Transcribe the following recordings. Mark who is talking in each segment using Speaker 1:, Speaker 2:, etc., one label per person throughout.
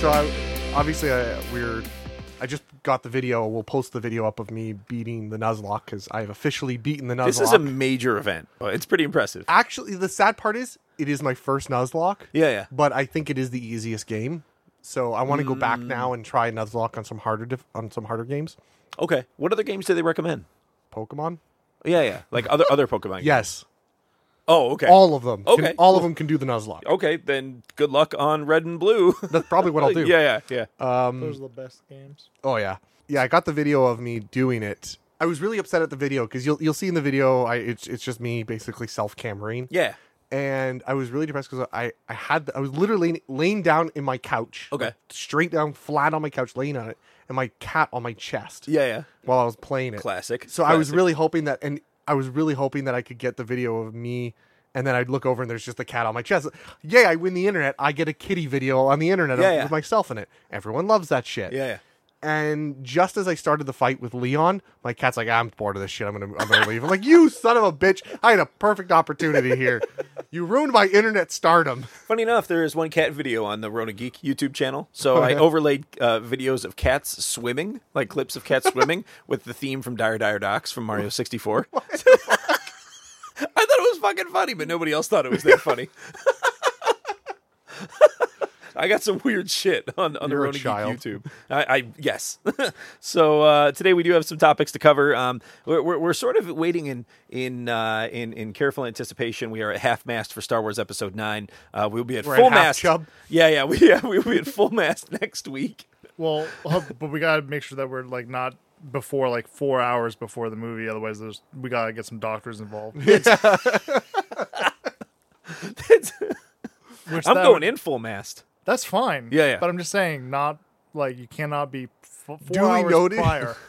Speaker 1: So I, obviously, I, we're. I just got the video. We'll post the video up of me beating the Nuzlocke because I have officially beaten the Nuzlocke.
Speaker 2: This is a major event. Oh, It's pretty impressive.
Speaker 1: Actually, the sad part is it is my first Nuzlocke.
Speaker 2: Yeah, yeah.
Speaker 1: But I think it is the easiest game. So I want to go
Speaker 2: Mm.
Speaker 1: back now and try Nuzlocke on some harder dif- on some harder games.
Speaker 2: Okay. What other games do they recommend?
Speaker 1: Pokemon.
Speaker 2: Yeah, yeah. Like other other Pokemon. games.
Speaker 1: Yes,
Speaker 2: Oh, okay.
Speaker 1: all of them.
Speaker 2: Okay,
Speaker 1: can, all of
Speaker 2: cool.
Speaker 1: them can do the Nuzlocke.
Speaker 2: okay, then good luck on Red and Blue.
Speaker 1: That's probably what I'll do. Uh,
Speaker 2: yeah, yeah, yeah.
Speaker 3: Those are the best games.
Speaker 1: Oh yeah, yeah. I got the video of me doing it. I was really upset at the video because you'll you'll see in the video, I it's it's just me basically self cameraing,
Speaker 2: yeah.
Speaker 1: and I was really depressed because I I had the, I was literally laying down in my couch,
Speaker 2: Okay.
Speaker 1: like, straight down, flat on my couch, laying on it, and my cat on my chest,
Speaker 2: Yeah, yeah.
Speaker 1: while I was playing it.
Speaker 2: Classic.
Speaker 1: So I was
Speaker 2: Classic.
Speaker 1: really hoping that, and I was really hoping that I could get the video of me, and then I'd look over and there's just a cat on my chest. Yay! I win the internet. I get a kitty video on the internet of-
Speaker 2: Yeah, yeah.
Speaker 1: with myself in it. Everyone loves that shit.
Speaker 2: Yeah, yeah.
Speaker 1: And just as I started the fight with Leon, my cat's like, "I'm bored of this shit. I'm gonna, I'm gonna leave." I'm like, "You son of a bitch! I had a perfect opportunity here. You ruined my internet stardom."
Speaker 2: Funny enough, there is one cat video on the Rona Geek YouTube channel. So I
Speaker 1: Oh, yeah.
Speaker 2: overlaid uh, videos of cats swimming, like clips of cats swimming, with the theme from Dire Dire Docs from Mario 64. I thought it was fucking funny, but nobody else thought it was that funny. I got some weird shit on, on the
Speaker 1: You're a
Speaker 2: Rona Geek
Speaker 1: child.
Speaker 2: YouTube. I, I yes. so uh, today we do have some topics to cover. Um, we're, we're, we're sort of waiting in in uh, in in careful anticipation. We are at half mast for Star Wars Episode Nine. Uh, we'll be at
Speaker 1: We're at
Speaker 2: full
Speaker 1: half
Speaker 2: mast.
Speaker 1: chub.
Speaker 2: Yeah, yeah, we, yeah. We'll be at full mast next week.
Speaker 3: Well, oh, but we gotta make sure that we're like not before like four hours before the movie. Otherwise, there's we gotta get some doctors involved.
Speaker 2: That's-
Speaker 3: Which
Speaker 2: I'm
Speaker 3: that-
Speaker 2: going in full mast.
Speaker 3: That's fine.
Speaker 2: Yeah, yeah.
Speaker 3: But I'm just saying, not like you cannot be f- four
Speaker 1: Duly
Speaker 3: hours
Speaker 1: noted.
Speaker 3: prior.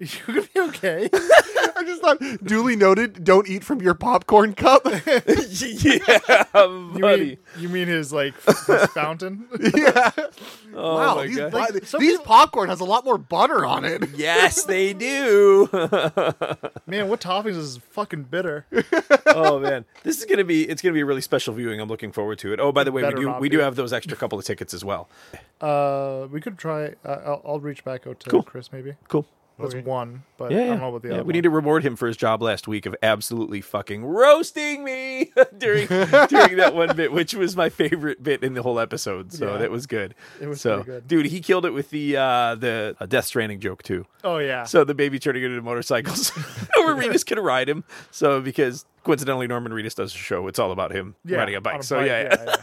Speaker 3: You're gonna be okay.
Speaker 1: I just thought, duly noted. Don't eat from your popcorn cup.
Speaker 2: yeah,
Speaker 3: You
Speaker 2: buddy.
Speaker 3: mean, you mean his like his fountain?
Speaker 1: yeah.
Speaker 2: oh
Speaker 1: wow.
Speaker 2: my
Speaker 1: These,
Speaker 2: God.
Speaker 1: like,
Speaker 3: some
Speaker 1: these
Speaker 3: people-
Speaker 1: popcorn has a lot more butter on it.
Speaker 2: yes, they do.
Speaker 3: Man, what toppings is fucking bitter?
Speaker 2: oh man, this is gonna be it's gonna be a really special viewing. I'm looking forward to it. Oh, by the way, we
Speaker 3: better
Speaker 2: do
Speaker 3: not
Speaker 2: we
Speaker 3: be.
Speaker 2: do have those extra couple of tickets as well.
Speaker 3: Uh, we could try. Uh, I'll, I'll reach back out to
Speaker 2: Cool.
Speaker 3: Chris maybe.
Speaker 2: Cool.
Speaker 3: That's one, but
Speaker 2: Yeah,
Speaker 3: I
Speaker 2: yeah.
Speaker 3: don't know about the
Speaker 2: Yeah,
Speaker 3: other.
Speaker 2: we need to reward him for his job last week of absolutely fucking roasting me during during that one bit, which was my favorite bit in the whole episode. So
Speaker 3: Yeah.
Speaker 2: that was good.
Speaker 3: It was
Speaker 2: so,
Speaker 3: pretty good.
Speaker 2: dude, he killed it with the uh, the uh, Death Stranding joke too.
Speaker 3: Oh yeah.
Speaker 2: So the baby turning into motorcycles, where Reedus can ride him. So because coincidentally, Norman Reedus does a show. It's all about him
Speaker 3: yeah,
Speaker 2: riding a bike.
Speaker 3: on
Speaker 2: so
Speaker 3: bike,
Speaker 2: yeah, yeah.
Speaker 3: yeah.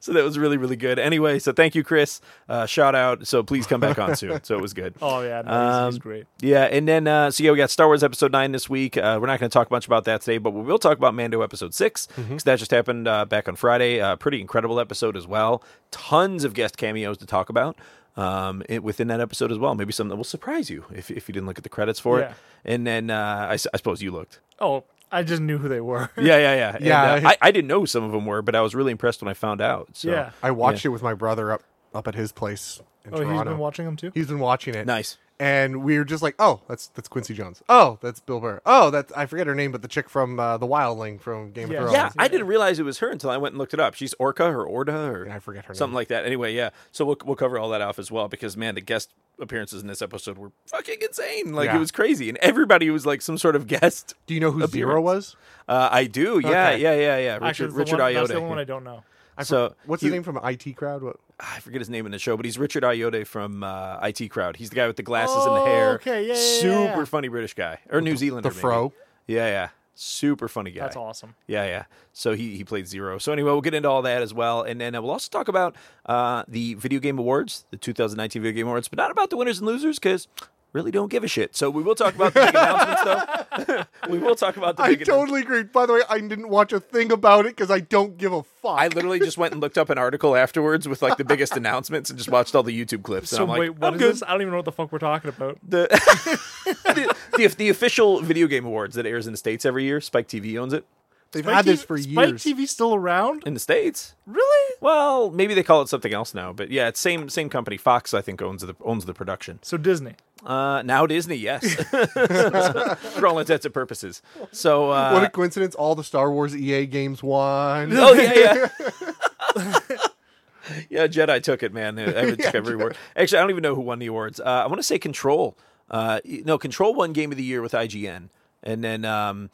Speaker 2: so that was really really good. Anyway, so thank you, Chris. Uh, shout out. So please come back on soon. So it was good.
Speaker 3: Oh yeah, no, he's, he's
Speaker 2: Um,
Speaker 3: great.
Speaker 2: Yeah, and then uh, so yeah, we got Star Wars Episode Nine this week. Uh, we're not going to talk much about that today, but we will talk about Mando Episode Six because
Speaker 3: Mm-hmm.
Speaker 2: that just happened uh, back on Friday. Uh, pretty incredible episode as well. Tons of guest cameos to talk about um, it, within that episode as well. Maybe something that will surprise you if, if you didn't look at the credits for
Speaker 3: Yeah.
Speaker 2: it. And then uh, I, s- I suppose you looked.
Speaker 3: Oh, I just knew who they were.
Speaker 2: Yeah, yeah, yeah, And,
Speaker 1: Yeah,
Speaker 2: uh, I, I didn't know who some of them were, but I was really impressed when I found out. So.
Speaker 3: Yeah.
Speaker 1: I watched it with my brother up up at his place in
Speaker 3: Oh,
Speaker 1: Toronto.
Speaker 3: he's been watching them too.
Speaker 1: He's been watching it.
Speaker 2: Nice.
Speaker 1: And we were just like, oh, that's that's Quincy Jones. Oh, that's Bill Burr. Oh, that's I forget her name, but the chick from uh, the Wildling from Game
Speaker 3: Yeah.
Speaker 1: of Thrones.
Speaker 2: Yeah, I didn't realize it was her until I went and looked it up. She's Orca or Orda or
Speaker 1: I forget her name.
Speaker 2: something like that. Anyway, yeah. So we'll we'll cover all that off as well because man, the guest appearances in this episode were fucking insane. Like
Speaker 1: Yeah.
Speaker 2: it was crazy, and everybody was like some sort of guest.
Speaker 1: Do you know who Zero was?
Speaker 2: Uh, I do. Yeah,
Speaker 1: Okay.
Speaker 2: yeah, yeah, yeah. Richard
Speaker 3: Actually, it's the
Speaker 2: Richard
Speaker 3: one,
Speaker 2: Iota.
Speaker 3: That's the only one I don't know.
Speaker 2: so
Speaker 1: What's
Speaker 2: you-
Speaker 1: the name from IT Crowd? What?
Speaker 2: I forget his name in the show, but he's Richard Iota from uh, IT Crowd. He's the guy with the glasses and the hair.
Speaker 3: Oh, okay. Yeah, yeah, yeah,
Speaker 2: Super
Speaker 3: yeah.
Speaker 2: funny British guy or New Zealander.
Speaker 1: the fro?
Speaker 2: Maybe. Yeah, yeah. Super funny guy.
Speaker 3: That's awesome.
Speaker 2: Yeah, yeah. So he, he played zero. So anyway, we'll get into all that as well, and then uh, we'll also talk about uh, the video game awards, the 2019 video game awards, but not about the winners and losers because really don't give a shit. So we will talk about the big announcements, though. we will talk about the
Speaker 1: I
Speaker 2: big. annou-
Speaker 1: totally agree. By the way, I didn't watch a thing about it because I don't give a fuck.
Speaker 2: I literally just went and looked up an article afterwards with like the biggest announcements and just watched all the YouTube clips. And
Speaker 3: So
Speaker 2: I'm like,
Speaker 3: wait, what
Speaker 2: I'm
Speaker 3: is
Speaker 2: good.
Speaker 3: this? I don't even know what the fuck we're talking about.
Speaker 2: The, the the the official video game awards that airs in the states every year. Spike TV owns it
Speaker 1: They've
Speaker 3: Spike
Speaker 1: had this
Speaker 3: TV
Speaker 1: for
Speaker 3: Spike
Speaker 1: years.
Speaker 3: TV still around?
Speaker 2: in the states.
Speaker 3: Really?
Speaker 2: Well, maybe they call it something else now, but yeah, it's same same company. Fox, I think, owns the owns the production.
Speaker 3: So Disney.
Speaker 2: Uh, now Disney, yes, for all intents and purposes. So, uh,
Speaker 1: what a E coincidence! All the Star Wars EA games won.
Speaker 2: oh yeah, yeah. yeah, Jedi took it, man. It, it took every word. Actually, I don't even know who won the awards. Uh, I want to say Control. Uh, y- no, Control won Game of the Year with IGN, and then um,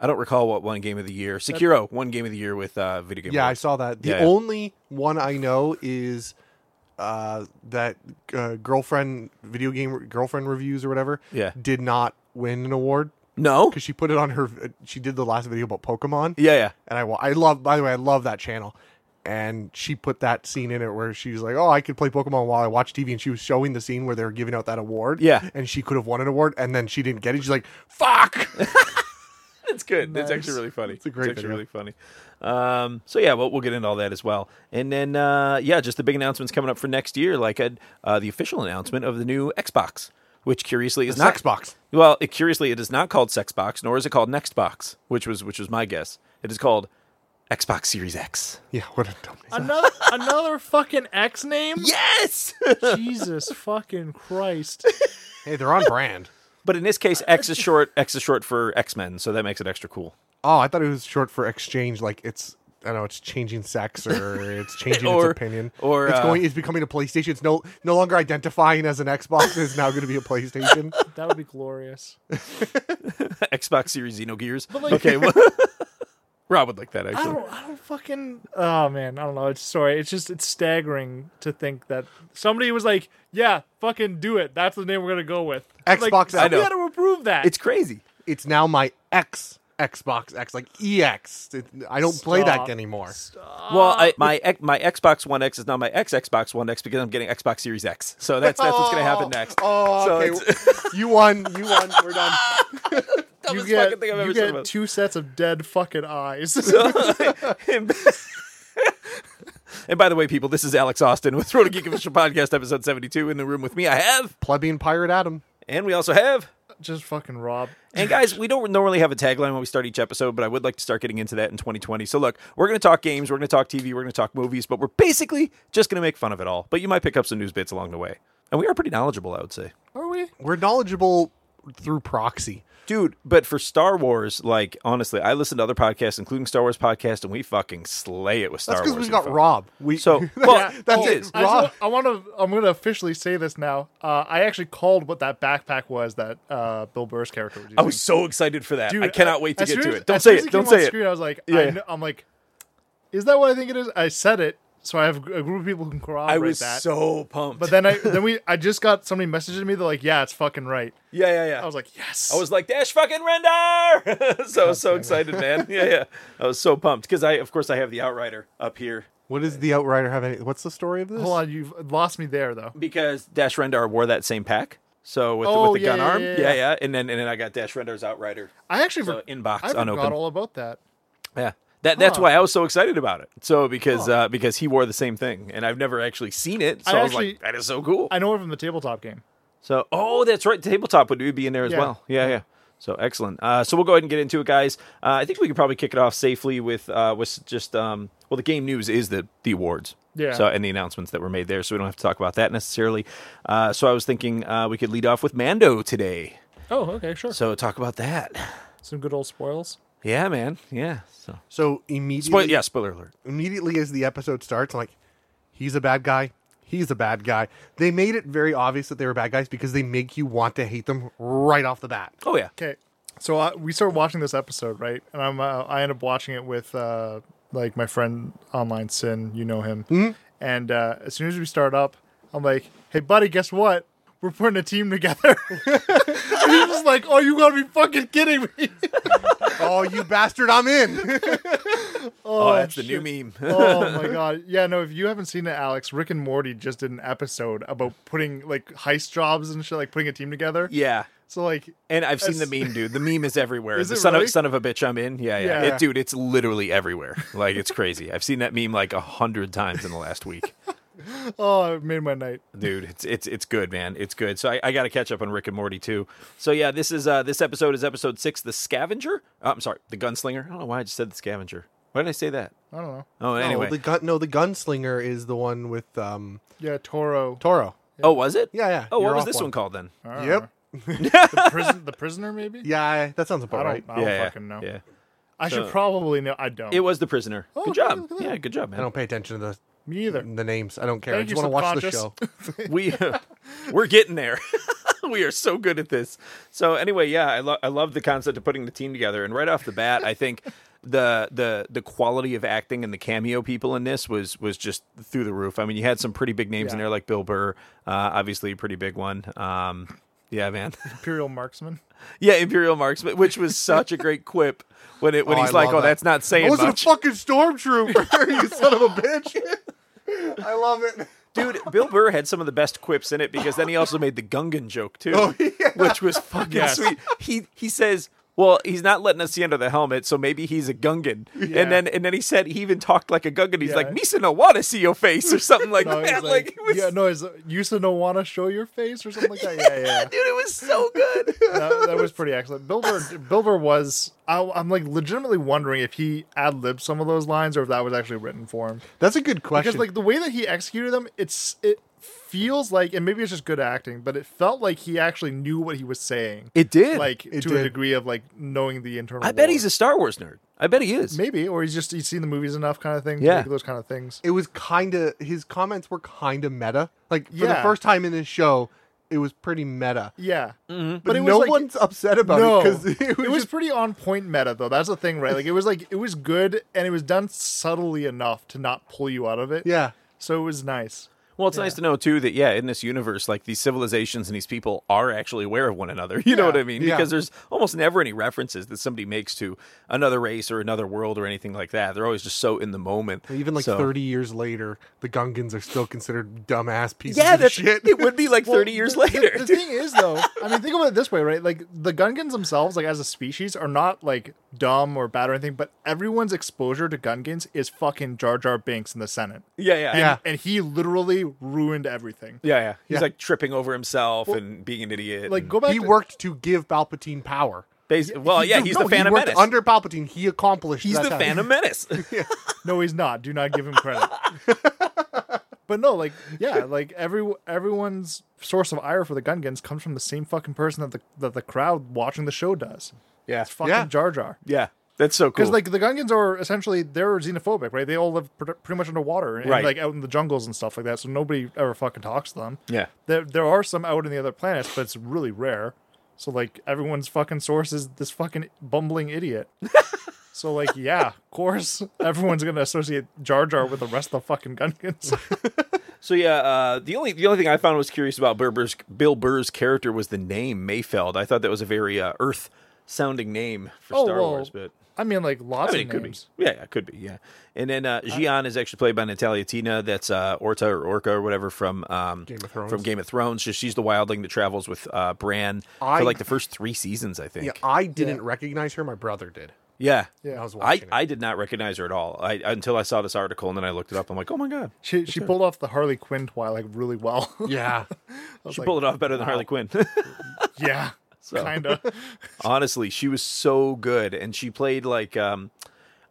Speaker 2: I don't recall what won Game of the Year. Sekiro won Game of the Year with uh, Video Game.
Speaker 1: Yeah, I
Speaker 2: Awards.
Speaker 1: saw that. The
Speaker 2: Yeah, yeah.
Speaker 1: only one I know is uh, that uh, girlfriend video game girlfriend reviews or whatever.
Speaker 2: Yeah.
Speaker 1: did not win an award
Speaker 2: no.
Speaker 1: because she put it on her. She did the last video about Pokemon,
Speaker 2: Yeah, yeah.
Speaker 1: and I wa- I love. By the way, I love that channel. And she put that scene in it where she's like, "Oh, I could play Pokemon while I watch TV," and she was showing the scene where they were giving out that award.
Speaker 2: Yeah.
Speaker 1: and she could have won an award, and then she didn't get it. She's like, "Fuck!"
Speaker 2: It's good. It's actually
Speaker 3: Nice.
Speaker 2: really funny. It's
Speaker 1: a great
Speaker 2: actually
Speaker 1: video.
Speaker 2: really funny. Um, so yeah, well, we'll get into all that as well. And then uh, yeah, just the big announcements coming up for next year, like uh, uh, the official announcement of the new Xbox, which curiously is
Speaker 1: It's
Speaker 2: not
Speaker 1: Xbox.
Speaker 2: Well, it, curiously, it is not called Sexbox, nor is it called Nextbox, which was which was my guess. It is called Xbox Series X.
Speaker 1: Yeah, what a dumb name.
Speaker 3: Another another fucking X name?
Speaker 2: Yes,
Speaker 3: Jesus fucking Christ.
Speaker 1: Hey, they're on brand.
Speaker 2: but in this case, X is short. X is short for X Men, so that makes it extra cool.
Speaker 1: Oh, I thought it was short for exchange. Like it's, I don't know, it's changing sex or it's changing
Speaker 2: Or-
Speaker 1: its opinion.
Speaker 2: or,
Speaker 1: it's
Speaker 2: uh,
Speaker 1: going, it's becoming a PlayStation. It's no, no longer identifying as an Xbox. It's now going to be a PlayStation.
Speaker 3: That would be glorious.
Speaker 2: Xbox Series Xenogears.
Speaker 3: like-
Speaker 2: okay, well, Rob would like that
Speaker 3: I
Speaker 2: actually.
Speaker 3: don't I don't fucking Oh man, I don't know. It's sorry. It's just it's staggering to think that somebody was like, "Yeah, fucking do it. That's the name we're going to go with." like,
Speaker 1: Xbox, I
Speaker 2: know.
Speaker 3: got to approve that.
Speaker 2: It's crazy.
Speaker 1: it's now my X Xbox X, like EX. It, I don't play that
Speaker 3: Stop.
Speaker 1: anymore.
Speaker 2: Well,
Speaker 3: Uh,
Speaker 2: I, my ex- my Xbox One X is not my X Xbox One X because I'm getting Xbox Series X. So that's that's what's going to happen
Speaker 1: Oh,
Speaker 2: next.
Speaker 1: Oh,
Speaker 2: So
Speaker 1: okay. you won. You won. We're done.
Speaker 3: you
Speaker 2: Dumbest
Speaker 3: get,
Speaker 2: fucking thing I've
Speaker 3: you
Speaker 2: ever
Speaker 3: get
Speaker 2: said about-
Speaker 3: two sets of dead fucking eyes.
Speaker 2: and and by the way, people, this is Alex Austin with Roto Geek Official Podcast, episode 72. In the room with me, I have,
Speaker 1: Plebeian pirate Adam.
Speaker 2: and we also have.
Speaker 3: just fucking Rob.
Speaker 2: And guys, we don't normally have a tagline when we start each episode, but I would like to start getting into that in 2020. So look, we're going to talk games, we're going to talk TV, we're going to talk movies, but we're basically just going to make fun of it all. But you might pick up some news bits along the way. And we are pretty knowledgeable, I would say.
Speaker 3: Are we?
Speaker 1: We're knowledgeable through proxy.
Speaker 2: Dude, but for Star Wars, like honestly, I listen to other podcasts, including Star Wars podcast, and we fucking slay it with Star
Speaker 1: That's
Speaker 2: Wars.
Speaker 1: because we
Speaker 2: and
Speaker 1: got
Speaker 2: fuck-
Speaker 1: Rob. We
Speaker 2: So,
Speaker 1: that's,
Speaker 2: well,
Speaker 1: that's
Speaker 2: he
Speaker 1: it.
Speaker 2: is.
Speaker 3: I, just
Speaker 1: Rob.
Speaker 3: wa- I want to. I'm going to officially say this now. Uh, I actually called what that backpack was that uh, Bill Burr's character was using.
Speaker 2: I was so excited for that. I cannot wait to
Speaker 3: as
Speaker 2: get
Speaker 3: soon
Speaker 2: to
Speaker 3: as-
Speaker 2: it. Don't
Speaker 3: as
Speaker 2: say
Speaker 3: soon as
Speaker 2: it. Don't
Speaker 3: came on
Speaker 2: say it.
Speaker 3: Screen, I was like,
Speaker 2: Yeah.
Speaker 3: I kn- I'm like, is that what I think it is? I said it, so I have a group of people who can corroborate
Speaker 2: I was
Speaker 3: that.
Speaker 2: so pumped.
Speaker 3: but then I then we I just got somebody messaging me. They're like, yeah, it's fucking right.
Speaker 2: yeah, yeah, yeah.
Speaker 3: I was like, yes.
Speaker 2: I was like, Dash fucking render! so I was so excited, man. Yeah, yeah. I was so pumped because I, of course, I have the Outrider up here
Speaker 1: What does the Outrider have? Any, what's the story of this?
Speaker 3: Hold on, you've lost me there though.
Speaker 2: because Dash Rendar wore that same pack. So with,
Speaker 3: Oh,
Speaker 2: the, with the
Speaker 3: yeah,
Speaker 2: gun
Speaker 3: yeah,
Speaker 2: arm,
Speaker 3: yeah,
Speaker 2: yeah,
Speaker 3: yeah.
Speaker 2: yeah, and then and then I got Dash Rendar's Outrider.
Speaker 3: I actually
Speaker 2: So,
Speaker 3: for-
Speaker 2: inbox
Speaker 3: I forgot
Speaker 2: unopened.
Speaker 3: all about that.
Speaker 2: Yeah, that that's
Speaker 3: Huh.
Speaker 2: why I was so excited about it. So because uh, because he wore the same thing, and I've never actually seen it. So I,
Speaker 3: I
Speaker 2: was like,
Speaker 3: actually-
Speaker 2: that is so cool.
Speaker 3: I know it from the tabletop game.
Speaker 2: So, oh, that's right. Tabletop would be in there as
Speaker 3: Yeah.
Speaker 2: well. Yeah, yeah. So excellent. Uh, so we'll go ahead and get into it, guys. Uh, I think we could probably kick it off safely with uh, with just um, well, the game news is the the awards.
Speaker 3: Yeah.
Speaker 2: So and the announcements that were made there, so we don't have to talk about that necessarily. Uh, so I was thinking uh, we could lead off with Mando today.
Speaker 3: Oh, okay, sure.
Speaker 2: So talk about that.
Speaker 3: Some good old spoils.
Speaker 2: Yeah, man. Yeah. So
Speaker 1: So immediately,
Speaker 2: spoil. Yeah. Spoiler alert.
Speaker 1: immediately as the episode starts, I'm like, he's a bad guy. He's a bad guy. They made it very obvious that they were bad guys because they make you want to hate them right off the bat.
Speaker 2: Oh yeah.
Speaker 3: Okay, so I, we started watching this episode, right? And I'm uh, I end up watching it with uh, like my friend online Sin, you know him.
Speaker 2: Mm-hmm.
Speaker 3: And uh, as soon as we start up, I'm like, "Hey, buddy, guess what? We're putting a team together." and he's just like, "Oh, you gotta be fucking kidding me!"
Speaker 1: oh, you bastard! I'm in.
Speaker 2: Oh, that's the new meme.
Speaker 3: oh my god, yeah. No, if you haven't seen it, Alex, Rick and Morty just did an episode about putting like heist jobs and shit, like putting a team together.
Speaker 2: yeah.
Speaker 3: So like,
Speaker 2: And I've seen the
Speaker 3: That's-
Speaker 2: meme, dude. The meme is everywhere.
Speaker 3: Is
Speaker 2: the
Speaker 3: it
Speaker 2: son
Speaker 3: really?
Speaker 2: of son of a bitch I'm in. Yeah, yeah.
Speaker 3: Yeah.
Speaker 2: It, dude, it's literally everywhere. Like it's crazy. I've seen that meme like a hundred times in the last week.
Speaker 3: oh, it made my night.
Speaker 2: Dude, it's it's it's good, man. It's good. So I, I gotta catch up on Rick and Morty too. So yeah, this is uh this episode is episode six, the scavenger. Oh, I'm sorry, the gunslinger. I don't know why I just said the scavenger. Why did I say that?
Speaker 3: I don't know.
Speaker 2: Oh anyway.
Speaker 1: no, the gun. No, the gunslinger is the one with um
Speaker 3: Yeah, Toro.
Speaker 1: Toro.
Speaker 2: Oh, was it?
Speaker 1: Yeah, yeah.
Speaker 2: Oh, what
Speaker 1: You're
Speaker 2: was
Speaker 1: off
Speaker 2: this
Speaker 1: one.
Speaker 2: one called then?
Speaker 1: Yep.
Speaker 3: the prison, the prisoner, maybe.
Speaker 1: Yeah, that sounds
Speaker 3: I
Speaker 1: about
Speaker 3: don't,
Speaker 1: right.
Speaker 3: I don't
Speaker 2: yeah, yeah,
Speaker 3: fucking know.
Speaker 2: Yeah.
Speaker 3: I should
Speaker 2: So-
Speaker 3: probably know. I don't.
Speaker 2: It was the prisoner.
Speaker 3: Oh,
Speaker 2: good
Speaker 3: okay,
Speaker 2: job.
Speaker 3: look at that.
Speaker 2: Yeah, good job, man.
Speaker 1: I don't pay attention to the
Speaker 3: Me either.
Speaker 1: The names, I don't care. I
Speaker 3: Thank
Speaker 1: just
Speaker 3: you,
Speaker 1: want to watch the show.
Speaker 3: subconscious.
Speaker 2: we we're getting there. we are so good at this. So anyway, yeah, I love I love the concept of putting the team together, and right off the bat, I think the the the quality of acting and the cameo people in this was was just through the roof. I mean, you had some pretty big names in
Speaker 3: Yeah.
Speaker 2: there, like Bill Burr, uh, obviously a pretty big one. Um, yeah, man.
Speaker 3: Imperial marksman.
Speaker 2: Yeah, Imperial Marks, but- which was such a great quip when it when
Speaker 1: Oh, I
Speaker 2: he's like,
Speaker 1: love
Speaker 2: "Oh,
Speaker 1: that.
Speaker 2: that's not
Speaker 1: I
Speaker 2: saying
Speaker 1: wasn't
Speaker 2: much."
Speaker 1: a fucking stormtrooper, you son of a bitch. I love it.
Speaker 2: Dude, Bill Burr had some of the best quips in it because then he also made the Gungan joke too,
Speaker 1: Oh, yeah.
Speaker 2: which was fucking
Speaker 3: Yes.
Speaker 2: sweet. He he says, "Well, he's not letting us see under the helmet, so maybe he's a Gungan."
Speaker 3: Yeah.
Speaker 2: And then and then he said he even talked like a Gungan. He's
Speaker 3: Yeah.
Speaker 2: like, "Misa no want to see your face" or something like
Speaker 3: No, Oh, he's
Speaker 2: that. Like,
Speaker 3: like,
Speaker 2: it was,
Speaker 3: yeah, no, he's used to no want to show your face or something like that. Yeah, yeah.
Speaker 2: dude, it was so good.
Speaker 3: that, that was pretty excellent. Bill Burr, Bill Burr was. I, I'm like legitimately wondering if he ad libbed some of those lines or if that was actually written for him.
Speaker 1: That's a good question.
Speaker 3: Because like the way that he executed them, it's it feels like, and maybe it's just good acting, but it felt like he actually knew what he was saying.
Speaker 2: It did.
Speaker 3: like
Speaker 1: it
Speaker 3: to
Speaker 1: did.
Speaker 3: a degree of like knowing the internal.
Speaker 2: I bet
Speaker 3: war.
Speaker 2: he's a Star Wars nerd. I bet he is.
Speaker 3: maybe, or he's just he's seen the movies enough, kind of thing. to
Speaker 2: Yeah.
Speaker 3: make those kind of things.
Speaker 1: it was kind of his comments were kind of meta. Like for the
Speaker 3: Yeah.
Speaker 1: first time in this show, it was pretty meta.
Speaker 3: Yeah,
Speaker 2: Mm-hmm.
Speaker 1: But, no one's upset about
Speaker 3: no,
Speaker 1: it because it was, just-
Speaker 3: pretty on point meta though. That's the thing, right? Like it was like it was good and it was done subtly enough to not pull you out of it.
Speaker 1: yeah.
Speaker 3: So it was nice.
Speaker 2: Well, it's nice to know too that yeah, in this universe, like these civilizations and these people are actually aware of one another. You know
Speaker 3: Yeah,
Speaker 2: what I mean?
Speaker 1: yeah.
Speaker 2: Because there's almost never any references that somebody makes to another race or another world or anything like that. They're always just so in the moment.
Speaker 1: Even like
Speaker 2: So-
Speaker 1: 30 years later, the Gungans are still considered dumbass pieces
Speaker 2: Yeah,
Speaker 1: of
Speaker 2: that's
Speaker 1: shit.
Speaker 2: It would be like
Speaker 3: Well,
Speaker 2: thirty years
Speaker 3: the-
Speaker 2: later.
Speaker 3: The, the thing is, though, I mean, think about it this way, right? Like the Gungans themselves, like as a species, are not like dumb or bad or anything, but everyone's exposure to Gungans is fucking Jar Jar Binks in the Senate,
Speaker 2: yeah, yeah,
Speaker 1: Yeah.
Speaker 3: and he literally ruined everything.
Speaker 2: yeah, yeah. He's
Speaker 1: Yeah.
Speaker 2: like tripping over himself and being an idiot.
Speaker 3: Like
Speaker 2: and
Speaker 3: go back.
Speaker 1: he
Speaker 3: to-
Speaker 1: worked to give Palpatine power.
Speaker 2: basi- well, Oh, yeah,
Speaker 1: Dude,
Speaker 2: he's
Speaker 1: no,
Speaker 2: the
Speaker 1: he
Speaker 2: Phantom
Speaker 1: worked
Speaker 2: Menace.
Speaker 1: Under Palpatine, he accomplished
Speaker 2: he's
Speaker 1: that
Speaker 2: the
Speaker 1: task.
Speaker 2: Phantom Menace.
Speaker 3: No, he's not. Do not give him credit. but no, like yeah, like every everyone's source of ire for the Gungans comes from the same fucking person that the that the crowd watching the show does.
Speaker 2: yeah,
Speaker 3: Fucking
Speaker 1: Yeah.
Speaker 3: Jar Jar.
Speaker 2: yeah. That's so cool.
Speaker 3: Because like the Gungans are essentially they're xenophobic, right? They all live pr- pretty much underwater and
Speaker 2: Right.
Speaker 3: like out in the jungles and stuff like that. So nobody ever fucking talks to them.
Speaker 2: yeah.
Speaker 3: There there are some out in the other planets, but it's really rare. So like everyone's fucking source is this fucking bumbling idiot. so like yeah, of course everyone's gonna associate Jar Jar with the rest of the fucking Gungans.
Speaker 2: So yeah, uh, the only the only thing I found was curious about Bill Burr's, Bill Burr's character was the name Mayfeld. I thought that was a very uh, Earth sounding name for
Speaker 3: Oh,
Speaker 2: Star
Speaker 3: well,
Speaker 2: Wars, but
Speaker 3: I mean like
Speaker 2: I
Speaker 3: lots
Speaker 2: mean it
Speaker 3: of
Speaker 2: could be.
Speaker 3: names.
Speaker 2: Yeah, yeah, it could be. Yeah, and then uh, Gian is actually played by Natalia Tina. That's uh, Orta or Orca or whatever from um,
Speaker 1: Game of Thrones.
Speaker 2: From Game of Thrones. She- She's the wildling that travels with uh, Bran
Speaker 1: I-
Speaker 2: for like the first three seasons, I think.
Speaker 1: Yeah, I didn't recognize her. My brother did.
Speaker 2: yeah.
Speaker 3: Yeah.
Speaker 1: I was watching.
Speaker 2: I,
Speaker 1: it.
Speaker 2: I did not recognize her at all I, until I saw this article and then I looked it up. I'm like, oh my god,
Speaker 3: She she pulled off the Harley Quinn twilight like really well.
Speaker 1: yeah.
Speaker 2: she pulled it off better than Harley Quinn.
Speaker 3: yeah.
Speaker 2: So-
Speaker 3: Kinda.
Speaker 2: honestly she was so good and she played like um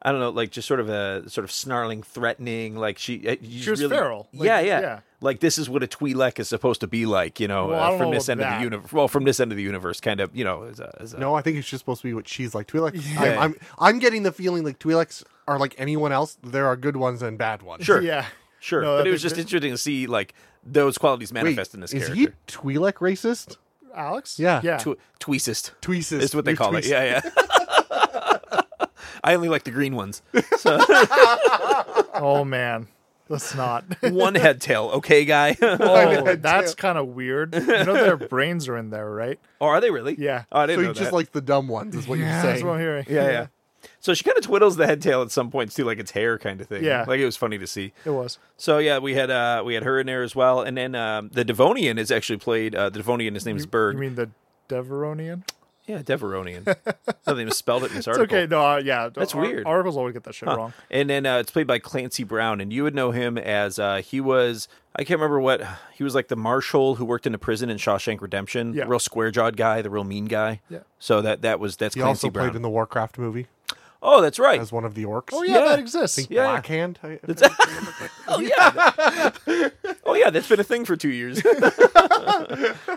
Speaker 2: i don't know like just sort of a sort of snarling threatening like she uh, you just
Speaker 3: was
Speaker 2: really,
Speaker 3: feral, like,
Speaker 2: yeah, yeah
Speaker 3: yeah.
Speaker 2: like this is what a twi'lek is supposed to be like you know
Speaker 3: Well, I
Speaker 2: uh,
Speaker 3: don't
Speaker 2: from
Speaker 3: know
Speaker 2: this end
Speaker 3: about
Speaker 2: of the
Speaker 3: that.
Speaker 2: universe well from this end of the universe kind of you know as a, as a
Speaker 1: No, I think it's just supposed to be what she's like. Twi'lek. I'm,
Speaker 2: Yeah.
Speaker 1: I'm I'm getting the feeling like Twi'leks are like anyone else. There are good ones and bad ones.
Speaker 2: sure
Speaker 3: Yeah.
Speaker 2: sure
Speaker 3: No,
Speaker 2: but
Speaker 3: I
Speaker 2: it was
Speaker 3: think
Speaker 2: just
Speaker 3: that-
Speaker 2: interesting to see like those qualities
Speaker 1: Wait,
Speaker 2: manifest in this
Speaker 1: is
Speaker 2: character
Speaker 1: he Twi'lek racist?
Speaker 3: Alex?
Speaker 1: Yeah.
Speaker 3: Yeah.
Speaker 2: Tw- tweecist
Speaker 1: Tweesis.
Speaker 2: is what they
Speaker 1: You're
Speaker 2: call it
Speaker 1: tweesis.
Speaker 2: yeah yeah i only like the green ones so
Speaker 3: Oh man. Let's not.
Speaker 2: one head tail okay guy
Speaker 3: Oh, that's kind of weird. You know their brains are in there, right?
Speaker 2: Oh, are they really?
Speaker 3: Yeah.
Speaker 2: Oh, I
Speaker 1: So
Speaker 2: didn't
Speaker 1: you
Speaker 2: know
Speaker 1: just
Speaker 2: that.
Speaker 1: like the dumb ones is what you're
Speaker 3: That's
Speaker 1: saying.
Speaker 3: what I'm hearing.
Speaker 2: yeah, yeah. So she kind of twiddles the head tail at some points too, like it's hair kind of thing.
Speaker 3: Yeah.
Speaker 2: like it was funny to see.
Speaker 3: It was.
Speaker 2: So yeah, we had uh we had her in there as well, and then um, the Devonian is actually played. Uh, the Devonian, his name is Berg.
Speaker 3: You mean the Deveronian?
Speaker 2: yeah, Deveronian. no, they misspelled it in this
Speaker 3: It's
Speaker 2: article.
Speaker 3: okay. No, uh, yeah.
Speaker 2: That's weird.
Speaker 3: Articles always get that shit wrong.
Speaker 2: And then uh, it's played by Clancy Brown, and you would know him as uh, he was. I can't remember what he was like the marshal who worked in a prison in Shawshank Redemption,
Speaker 3: Yeah.
Speaker 2: the real square jawed guy, the real mean guy.
Speaker 3: Yeah.
Speaker 2: So that that was that's
Speaker 1: He
Speaker 2: Clancy
Speaker 1: also
Speaker 2: Brown.
Speaker 1: played in the Warcraft movie.
Speaker 2: Oh, that's right.
Speaker 1: as one of the orcs.
Speaker 3: Oh yeah,
Speaker 2: Yeah.
Speaker 3: that exists.
Speaker 2: Yeah.
Speaker 1: Black hand. I-
Speaker 2: oh yeah. oh yeah, that's been a thing for two years.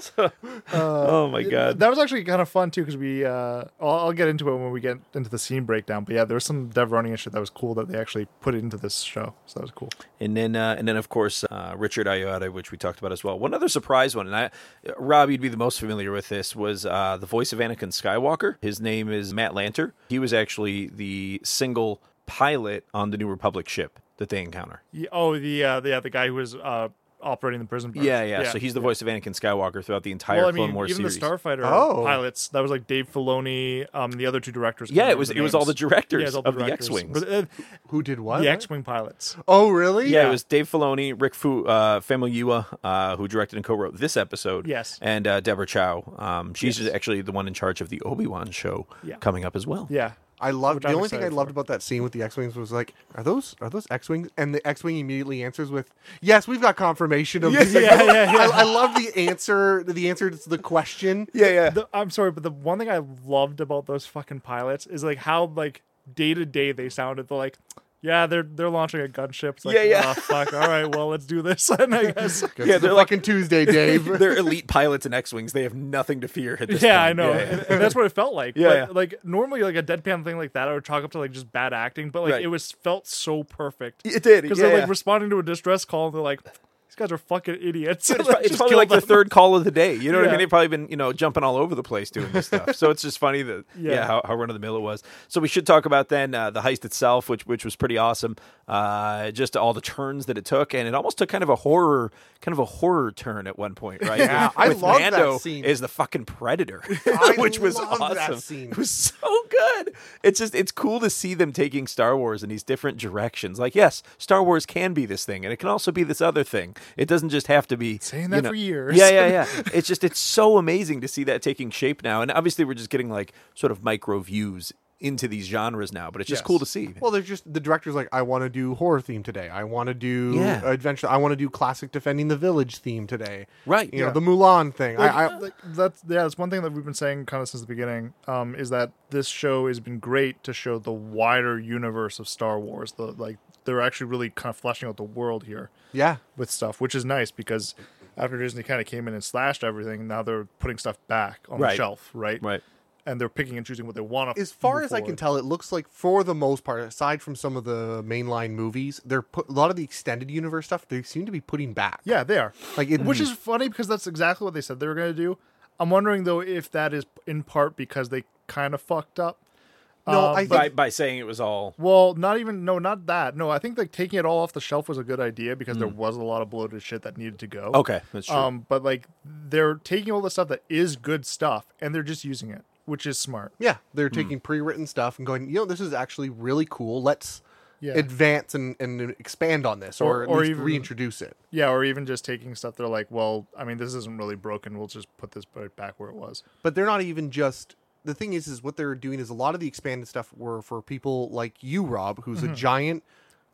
Speaker 2: So- oh my god.
Speaker 3: Uh, That was actually kind of fun too because we. Uh, I'll, I'll get into it when we get into the scene breakdown. But yeah, there was some Devronian shit that was cool that they actually put into this show, so that was cool.
Speaker 2: And then, uh, and then, of course, uh, Richard Ayoade, which we talked about as well. One other surprise one, and I, Rob, you'd be the most familiar with this, was uh, the voice of Anakin Skywalker. His name is Matt Lanter. He was actually the single pilot on the New Republic ship that they encounter.
Speaker 3: Yeah, oh, the uh, the- yeah, the guy who was uh, operating the prison. Bird.
Speaker 2: Yeah, yeah. So he's the voice of Anakin Skywalker throughout the entire
Speaker 3: Well, I
Speaker 2: Clone
Speaker 3: mean,
Speaker 2: Wars
Speaker 3: even
Speaker 2: series.
Speaker 3: the Starfighter
Speaker 1: Oh.
Speaker 3: pilots. That was like Dave Filoni, um, the other two directors.
Speaker 2: Yeah,
Speaker 3: can't
Speaker 2: it was-
Speaker 3: remember
Speaker 2: it was all the
Speaker 3: names.
Speaker 2: directors
Speaker 3: it was all
Speaker 2: of the
Speaker 3: directors.
Speaker 2: X-Wings.
Speaker 3: But, uh,
Speaker 1: Who did what?
Speaker 3: The X-wing pilots.
Speaker 1: Oh really?
Speaker 2: yeah,
Speaker 3: Yeah.
Speaker 2: it was Dave Filoni, Rick Fu, uh, Famuyiwa, uh, who directed and co-wrote this episode.
Speaker 3: Yes.
Speaker 2: and uh, Deborah Chow. Um, she's actually the one in charge of the Obi Wan show
Speaker 3: Yeah.
Speaker 2: coming up as well.
Speaker 3: Yeah,
Speaker 1: I loved
Speaker 3: Which
Speaker 1: the
Speaker 3: I'm
Speaker 1: only thing I
Speaker 3: excited
Speaker 1: loved
Speaker 3: for.
Speaker 1: about that scene with the X Wings was like, are those are those X Wings? And the X Wing immediately answers with, Yes, we've got confirmation of this.
Speaker 3: yeah, yeah, yeah.
Speaker 1: I, I love the answer the answer to the question.
Speaker 2: yeah, yeah.
Speaker 3: The- I'm sorry, but the one thing I loved about those fucking pilots is like how like day to day they sounded. They're like, yeah, they're they're launching a gunship. It's like,
Speaker 2: Yeah, yeah.
Speaker 3: "Ah, fuck. All right, well, let's do this. And I guess.
Speaker 1: Go
Speaker 2: Yeah,
Speaker 1: to the
Speaker 2: they're like-
Speaker 1: fucking Tuesday, Dave.
Speaker 2: They're elite pilots and X Wings. They have nothing to fear at this
Speaker 3: Yeah, I
Speaker 2: point.
Speaker 3: know.
Speaker 2: Yeah, yeah.
Speaker 3: And, and that's what it felt like.
Speaker 2: Yeah,
Speaker 3: but,
Speaker 2: yeah.
Speaker 3: like normally, like a deadpan thing like that, I would chalk up to like just bad acting. But like
Speaker 2: Right.
Speaker 3: it was felt so perfect.
Speaker 2: It did.
Speaker 3: because
Speaker 2: Yeah,
Speaker 3: they're like
Speaker 2: yeah.
Speaker 3: responding to a distress call and they're like, these guys are fucking idiots.
Speaker 2: It's, pro- it's probably like the third call of the day. You know what I
Speaker 3: Yeah.
Speaker 2: mean? They've probably been, you know, jumping all over the place doing this stuff. So it's just funny that, yeah,
Speaker 3: Yeah.
Speaker 2: how, how run of the mill it was. So we should talk about then uh, the heist itself, which which was pretty awesome. Uh, just all the turns that it took, and it almost took kind of a horror, kind of a horror turn at one point, right?
Speaker 1: Yeah, I love that
Speaker 2: Mando
Speaker 1: scene.
Speaker 2: Is the fucking predator,
Speaker 1: I
Speaker 2: which was
Speaker 1: love
Speaker 2: awesome.
Speaker 1: that scene.
Speaker 2: It was so good. It's just it's cool to see them taking Star Wars in these different directions. Like, yes, Star Wars can be this thing, and it can also be this other thing. It doesn't just have to be
Speaker 3: Saying
Speaker 2: you
Speaker 3: that
Speaker 2: know-
Speaker 3: for years.
Speaker 2: Yeah, yeah, yeah. it's just it's so amazing to see that taking shape now, and obviously we're just getting like sort of micro views into these genres now. But it's just
Speaker 3: Yes.
Speaker 2: cool to see.
Speaker 1: Well, they're just the director's like, I want to do horror theme today. I want to do
Speaker 2: Yeah.
Speaker 1: adventure. I want to do classic defending the village theme today.
Speaker 2: Right.
Speaker 1: You know
Speaker 2: Yeah. uh,
Speaker 1: the Mulan thing.
Speaker 3: Like,
Speaker 1: I, I
Speaker 3: like, that's yeah, that's one thing that we've been saying kind of since the beginning. Um, is that this show has been great to show the wider universe of Star Wars. The like they're actually really kind of fleshing out the world here
Speaker 1: yeah.
Speaker 3: with stuff, which is nice because after Disney kind of came in and slashed everything, now they're putting stuff back on
Speaker 2: Right.
Speaker 3: the shelf, right?
Speaker 2: Right.
Speaker 3: And they're picking and choosing what they want to.
Speaker 1: as far as I can tell, it looks like for the most part, aside from some of the mainline movies, they're put a lot of the extended universe stuff. They seem to be putting back.
Speaker 3: yeah, they are.
Speaker 1: like it,
Speaker 3: which is funny because that's exactly what they said they were going to do. I'm wondering though if that is in part because they kind of fucked up.
Speaker 1: no.
Speaker 3: um,
Speaker 1: I think
Speaker 2: By by saying it was all
Speaker 3: Well, not even no, not that. No, I think like taking it all off the shelf was a good idea because
Speaker 1: Hmm.
Speaker 3: there was a lot of bloated shit that needed to go.
Speaker 2: okay. That's true.
Speaker 3: Um, but like they're taking all the stuff that is good stuff and they're just using it, which is smart.
Speaker 1: yeah, they're
Speaker 3: Hmm.
Speaker 1: taking pre-written stuff and going. You know, this is actually really cool. Let's
Speaker 3: Yeah.
Speaker 1: advance and, and expand on this, or,
Speaker 3: Or-
Speaker 1: at
Speaker 3: or
Speaker 1: least
Speaker 3: even-
Speaker 1: reintroduce it.
Speaker 3: Yeah, or even just taking stuff they're like, well, I mean, this isn't really broken. We'll just put this right back where it was.
Speaker 1: but they're not even just the thing is is what they're doing is a lot of the expanded stuff were for people like you rob who's a giant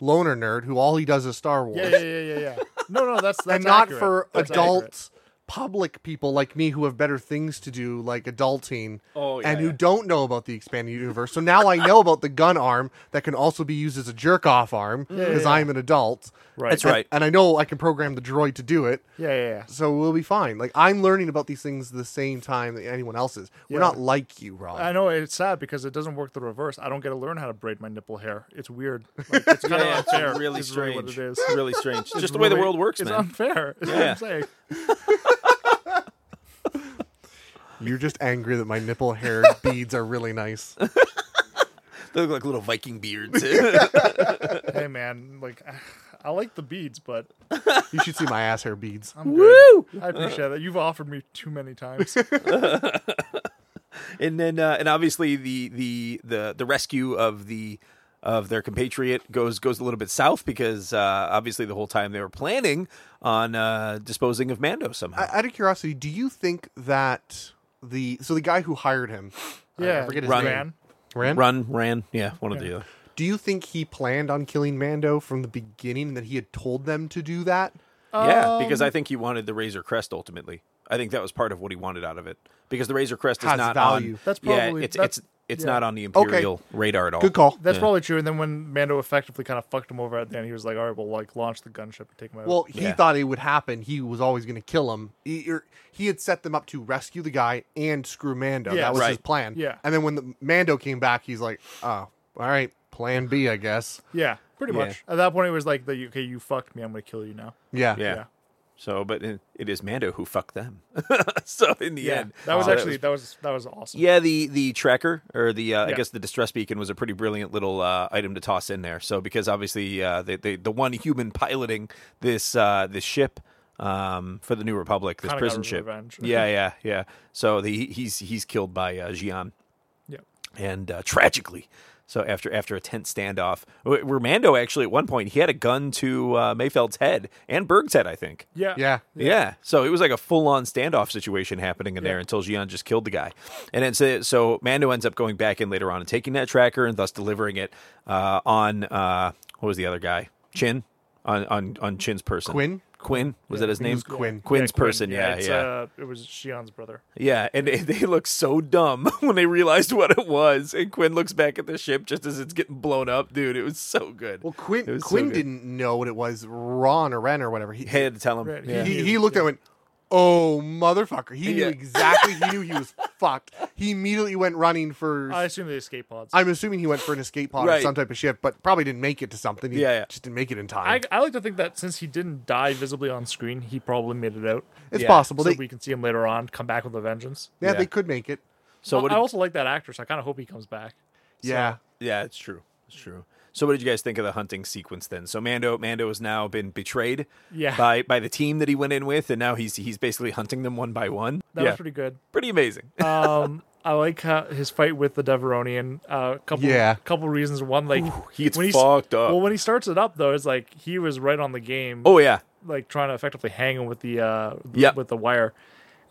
Speaker 1: loner nerd who all he does is star wars
Speaker 3: Mm-hmm. Yeah, yeah, yeah, yeah, yeah. No, no, that's that's
Speaker 1: and not
Speaker 3: accurate.
Speaker 1: for
Speaker 3: That's accurate.
Speaker 1: adults public people like me who have better things to do like adulting
Speaker 2: Oh, yeah,
Speaker 1: and who
Speaker 2: yeah.
Speaker 1: don't know about the expanded universe so now i know about the gun arm that can also be used as a jerk off arm because
Speaker 3: yeah,
Speaker 1: i'm an adult
Speaker 3: Right.
Speaker 2: That's
Speaker 1: and,
Speaker 2: right.
Speaker 1: and i know i can program the droid to do it
Speaker 3: Yeah, yeah, yeah.
Speaker 1: so we'll be fine. Like I'm learning about these things the same time that anyone else is. We're
Speaker 3: Yeah.
Speaker 1: not like you, Rob.
Speaker 3: I know it's sad because it doesn't work the reverse. I don't get to learn how to braid my nipple hair. It's weird. Like, it's kind of
Speaker 2: Yeah, it's
Speaker 3: unfair.
Speaker 2: really
Speaker 3: is
Speaker 2: strange.
Speaker 3: Really what it is.
Speaker 2: Really strange. It's just
Speaker 3: It's
Speaker 2: the way the
Speaker 3: really-
Speaker 2: world works,
Speaker 3: it's
Speaker 2: man.
Speaker 3: unfair. Is what
Speaker 2: Yeah.
Speaker 3: I'm saying.
Speaker 1: You're just angry that my nipple hair beads are really nice.
Speaker 2: they look like little Viking beards.
Speaker 3: Hey, man. Like, I like the beads, but
Speaker 1: You should see my ass hair beads.
Speaker 3: I'm good.
Speaker 2: Woo!
Speaker 3: I appreciate that. You've offered me too many times.
Speaker 2: and then uh, and obviously the the the the rescue of the of their compatriot goes goes a little bit south because uh, obviously the whole time they were planning on uh, disposing of Mando somehow.
Speaker 1: Out of curiosity, do you think that the so the guy who hired him, uh, I
Speaker 3: Yeah,
Speaker 1: forget his
Speaker 2: Ron.
Speaker 1: name,
Speaker 3: Ran.
Speaker 1: Ran?
Speaker 2: Run, ran, yeah, one or the uh, other.
Speaker 1: Do you think he planned on killing Mando from the beginning? and That he had told them to do that?
Speaker 3: Um,
Speaker 2: yeah, because I think he wanted the Razor Crest ultimately. I think that was part of what he wanted out of it because the Razor Crest is
Speaker 1: Has
Speaker 2: not
Speaker 1: value.
Speaker 2: on.
Speaker 3: That's
Speaker 2: yeah,
Speaker 3: probably-
Speaker 2: it's
Speaker 3: that's-
Speaker 2: it's it's
Speaker 3: yeah.
Speaker 2: not on the
Speaker 1: Okay.
Speaker 2: Imperial radar at all.
Speaker 1: Good call.
Speaker 3: That's
Speaker 2: Yeah.
Speaker 3: probably true. And then when Mando effectively kind of fucked him over at the end, he was like, "All right, well, like launch the gunship and take him out."
Speaker 1: Well, he
Speaker 2: Yeah.
Speaker 1: thought it would happen. He was always going to kill him. He, er, he had set them up to rescue the guy and screw Mando.
Speaker 3: Yeah,
Speaker 1: that was his
Speaker 2: right.
Speaker 1: plan.
Speaker 3: Yeah.
Speaker 1: And then when the Mando came back, he's like, "Oh, all right, Plan B, I guess."
Speaker 3: yeah, pretty
Speaker 2: Yeah.
Speaker 3: much. At that point, it was like, the, "Okay, you fucked me. I'm gonna kill you now."
Speaker 1: Yeah.
Speaker 2: Yeah.
Speaker 3: Yeah.
Speaker 2: So, but it, it is Mando who fucked them. so in the end, uh,
Speaker 3: that was
Speaker 2: so
Speaker 3: actually that was that was awesome.
Speaker 2: yeah. The the tracker or the uh, I
Speaker 3: Yeah.
Speaker 2: guess the distress beacon was a pretty brilliant little uh, item to toss in there. So because obviously uh, the, the the one human piloting this uh, this ship um, for the New Republic, this
Speaker 3: Kinda got
Speaker 2: prison ship.
Speaker 3: revenge.
Speaker 2: Yeah, yeah, yeah. So the he's he's killed by uh, Gian
Speaker 3: Yeah,
Speaker 2: and uh, tragically. So after after a tense standoff, wh- where Mando actually at one point he had a gun to uh, Mayfeld's head and Berg's head, I think.
Speaker 3: yeah,
Speaker 1: Yeah.
Speaker 2: Yeah. So it was like a full on standoff situation happening in there until Gian just killed the guy. And then so, so Mando ends up going back in later on and taking that tracker and thus delivering it uh, on uh, what was the other guy? Chin? On on on Chin's person.
Speaker 1: Quinn?
Speaker 2: Quinn? Was that his name?
Speaker 1: was Quinn.
Speaker 2: Quinn's
Speaker 3: Yeah, Quinn.
Speaker 2: person, yeah.
Speaker 3: it's,
Speaker 2: yeah.
Speaker 3: Uh, it was Shion's brother.
Speaker 2: Yeah, and they, they look so dumb when they realized what it was. And Quinn looks back at the ship just as it's getting blown up, dude. It was so good.
Speaker 1: Well, Quinn
Speaker 2: It was so
Speaker 1: Quinn
Speaker 2: good.
Speaker 1: didn't know what it was. Ron or Ren or whatever. He
Speaker 2: Had to tell him.
Speaker 3: Right,
Speaker 2: Yeah.
Speaker 1: he, he looked at it and went, "Oh motherfucker!" He knew
Speaker 2: Yeah.
Speaker 1: exactly. He knew he was fucked. He immediately went running for.
Speaker 3: I assume the escape pods.
Speaker 1: I'm assuming he went for an escape pod
Speaker 2: Right.
Speaker 1: or some type of ship, but probably didn't make it to something. He
Speaker 2: Yeah, yeah.
Speaker 1: just didn't make it in time.
Speaker 3: I, I like to think that since he didn't die visibly on screen, he probably made it out.
Speaker 1: it's
Speaker 2: yeah,
Speaker 1: possible.
Speaker 3: so
Speaker 1: they,
Speaker 3: we can see him later on come back with a vengeance.
Speaker 1: yeah,
Speaker 2: Yeah.
Speaker 1: they could make it.
Speaker 2: So what?
Speaker 3: I
Speaker 2: Did,
Speaker 3: also like that actor, so I kind of hope he comes back.
Speaker 1: Yeah.
Speaker 2: yeah, it's true. It's true. So what did you guys think of the hunting sequence then? So Mando Mando has now been betrayed
Speaker 3: Yeah.
Speaker 2: by by the team that he went in with, and now he's he's basically hunting them one by one.
Speaker 3: That
Speaker 2: yeah,
Speaker 3: was pretty good.
Speaker 2: pretty amazing.
Speaker 3: Um, I like how his fight with the Deveronian. A uh, couple,
Speaker 1: Yeah.
Speaker 3: couple reasons. One, like
Speaker 2: he gets
Speaker 3: when he's-
Speaker 2: fucked up.
Speaker 3: Well, when he starts it up though, it's like he was right on the game,
Speaker 2: oh yeah,
Speaker 3: like trying to effectively hang him with the uh,
Speaker 2: Yeah.
Speaker 3: with the wire,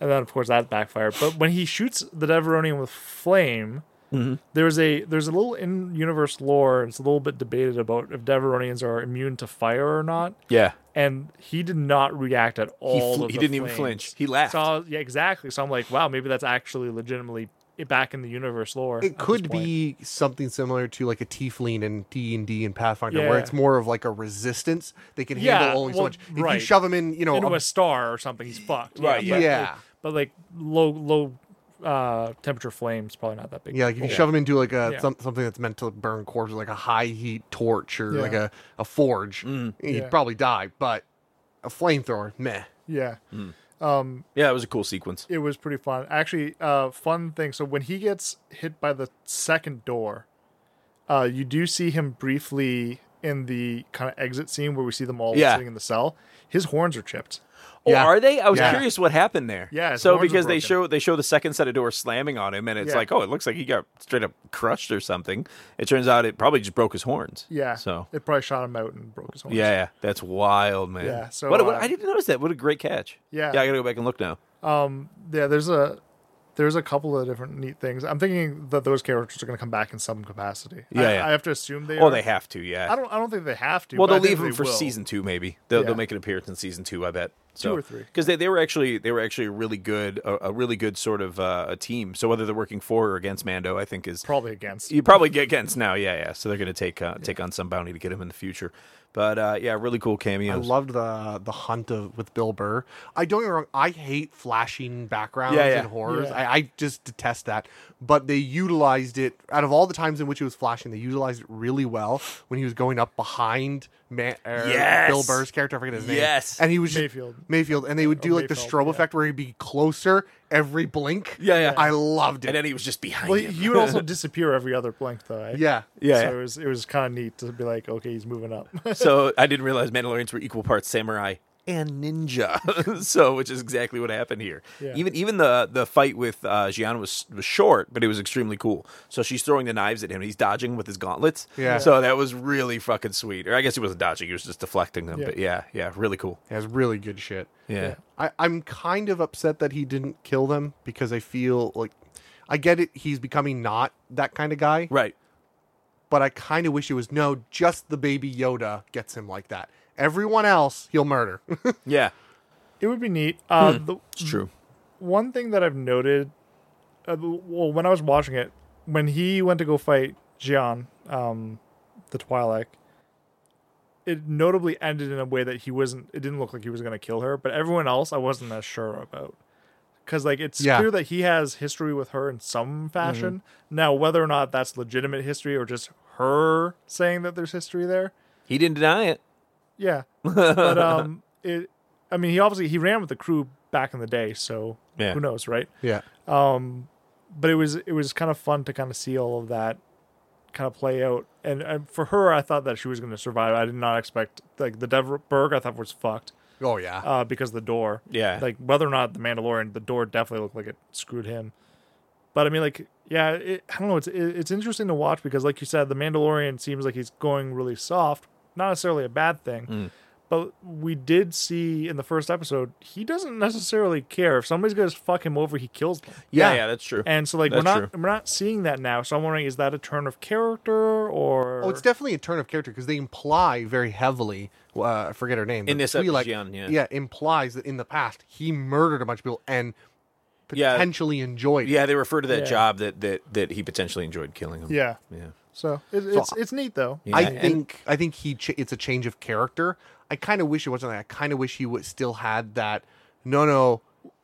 Speaker 3: and then of course that backfired. But when he shoots the Deveronian with flame.
Speaker 2: Mm-hmm.
Speaker 3: There's a there's a little in universe lore. It's a little bit debated about if Deveronians are immune to fire or not.
Speaker 2: yeah.
Speaker 3: and he did not react at all.
Speaker 2: fl-
Speaker 3: of
Speaker 2: he
Speaker 3: the
Speaker 2: didn't even
Speaker 3: flames.
Speaker 2: flinch. He laughed.
Speaker 3: So I was- yeah, exactly. So I'm like, wow, maybe that's actually legitimately back in the universe lore. at
Speaker 1: It
Speaker 3: this
Speaker 1: could
Speaker 3: point.
Speaker 1: be something similar to like a Tiefling in D and D and Pathfinder, where
Speaker 3: Yeah.
Speaker 1: it's more of like a resistance. They can
Speaker 3: Yeah,
Speaker 1: handle only so
Speaker 3: well,
Speaker 1: much. If you
Speaker 3: right.
Speaker 1: shove them in, you know,
Speaker 3: into
Speaker 1: a-
Speaker 3: a star or something. He's fucked.
Speaker 2: Right,
Speaker 3: Yeah. But,
Speaker 1: yeah.
Speaker 3: Like, but like low low uh, temperature flames, probably not that big.
Speaker 1: yeah, like if you shove them into like a
Speaker 3: Yeah.
Speaker 1: some, something that's meant to burn corpses, like a high heat torch or
Speaker 3: Yeah.
Speaker 1: like a a forge, he'd
Speaker 3: Yeah.
Speaker 1: probably die. But a flamethrower, meh.
Speaker 3: Yeah.
Speaker 2: Mm. Yeah, it was a cool sequence.
Speaker 3: It was pretty fun. Actually, uh, fun thing. So when he gets hit by the second door, uh, you do see him briefly in the kind of exit scene where we see them all
Speaker 2: Yeah.
Speaker 3: sitting in the cell. His horns are chipped.
Speaker 2: Oh,
Speaker 1: Yeah.
Speaker 2: are they? I was
Speaker 1: Yeah.
Speaker 2: curious what happened there.
Speaker 3: Yeah, his
Speaker 2: So
Speaker 3: horns were
Speaker 2: because they
Speaker 3: broken.
Speaker 2: show they show the second set of doors slamming on him, and it's
Speaker 3: Yeah.
Speaker 2: like, oh, it looks like he got straight up crushed or something. It turns out it probably just broke his horns.
Speaker 3: Yeah.
Speaker 2: So
Speaker 3: it probably shot him out and broke his horns.
Speaker 2: yeah, yeah, that's wild, man.
Speaker 3: Yeah, so,
Speaker 2: what, what-
Speaker 3: uh,
Speaker 2: I didn't notice that. What a great catch.
Speaker 3: Yeah.
Speaker 2: Yeah, I gotta go back and look now.
Speaker 3: yeah there's a there's a couple of different neat things i'm thinking that those characters are going to come back in some capacity
Speaker 2: Yeah,
Speaker 3: I- I,
Speaker 2: yeah.
Speaker 3: have to assume they
Speaker 2: Oh,
Speaker 3: are.
Speaker 2: they have to. Yeah.
Speaker 3: i don't i don't think they have to
Speaker 2: well,
Speaker 3: but I
Speaker 2: they'll leave
Speaker 3: think
Speaker 2: him
Speaker 3: they
Speaker 2: for
Speaker 3: will.
Speaker 2: season two, maybe. They'll,
Speaker 3: Yeah.
Speaker 2: they'll make an appearance in season two, I bet. So,
Speaker 3: or three.
Speaker 2: because they, they were actually they were actually a really good a, a really good sort of uh, a team. So whether they're working for or against Mando, I think is
Speaker 3: probably against
Speaker 2: you probably get Gens now, yeah, yeah. So they're gonna take uh, take on some bounty to get him in the future. But uh, yeah, really cool
Speaker 1: I
Speaker 2: cameos.
Speaker 1: loved the the hunt of with Bill Burr. I don't get me wrong. I hate flashing backgrounds
Speaker 2: Yeah, yeah.
Speaker 1: and horrors.
Speaker 3: Yeah.
Speaker 1: I, I just detest that. But they utilized it out of all the times in which it was flashing. They utilized it really well when he was going up behind Man, er,
Speaker 2: Yes.
Speaker 1: Bill Burr's character. I forget his name.
Speaker 2: Yes.
Speaker 1: and he was just-
Speaker 3: Mayfield.
Speaker 1: Mayfield, and they would do
Speaker 3: Or
Speaker 1: like the
Speaker 3: Mayfeld,
Speaker 1: strobe
Speaker 3: yeah.
Speaker 1: effect where he'd be closer every blink.
Speaker 2: Yeah, yeah.
Speaker 1: I loved it.
Speaker 2: and then he was just behind.
Speaker 3: well
Speaker 2: him.
Speaker 3: he would also disappear every other blink though right?
Speaker 1: yeah,
Speaker 2: Yeah,
Speaker 3: so
Speaker 2: yeah.
Speaker 3: it was it was kind of neat to be like okay he's moving up
Speaker 2: so I didn't realize Mandalorians were equal parts samurai and ninja. so, which is exactly what happened here.
Speaker 3: Yeah.
Speaker 2: Even even the the fight with uh, Gian was was short, but it was extremely cool. So she's throwing the knives at him. and He's dodging with his gauntlets.
Speaker 1: Yeah.
Speaker 2: So that was really fucking sweet. Or I guess he wasn't dodging; he was just deflecting them.
Speaker 3: Yeah.
Speaker 2: But yeah, yeah, really cool.
Speaker 1: it was really good shit.
Speaker 2: Yeah.
Speaker 1: I, I'm kind of upset that he didn't kill them because I feel like I get it. He's becoming not that kind of guy,
Speaker 2: Right.
Speaker 1: but I kind of wish it was no, just the baby Yoda gets him like that. Everyone else, he'll murder.
Speaker 2: Yeah. Hmm.
Speaker 3: it would be neat uh the,
Speaker 2: It's true.
Speaker 3: one thing that I've noted, uh, well, when I was watching it, when he went to go fight Gian, um, the Twi'lek, it notably ended in a way that he wasn't. It didn't look like he was going to kill her, but everyone else, I wasn't as sure about. Because like it's
Speaker 1: Yeah.
Speaker 3: clear that he has history with her in
Speaker 2: Mm-hmm.
Speaker 3: some fashion. Now, whether or not that's legitimate history or just her saying that there's history there,
Speaker 2: He didn't deny it.
Speaker 3: yeah. But um, it. I mean, he obviously he ran with the crew back in the day, so
Speaker 2: Yeah.
Speaker 3: who knows, right?
Speaker 1: Yeah.
Speaker 3: but it was it was kind of fun to kind of see all of that kind of play out. And, and for her, I thought that she was going to survive. I did not expect like the Dev- Berg. I thought was fucked
Speaker 1: Oh yeah.
Speaker 3: uh, because of the door.
Speaker 2: Yeah.
Speaker 3: Like whether or not the Mandalorian, the door definitely looked like it screwed him. But I mean, like, yeah, it, I don't know. It's it, it's interesting to watch because, like you said, the Mandalorian seems like he's going really soft. Not necessarily a bad thing,
Speaker 2: Mm.
Speaker 3: but we did see in the first episode he doesn't necessarily care if somebody's going to fuck him over. He kills them.
Speaker 2: Yeah,
Speaker 1: Yeah.
Speaker 2: yeah, that's true.
Speaker 3: And so like
Speaker 2: That's
Speaker 3: we're not we're not seeing that now. So I'm wondering is that a turn of character or
Speaker 1: Oh, it's definitely a turn of character because they imply very heavily. Uh, I forget her name.
Speaker 2: In
Speaker 1: but
Speaker 2: this episode,
Speaker 1: Twi'lek,
Speaker 2: Gian, yeah.
Speaker 1: implies that in the past he murdered a bunch of people and
Speaker 2: Yeah.
Speaker 1: potentially enjoyed. it.
Speaker 2: yeah, they refer to that
Speaker 3: Yeah.
Speaker 2: job that, that that he potentially enjoyed killing him.
Speaker 3: yeah.
Speaker 2: Yeah.
Speaker 3: So it, it's it's neat though.
Speaker 2: Yeah.
Speaker 1: I
Speaker 2: and-
Speaker 1: think I think he ch- it's a change of character. I kind of wish it wasn't. Like, I kind of wish he would still had that. No, no,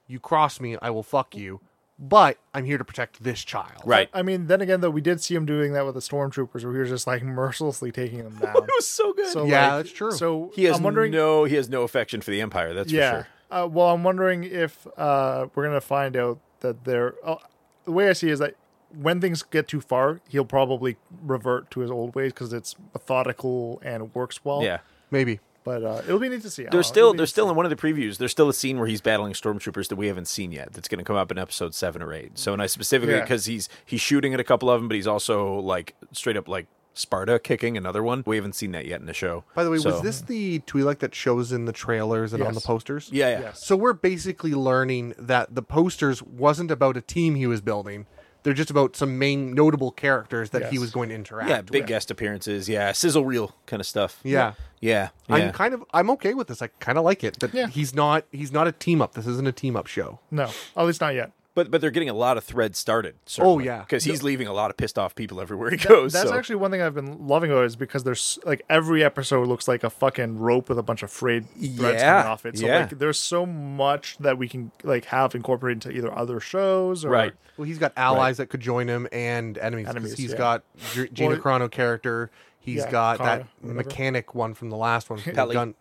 Speaker 1: you cross me, I will fuck you. But I'm here to protect this child.
Speaker 2: Right.
Speaker 3: I mean, then again though, we did see him doing that with the stormtroopers, where he was just like mercilessly taking them down.
Speaker 2: was so good.
Speaker 3: so
Speaker 1: Yeah,
Speaker 3: like,
Speaker 1: that's true.
Speaker 3: So
Speaker 2: he has
Speaker 3: I'm wondering.
Speaker 2: no he has no affection for the empire, that's
Speaker 3: yeah.
Speaker 2: for sure.
Speaker 3: Uh, well, I'm wondering if uh, we're gonna find out that they're. Uh, the way I see it is that when things get too far, he'll probably revert to his old ways because it's methodical and works well.
Speaker 2: Yeah.
Speaker 1: Maybe.
Speaker 3: But uh, it'll be neat to see. I don't know.
Speaker 2: There's
Speaker 3: Oh. It'll
Speaker 2: still
Speaker 3: be
Speaker 2: there's
Speaker 3: neat to
Speaker 2: still in one of the previews, there's still a scene where he's battling stormtroopers that we haven't seen yet. That's going to come up in episode 7 or 8. So and I specifically
Speaker 3: Yeah.
Speaker 2: cuz he's he's shooting at a couple of them but he's also like straight up like Sparta kicking another one. We haven't seen that yet in the show.
Speaker 1: By the way,
Speaker 2: So-
Speaker 1: was this the Twi'lek that shows in the trailers and on the
Speaker 3: Yes.
Speaker 1: posters?
Speaker 2: Yeah, yeah.
Speaker 3: Yes.
Speaker 1: So we're basically learning that the posters wasn't about a team he was building. They're just about some main notable characters that he
Speaker 3: Yes.
Speaker 1: was going to interact
Speaker 2: Yeah, big
Speaker 1: with.
Speaker 2: guest appearances. Yeah, sizzle reel kind of stuff.
Speaker 1: Yeah.
Speaker 2: Yeah. yeah.
Speaker 1: I'm kind of I'm okay with this. I kind of like it that
Speaker 3: Yeah.
Speaker 1: he's not he's not a team up. This isn't a team up show.
Speaker 3: No, at least not yet.
Speaker 2: But but they're getting a lot of threads started.
Speaker 1: yeah.
Speaker 2: because he's leaving a lot of pissed off people everywhere he goes.
Speaker 3: That's
Speaker 2: so-
Speaker 3: actually one thing I've been loving about it is because there's like every episode looks like a fucking rope with a bunch of frayed threads
Speaker 2: Yeah,
Speaker 3: coming off it. So
Speaker 2: yeah.
Speaker 3: like there's so much that we can like have incorporated into either other shows or
Speaker 2: right.
Speaker 1: Well, he's got allies that could join him and enemies. 'cause
Speaker 3: Enemies,
Speaker 1: He's
Speaker 3: yeah.
Speaker 1: got G- Gina
Speaker 3: Well,
Speaker 1: Carano character. He's
Speaker 3: yeah,
Speaker 1: got
Speaker 3: Cara,
Speaker 1: that
Speaker 3: whatever.
Speaker 1: mechanic one from the last one. from the
Speaker 2: Pelly.
Speaker 1: gun-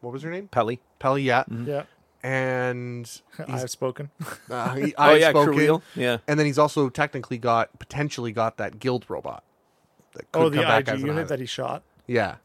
Speaker 1: What was her name?
Speaker 2: Pelly.
Speaker 1: Pelly, yeah.
Speaker 3: Yeah.
Speaker 1: And he's
Speaker 3: I've spoken.
Speaker 1: Uh, he,
Speaker 2: Oh
Speaker 1: I've
Speaker 2: yeah,
Speaker 1: spoken.
Speaker 2: Kareel. Yeah.
Speaker 1: And then he's also technically got potentially got that guild robot. That could
Speaker 3: oh, the
Speaker 1: come back
Speaker 3: IG
Speaker 1: as an
Speaker 3: unit
Speaker 1: island.
Speaker 3: that he shot.
Speaker 1: yeah.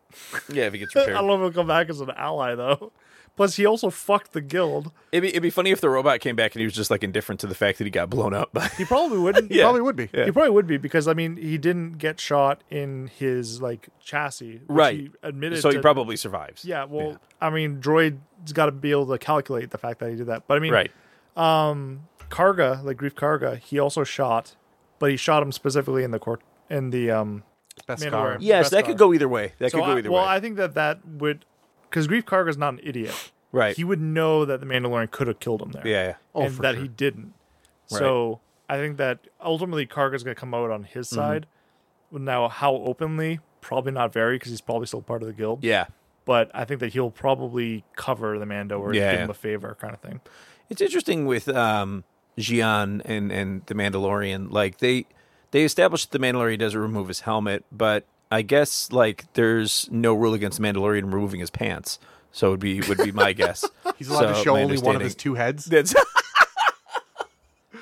Speaker 2: Yeah, if he gets
Speaker 3: I don't
Speaker 2: repaired.
Speaker 3: know if he'll come back as an ally though. Plus, he also fucked the guild.
Speaker 2: it'd, be, it'd be funny if the robot came back and he was just like indifferent to the fact that he got blown up by
Speaker 3: He probably wouldn't.
Speaker 2: Yeah.
Speaker 1: Probably would be.
Speaker 2: Yeah.
Speaker 3: He probably would be because I mean he didn't get shot in his like chassis, which
Speaker 2: Right.
Speaker 3: He admitted,
Speaker 2: so he
Speaker 3: to-
Speaker 2: probably survives.
Speaker 3: Yeah, well, I mean, Droid's got to be able to calculate the fact that he did that. But I mean,
Speaker 2: Right.
Speaker 3: Karga, like Grief Karga, he also shot, but he shot him specifically in the court in the um.
Speaker 1: Best
Speaker 3: Mandalorian.
Speaker 1: car.
Speaker 2: Yes,
Speaker 3: Best
Speaker 2: that could
Speaker 3: guy.
Speaker 2: go either way. That
Speaker 3: So
Speaker 2: could go
Speaker 3: I,
Speaker 2: either
Speaker 3: well,
Speaker 2: way.
Speaker 3: I think that that would because Grief Karga's not an idiot.
Speaker 2: right.
Speaker 3: He would know that the Mandalorian could have killed him there.
Speaker 2: yeah. yeah.
Speaker 1: Oh,
Speaker 3: and
Speaker 1: for
Speaker 3: that
Speaker 1: sure.
Speaker 3: he didn't. So I think that ultimately Karga's going to come out on his side. Now, how openly? Probably not very, because he's probably still part of the guild.
Speaker 2: Yeah.
Speaker 3: But I think that he'll probably cover the Mando or
Speaker 2: Yeah,
Speaker 3: give
Speaker 2: yeah.
Speaker 3: him a favor, kind of thing.
Speaker 2: It's interesting with um, Gian and and the Mandalorian. Like they they established that the Mandalorian doesn't remove his helmet, but I guess like there's no rule against the Mandalorian removing his pants. So it would be would be my guess.
Speaker 1: He's allowed to
Speaker 2: So,
Speaker 1: show
Speaker 2: my
Speaker 1: only one of his
Speaker 2: understanding-
Speaker 1: two heads.
Speaker 2: That's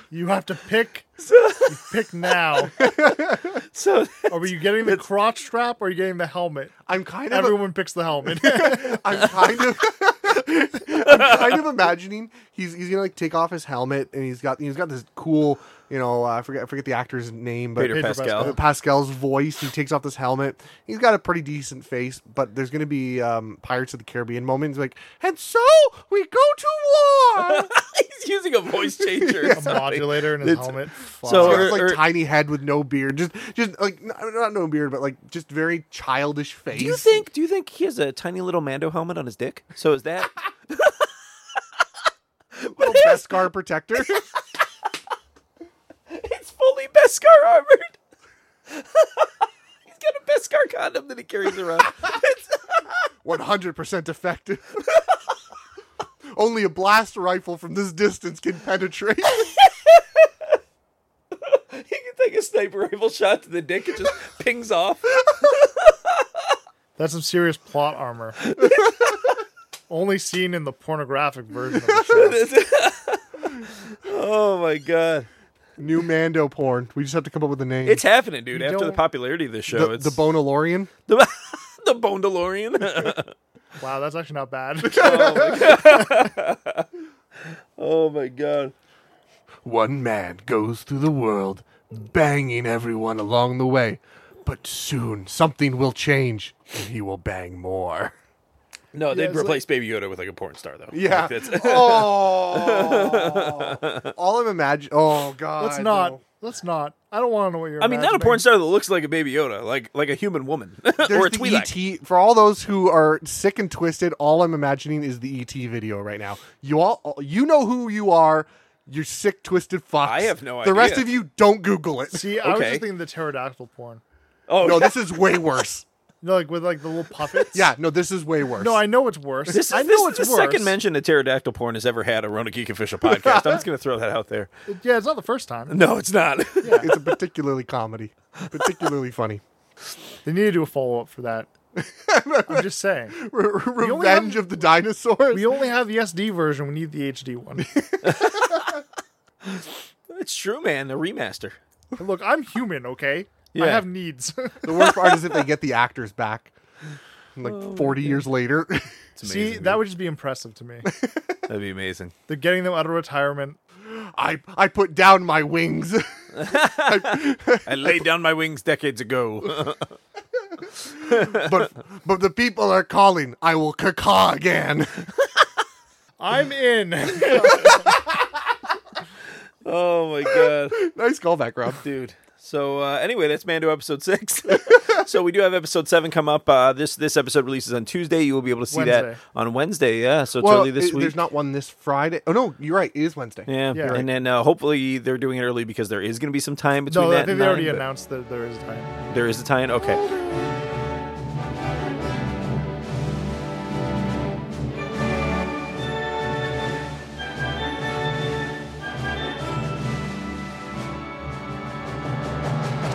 Speaker 3: You have to pick. you pick now.
Speaker 2: so.
Speaker 3: Are you getting the crotch strap or are you getting the helmet?
Speaker 1: I'm kind of
Speaker 3: Everyone picks the helmet.
Speaker 1: I'm kind of I'm kind of imagining he's he's gonna like take off his helmet and he's got he's got this cool you know uh, I forget I forget the actor's name but uh,
Speaker 2: Peter,
Speaker 3: Pedro
Speaker 2: Pascal.
Speaker 3: Pascal.
Speaker 1: Pascal's voice he takes off this helmet he's got a pretty decent face but there's gonna be um, Pirates of the Caribbean moments like and so we go to war
Speaker 2: He's using a voice changer. or
Speaker 3: a
Speaker 2: something.
Speaker 3: modulator in his helmet. Fuck.
Speaker 2: so-
Speaker 1: He's
Speaker 2: Or-
Speaker 1: got this,
Speaker 2: or-
Speaker 1: like tiny head with no beard, just just like n- not no beard, but like just very childish face.
Speaker 2: Do you think? Do you think he has a tiny little Mando helmet on his dick? So is that?
Speaker 1: Little Beskar protector.
Speaker 2: It's fully Beskar armored. He's got a Beskar condom that he carries around. It's-
Speaker 1: 100% effective. Only a blast rifle from this distance can penetrate.
Speaker 2: he can take a sniper rifle shot to the dick. It just pings off.
Speaker 3: That's some serious plot armor. Only seen in the pornographic version of the show.
Speaker 2: oh my god,
Speaker 1: New Mando porn. We just have to come up with a name.
Speaker 2: it's happening, dude. After the
Speaker 3: don't-
Speaker 2: popularity of this show,
Speaker 1: the,
Speaker 2: it's
Speaker 1: the Bonalorian.
Speaker 2: the, the Bone DeLorean.
Speaker 3: Wow, that's actually not bad.
Speaker 2: oh my god.
Speaker 1: One man goes through the world, banging everyone along the way. But soon something will change, and he will bang more.
Speaker 2: No,
Speaker 3: Yeah,
Speaker 2: they'd
Speaker 3: it's
Speaker 2: replace Baby Yoda with like a porn star though.
Speaker 1: Yeah.
Speaker 2: Like, that's-
Speaker 1: oh, all I'm imagining. Oh God.
Speaker 3: Let's not.
Speaker 1: no.
Speaker 3: Let's not. I don't want to know what you're.
Speaker 2: I mean, not a
Speaker 3: imagining.
Speaker 2: porn star that looks like a Baby Yoda, like like a human woman
Speaker 1: There's
Speaker 2: or a
Speaker 1: the E
Speaker 2: Twi'lek.
Speaker 1: ET. For all those who are sick and twisted, all I'm imagining is the ET video right now. You all, you know who you are. You sick, twisted fox.
Speaker 2: I have no
Speaker 1: The rest
Speaker 2: idea.
Speaker 1: of you don't Google it.
Speaker 3: See, I was
Speaker 2: Okay.
Speaker 3: just thinking the pterodactyl porn.
Speaker 2: Oh,
Speaker 1: No,
Speaker 2: yeah.
Speaker 1: this is way worse.
Speaker 3: No, like with like the little puppets.
Speaker 1: Yeah, no, this is way worse.
Speaker 3: No, I know it's worse.
Speaker 2: This is,
Speaker 3: I know
Speaker 2: this is
Speaker 3: it's
Speaker 2: the
Speaker 3: worse.
Speaker 2: second mention of pterodactyl porn has ever had a Rona Geek official podcast. I'm just going to throw that out there.
Speaker 3: yeah, it's not the first time.
Speaker 2: No, it's not.
Speaker 1: it's a particularly comedy, particularly funny.
Speaker 3: They need to do a follow up for that. I'm just saying.
Speaker 1: Re- re- Revenge of the dinosaurs.
Speaker 3: We only have the SD version. We need the HD one.
Speaker 2: it's true, man. A remaster.
Speaker 3: And Look, I'm human, okay?
Speaker 2: Yeah.
Speaker 3: I have needs.
Speaker 1: the worst part is if they get the actors back, like
Speaker 3: Oh,
Speaker 1: 40 years later.
Speaker 2: It's amazing,
Speaker 3: See, that would just be impressive to me.
Speaker 2: dude. that'd be amazing.
Speaker 3: They're getting them out of retirement.
Speaker 1: I I put down my wings.
Speaker 2: I laid down my wings decades ago.
Speaker 1: but but the people are calling. I will caca again.
Speaker 3: I'm in.
Speaker 2: oh my god,
Speaker 1: nice callback, Rob.
Speaker 2: dude. So uh, anyway, that's Mando episode six. so we do have episode seven come up. Uh, this this episode releases on Tuesday. You will be able to see that
Speaker 3: Wednesday.
Speaker 2: on Wednesday. Yeah, so it's
Speaker 1: Well,
Speaker 2: early this
Speaker 1: it-
Speaker 2: week.
Speaker 1: there's not one this Friday. Oh no, you're right. It is Wednesday.
Speaker 2: yeah,
Speaker 3: Yeah.
Speaker 2: and then uh, hopefully they're doing it early because there is going to be some time between
Speaker 3: no,
Speaker 2: that.
Speaker 3: I think
Speaker 2: and
Speaker 3: they already
Speaker 2: nine, but-
Speaker 3: announced that there is time.
Speaker 2: There is a tie-in. Okay.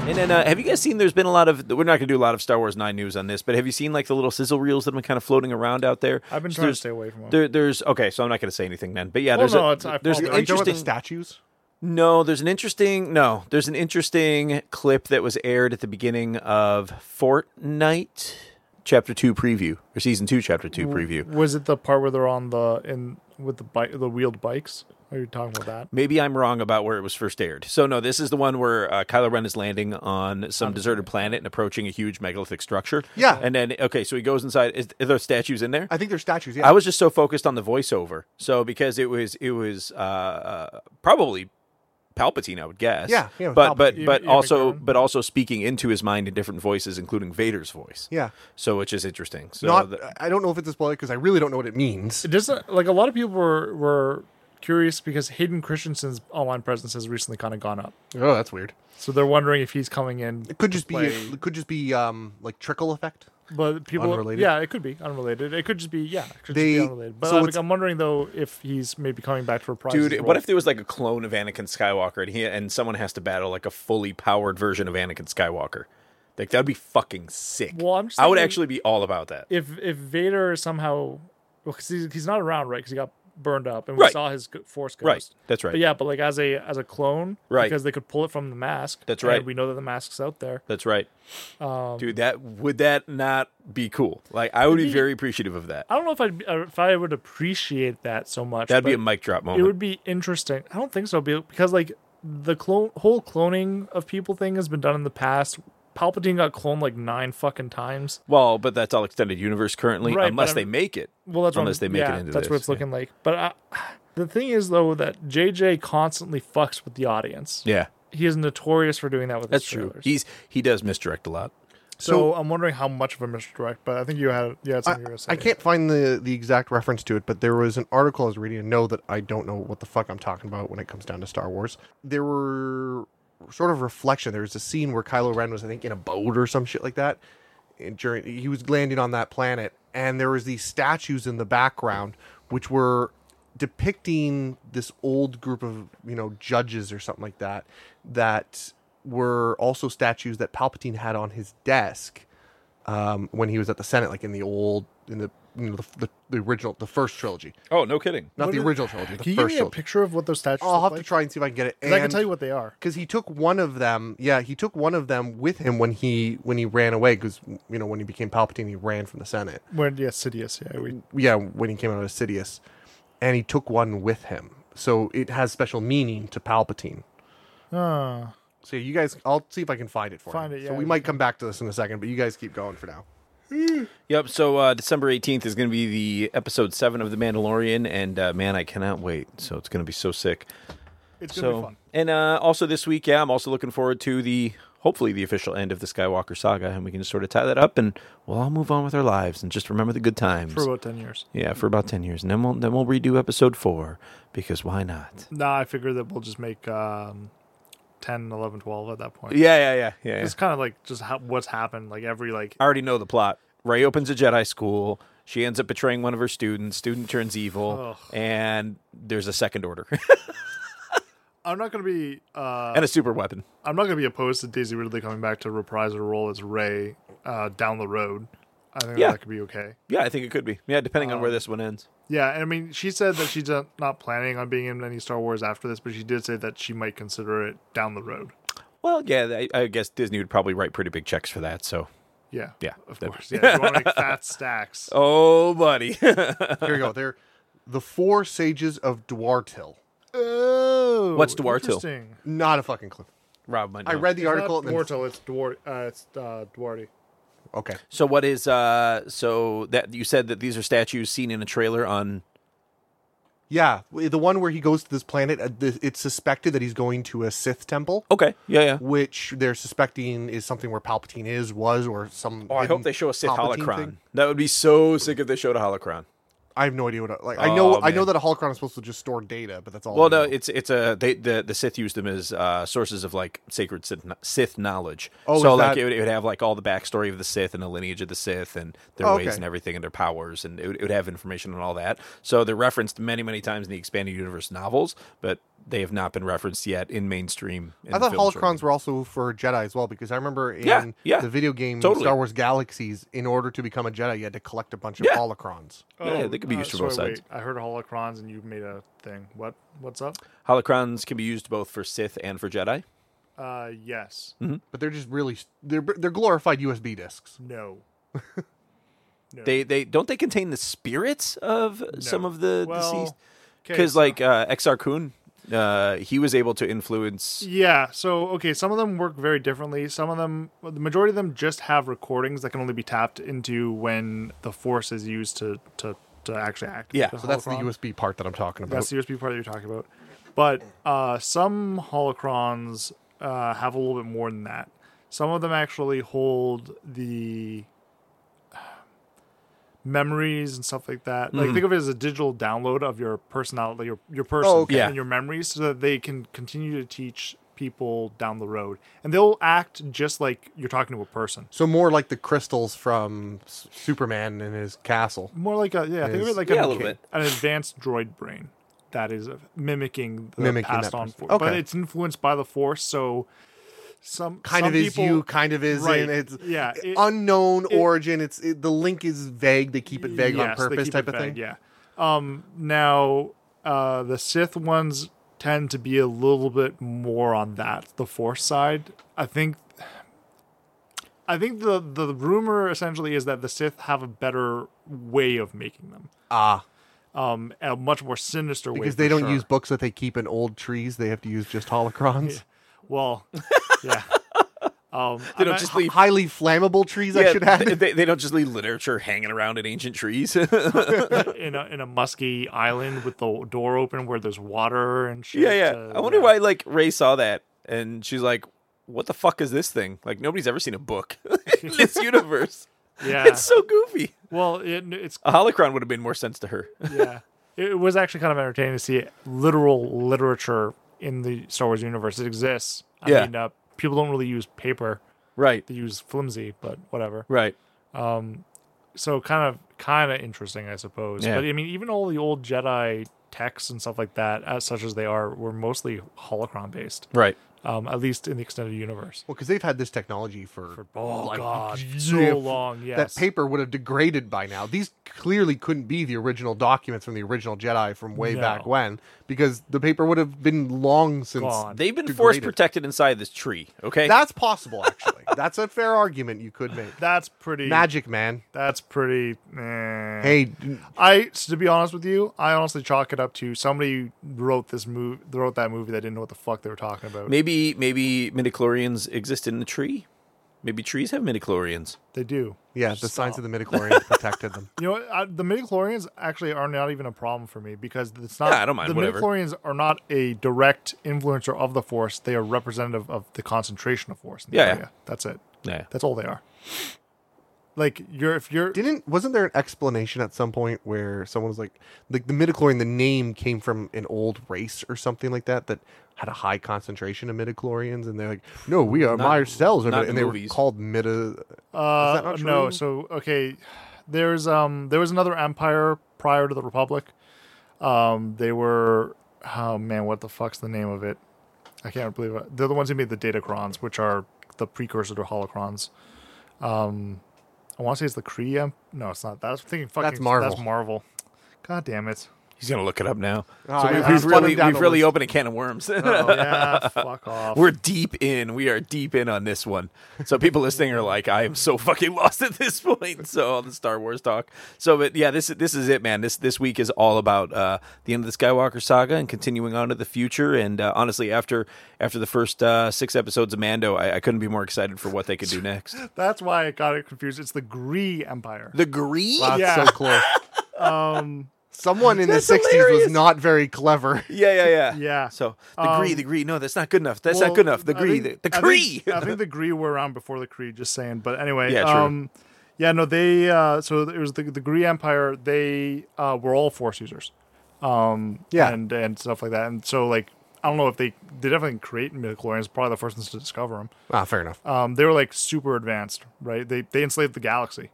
Speaker 2: And then, uh, have you guys seen? There's been a lot of. We're not going to do a lot of Star Wars Nine news on this, but have you seen like the little sizzle reels that have been kind of floating around out there?
Speaker 3: I've been
Speaker 2: So
Speaker 3: trying to
Speaker 2: there's-
Speaker 3: stay away from 'em.
Speaker 2: There, there's okay, so I'm not going to say anything then. But yeah,
Speaker 3: Well,
Speaker 2: there's
Speaker 3: no,
Speaker 2: a,
Speaker 3: it's- I
Speaker 2: there's
Speaker 3: probably-
Speaker 2: an
Speaker 1: Are you talking about the
Speaker 2: interesting
Speaker 1: statues?
Speaker 2: no, there's an interesting no, there's an interesting clip that was aired at the beginning of Fortnite chapter 2 preview or season 2 chapter 2 preview.
Speaker 3: Was it the part where they're on the in with the bike the wheeled bikes? Are you talking about that?
Speaker 2: Maybe I'm wrong about where it was first aired. So no, this is the one where uh, Kylo Ren is landing on some deserted planet and approaching a huge megalithic structure.
Speaker 1: Yeah.
Speaker 2: And then okay, so he goes inside is are there statues in there?
Speaker 1: I think they're statues. Yeah.
Speaker 2: I was just so focused on the voiceover. So because it was it was uh, uh, probably Palpatine, I would guess.
Speaker 1: Yeah, yeah, it was
Speaker 2: but but
Speaker 3: Palpatine.
Speaker 2: but
Speaker 3: Ian- Ian
Speaker 2: also
Speaker 3: McDermott.
Speaker 2: but also speaking into his mind in different voices, including Vader's voice.
Speaker 1: yeah.
Speaker 2: So which is interesting. So
Speaker 1: Not.
Speaker 3: uh,
Speaker 2: the-
Speaker 1: I don't know if it's a spoiler because I really don't know what it means.
Speaker 3: It doesn't like a lot of people were were curious because Hayden Christensen's online presence has recently kind of gone up.
Speaker 1: Oh, that's weird.
Speaker 3: So they're wondering if he's coming in.
Speaker 1: It could just be.
Speaker 3: play-
Speaker 1: It could just be um like trickle effect.
Speaker 3: But people,
Speaker 1: Unrelated?
Speaker 3: yeah, it could be unrelated. It could just be, yeah, it could
Speaker 1: They-
Speaker 3: just be unrelated. But
Speaker 1: so
Speaker 3: I'm,
Speaker 1: it's-
Speaker 3: I'm wondering though if he's maybe coming back to reprise.
Speaker 2: dude,
Speaker 3: his
Speaker 2: what
Speaker 3: role.
Speaker 2: if there was like a clone of Anakin Skywalker and he and someone has to battle like a fully powered version of Anakin Skywalker? Like that'd be fucking sick.
Speaker 3: Well, I'm just
Speaker 2: I would
Speaker 3: thinking-
Speaker 2: actually be all about that.
Speaker 3: if if Vader somehow, well, because he's, he's not around, right? Because he got burned up, and we
Speaker 2: Right.
Speaker 3: saw his go- Force ghost.
Speaker 2: Right. That's right.
Speaker 3: But yeah, but like as a as a clone,
Speaker 2: Right.
Speaker 3: Because they could pull it from the mask.
Speaker 2: That's
Speaker 3: and
Speaker 2: right.
Speaker 3: we know that the mask's out there.
Speaker 2: That's right.
Speaker 3: Um,
Speaker 2: Dude, that would that not be cool? Like I would be very appreciative of that.
Speaker 3: I don't know if I would if I would appreciate that so much.
Speaker 2: That'd be a
Speaker 3: but
Speaker 2: mic drop
Speaker 3: It
Speaker 2: moment.
Speaker 3: would be interesting. I don't think so be- because like the clone whole cloning of people thing has been done in the past. Palpatine got cloned like nine fucking times.
Speaker 2: Well, but that's all extended universe currently,
Speaker 3: Right, but
Speaker 2: unless
Speaker 3: I'm-
Speaker 2: they make it.
Speaker 3: Well, that's what
Speaker 2: Unless
Speaker 3: I'm-
Speaker 2: they make it
Speaker 3: yeah,
Speaker 2: into
Speaker 3: that's what
Speaker 2: this,
Speaker 3: it's looking like. But I, the thing is, though, that JJ constantly fucks with the audience.
Speaker 2: Yeah,
Speaker 3: He is notorious for doing that with
Speaker 2: that's
Speaker 3: his
Speaker 2: true.
Speaker 3: trailers.
Speaker 2: He's he does misdirect a lot.
Speaker 3: So, I'm wondering how much of a misdirect, but I think you had yeah, it's
Speaker 1: I,
Speaker 3: something you were saying.
Speaker 1: I can't find the, the exact reference to it, but there was an article I was reading. and know that I don't know what the fuck I'm talking about when it comes down to Star Wars. There were sort of reflection. There was a scene where Kylo Ren was, I think, in a boat or some shit like that. And during he was landing on that planet, and there was these statues in the background which were depicting this old group of you know judges or something like that that were also statues that Palpatine had on his desk um, when he was at the Senate, like in the old, in the you know the, the, the original, the first trilogy,
Speaker 2: Oh, no kidding.
Speaker 1: not
Speaker 3: What
Speaker 1: the
Speaker 3: is-
Speaker 1: original trilogy, the
Speaker 3: Can you give
Speaker 1: first
Speaker 3: me a
Speaker 1: trilogy.
Speaker 3: picture of what those statues
Speaker 1: I'll have
Speaker 3: look
Speaker 1: to
Speaker 3: like?
Speaker 1: try and see if I can get it.
Speaker 3: 'Cause I can tell you what they are.
Speaker 1: because he took one of them. Yeah, he took one of them with him when he when he ran away. Because you know when he became Palpatine, he ran from the Senate.
Speaker 3: When yeah, Sidious, yeah. We,
Speaker 1: Yeah, when he came out of Sidious, and he took one with him. So it has special meaning to Palpatine. Mm.
Speaker 3: uh,
Speaker 1: So you guys, I'll see if I can find it for
Speaker 3: Find
Speaker 1: you.
Speaker 3: it,
Speaker 1: so
Speaker 3: yeah,
Speaker 1: we
Speaker 3: you
Speaker 1: might come back to this in a second, but you guys keep going for now.
Speaker 2: Yep. So uh, December 18th is going to be the episode seven of The Mandalorian. And uh, man, I cannot wait. So it's going to be so sick.
Speaker 3: it's gonna be
Speaker 2: So,
Speaker 3: fun.
Speaker 2: and uh, also this week, yeah, I'm also looking forward to the hopefully the official end of the Skywalker saga. And we can just sort of tie that up and we'll all move on with our lives and just remember the good times.
Speaker 3: For about ten years.
Speaker 2: yeah, for about 10 years. And then we'll, then we'll redo episode four because why not?
Speaker 3: Nah, I figure that we'll just make um, 10, 11, 12 at that point.
Speaker 2: Yeah, yeah, yeah. yeah, yeah.
Speaker 3: It's kind of like just how, what's happened. Like every like
Speaker 2: I already know the plot. Ray opens a Jedi school. She ends up betraying one of her students. Student turns evil, and there's a second order
Speaker 3: I'm not gonna be uh,
Speaker 2: and a super weapon.
Speaker 3: I'm not gonna be opposed to Daisy Ridley coming back to reprise her role as Ray uh, down the road. I think
Speaker 2: Yeah.
Speaker 3: that could be okay.
Speaker 2: Yeah, I think it could be. Yeah, depending on where this one ends.
Speaker 3: Yeah, and I mean, she said that she's uh, not planning on being in any Star Wars after this, but she did say that she might consider it down the road.
Speaker 2: Well, yeah, I, I guess Disney would probably write pretty big checks for that. So,
Speaker 3: Yeah,
Speaker 2: Yeah,
Speaker 3: of
Speaker 2: that'd
Speaker 3: course. Yeah, if you want to make fat stacks.
Speaker 2: oh, buddy.
Speaker 1: Here we go. They're the four sages of Dwartil.
Speaker 3: Oh,
Speaker 2: What's Dwartil?
Speaker 3: interesting.
Speaker 1: Not a fucking clue.
Speaker 2: Rob, might
Speaker 1: I
Speaker 2: know.
Speaker 1: read the article.
Speaker 3: Not
Speaker 1: and then-
Speaker 3: Dwartil, It's Dwar. Uh, it's uh, Dwarty.
Speaker 1: Okay.
Speaker 2: So, what is uh? So that you said that these are statues seen in a trailer on.
Speaker 1: Yeah, the one where he goes to this planet, uh, th- it's suspected that he's going to a Sith temple,
Speaker 2: Okay, yeah, yeah.
Speaker 1: which they're suspecting is something where Palpatine is, was, or some.
Speaker 2: Oh, I hope they show a Sith holocron.
Speaker 1: Thing.
Speaker 2: That would be so sick if they showed a holocron.
Speaker 1: I have no idea what. I, like, I know,
Speaker 2: Oh,
Speaker 1: I know
Speaker 2: man.
Speaker 1: that a holocron is supposed to just store data, but that's all.
Speaker 2: Well,
Speaker 1: I
Speaker 2: no,
Speaker 1: know.
Speaker 2: it's it's a they, the the Sith used them as uh, sources of like sacred Sith, Sith knowledge.
Speaker 1: Oh,
Speaker 2: so like
Speaker 1: is that-
Speaker 2: it would, it would have like all the backstory of the Sith and the lineage of the Sith and their
Speaker 1: Oh,
Speaker 2: ways
Speaker 1: okay.
Speaker 2: and everything and their powers, and it would, it would have information on all that. So they're referenced many many times in the expanded universe novels, but they have not been referenced yet in mainstream.
Speaker 1: I thought
Speaker 2: films or
Speaker 1: holocrons were also for Jedi as well, because I remember in
Speaker 2: Yeah, yeah,
Speaker 1: the video game
Speaker 2: totally.
Speaker 1: Star Wars Galaxies, in order to become a Jedi, you had to collect a bunch of
Speaker 2: Yeah.
Speaker 1: holocrons.
Speaker 2: Yeah, they could be used for both
Speaker 3: Oh, uh, sorry,
Speaker 2: sides.
Speaker 3: wait, I heard holocrons, and you made a thing. What? What's up?
Speaker 2: Holocrons can be used both for Sith and for Jedi.
Speaker 3: Uh, yes.
Speaker 2: Mm-hmm.
Speaker 1: But they're just really they're they're glorified USB discs.
Speaker 3: No.
Speaker 2: They they don't they contain the spirits of some of the
Speaker 3: Well,
Speaker 2: deceased
Speaker 3: okay,
Speaker 2: because
Speaker 3: so-
Speaker 2: like uh, Exar Kun, uh, he was able to influence.
Speaker 3: Yeah. So okay, some of them work very differently. Some of them, well, the majority of them, just have recordings that can only be tapped into when the force is used to to to actually act.
Speaker 2: Yeah,
Speaker 1: So that's the
Speaker 3: holocron.
Speaker 1: USB part that I'm talking about.
Speaker 3: Um, That's the USB part that you're talking about. But uh, some holocrons uh, have a little bit more than that. Some of them actually hold the uh, memories and stuff like that.
Speaker 1: Hmm.
Speaker 3: Like think of it as a digital download of your personality, your your person,
Speaker 1: Oh, okay.
Speaker 2: Yeah.
Speaker 3: and your memories, so that they can continue to teach people down the road, and they'll act just like you're talking to a person.
Speaker 1: So more like the crystals from S- Superman in his castle.
Speaker 3: More like a yeah, think
Speaker 1: Is-
Speaker 3: of it like
Speaker 2: Yeah,
Speaker 3: a,
Speaker 2: a little
Speaker 3: mecha-
Speaker 2: bit.
Speaker 3: an advanced droid brain that is mimicking the
Speaker 1: Mimicking
Speaker 3: passed
Speaker 1: that
Speaker 3: on
Speaker 1: person.
Speaker 3: force, but
Speaker 1: Okay.
Speaker 3: it's influenced by the force. So some
Speaker 1: Kind
Speaker 3: some
Speaker 1: of is
Speaker 3: people,
Speaker 1: you, kind of isn't.
Speaker 3: Right.
Speaker 1: It's
Speaker 3: Yeah, it-
Speaker 1: unknown
Speaker 3: it-
Speaker 1: origin. It's it, the link is vague. They keep it vague on
Speaker 3: Yes, they
Speaker 1: purpose,
Speaker 3: keep
Speaker 1: type
Speaker 3: it
Speaker 1: of
Speaker 3: vague,
Speaker 1: thing.
Speaker 3: Yeah. Um, now uh, the Sith ones tend to be a little bit more on that the force side. I think. I think the the rumor essentially is that the Sith have a better way of making them,
Speaker 1: Ah,
Speaker 3: um, a much more sinister way
Speaker 1: because they
Speaker 3: for
Speaker 1: don't
Speaker 3: sure.
Speaker 1: use books that they keep in old trees. They have to use just holocrons.
Speaker 3: Well, yeah. Um,
Speaker 2: They don't
Speaker 3: I'm-
Speaker 2: just
Speaker 1: H-
Speaker 2: leave.
Speaker 1: highly flammable trees. I should add.
Speaker 2: they, they, they don't just leave literature hanging around in ancient trees. yeah,
Speaker 3: in a in a musky island with the door open where there's water and shit.
Speaker 2: yeah.
Speaker 3: uh,
Speaker 2: I wonder why like Ray saw that and she's like, what the fuck is this thing? Like nobody's ever seen a book in this universe.
Speaker 3: Yeah.
Speaker 2: It's so Oh. goofy.
Speaker 3: well, it, it's
Speaker 2: A holocron would have made more sense to her.
Speaker 3: yeah. It was actually kind of entertaining to see literal literature in the Star Wars universe. It exists. I
Speaker 2: Yeah.
Speaker 3: mean, uh, people don't really use paper;
Speaker 2: right.
Speaker 3: they use flimsy, but whatever.
Speaker 2: Right.
Speaker 3: So kind of kind of interesting, I suppose.
Speaker 2: Yeah.
Speaker 3: But I mean, even all the old Jedi texts and stuff like that, as such as they are, were mostly holocron based.
Speaker 2: Right.
Speaker 3: Um, at least in the extended universe.
Speaker 1: Well, because they've had this technology for,
Speaker 3: Oh
Speaker 1: like,
Speaker 3: God,
Speaker 1: yeah,
Speaker 3: so long. Yes.
Speaker 1: that paper would have degraded by now. These clearly couldn't be the original documents from the original Jedi from way
Speaker 3: No.
Speaker 1: back when, because the paper would have been long since.
Speaker 3: Gone.
Speaker 2: They've been force
Speaker 1: Degraded.
Speaker 2: protected inside this tree. Okay.
Speaker 1: That's possible, actually. That's a fair argument you could make.
Speaker 3: That's pretty.
Speaker 1: Magic, man.
Speaker 3: That's pretty. eh.
Speaker 1: Hey,
Speaker 3: I so to be honest with you, I honestly chalk it up to somebody wrote this movie, wrote that movie that didn't know what the fuck they were talking about.
Speaker 2: maybe maybe midichlorians exist in the tree. Maybe trees have midichlorians.
Speaker 3: They do.
Speaker 1: yeah, the signs of the midichlorians protected them.
Speaker 3: You know, what? I, the midichlorians actually are not even a problem for me because it's not.
Speaker 2: Yeah, I don't mind,
Speaker 3: The
Speaker 2: whatever.
Speaker 3: midichlorians are not a direct influencer of the force. They are representative of the concentration of force. In the
Speaker 2: Yeah,
Speaker 3: area.
Speaker 2: yeah.
Speaker 3: that's it.
Speaker 2: Yeah.
Speaker 3: That's all they are. Like you're if you're
Speaker 1: Didn't wasn't there an explanation at some point where someone was like, like the midichlorian, the name came from an old race or something like that that had a high concentration of midichlorians, and they're like, no, we are my cells, are
Speaker 2: not in
Speaker 1: mid-" and
Speaker 2: the
Speaker 1: they
Speaker 2: movies.
Speaker 1: were called midi.
Speaker 3: Uh,
Speaker 1: Is that not
Speaker 3: No.
Speaker 1: true?
Speaker 3: So okay, there's um there was another empire prior to the Republic. Um, they were oh man, what the fuck's the name of it? I can't believe it. They're the ones who made the Datacrons, which are the precursor to Holocrons. Um, I want to say it's the Kree. Em- no, it's not. That's thinking fucking.
Speaker 1: That's Marvel.
Speaker 3: That's Marvel. God damn it.
Speaker 2: He's gonna look it up now.
Speaker 1: Ah,
Speaker 2: so
Speaker 1: yeah,
Speaker 2: we,
Speaker 1: I'm
Speaker 2: have really
Speaker 1: running down
Speaker 2: we've
Speaker 1: the
Speaker 2: really
Speaker 1: list.
Speaker 2: opened a can of worms.
Speaker 3: Oh, Yeah, fuck off.
Speaker 2: We're deep in. We are deep in on this one. So people listening are like, I am so fucking lost at this point. So all the Star Wars talk. So, but yeah, this this is it, man. This this week is all about uh, the end of the Skywalker saga and continuing on to the future. And uh, honestly, after after the first uh, six episodes of Mando, I, I couldn't be more excited for what they could do next.
Speaker 3: That's why I got it confused. It's the Gree Empire.
Speaker 2: The Gree.
Speaker 1: Wow, it's
Speaker 3: Yeah.
Speaker 1: so close.
Speaker 3: Um,
Speaker 1: Someone in the
Speaker 2: That's
Speaker 1: '60s
Speaker 2: hilarious.
Speaker 1: was not very clever.
Speaker 2: Yeah, yeah, yeah.
Speaker 3: Yeah.
Speaker 2: So the
Speaker 3: Um,
Speaker 2: Gree, the Gree. No, that's not good enough. That's
Speaker 3: Well,
Speaker 2: not good enough. The
Speaker 3: I
Speaker 2: Gree,
Speaker 3: think-
Speaker 2: the, the
Speaker 3: I think-
Speaker 2: Cree.
Speaker 3: I think the Cree were around before the Cree. Just saying, but anyway,
Speaker 2: Yeah, true.
Speaker 3: um, yeah, no, they uh, so it was the the Cree Empire. They uh, were all Force users, um,
Speaker 1: Yeah.
Speaker 3: and and stuff like that. And so like I don't know if they they definitely create midichlorians. Probably the first ones to discover them.
Speaker 1: Ah, fair enough.
Speaker 3: Um, they were like super advanced, right? They they enslaved the galaxy.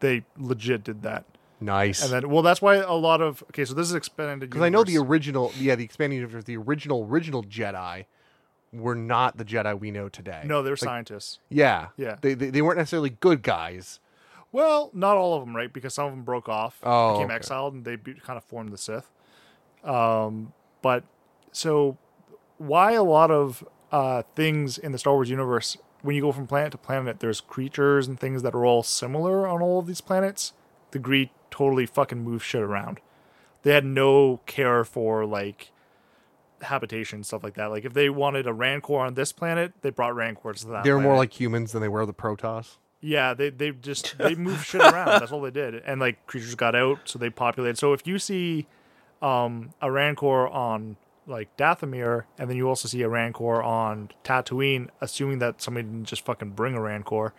Speaker 3: They legit did that.
Speaker 1: Nice.
Speaker 3: And then, well, that's why a lot of okay. So this is expanded
Speaker 1: Because I know the
Speaker 3: universe.
Speaker 1: original, yeah, the expanding universe, the original original Jedi were not the Jedi we know today.
Speaker 3: no, they're scientists.
Speaker 1: Yeah,
Speaker 3: Yeah.
Speaker 1: They, they they weren't necessarily good guys.
Speaker 3: Well, not all of them, right? Because some of them broke off,
Speaker 1: Oh,
Speaker 3: became
Speaker 1: okay.
Speaker 3: exiled, and they be, kind of formed the Sith. Um, but so, why a lot of uh, things in the Star Wars universe, when you go from planet to planet, there's creatures and things that are all similar on all of these planets. The Greed totally fucking moved shit around. They had no care for like habitation stuff like that. Like if they wanted a Rancor on this planet, they brought Rancors to that.
Speaker 1: They were more
Speaker 3: planet.
Speaker 1: like humans than they were the Protoss.
Speaker 3: Yeah, they they just they moved shit around. That's all they did. And like creatures got out, so they populated. So if you see um a Rancor on like Dathomir, and then you also see a Rancor on Tatooine, assuming that somebody didn't just fucking bring a Rancor,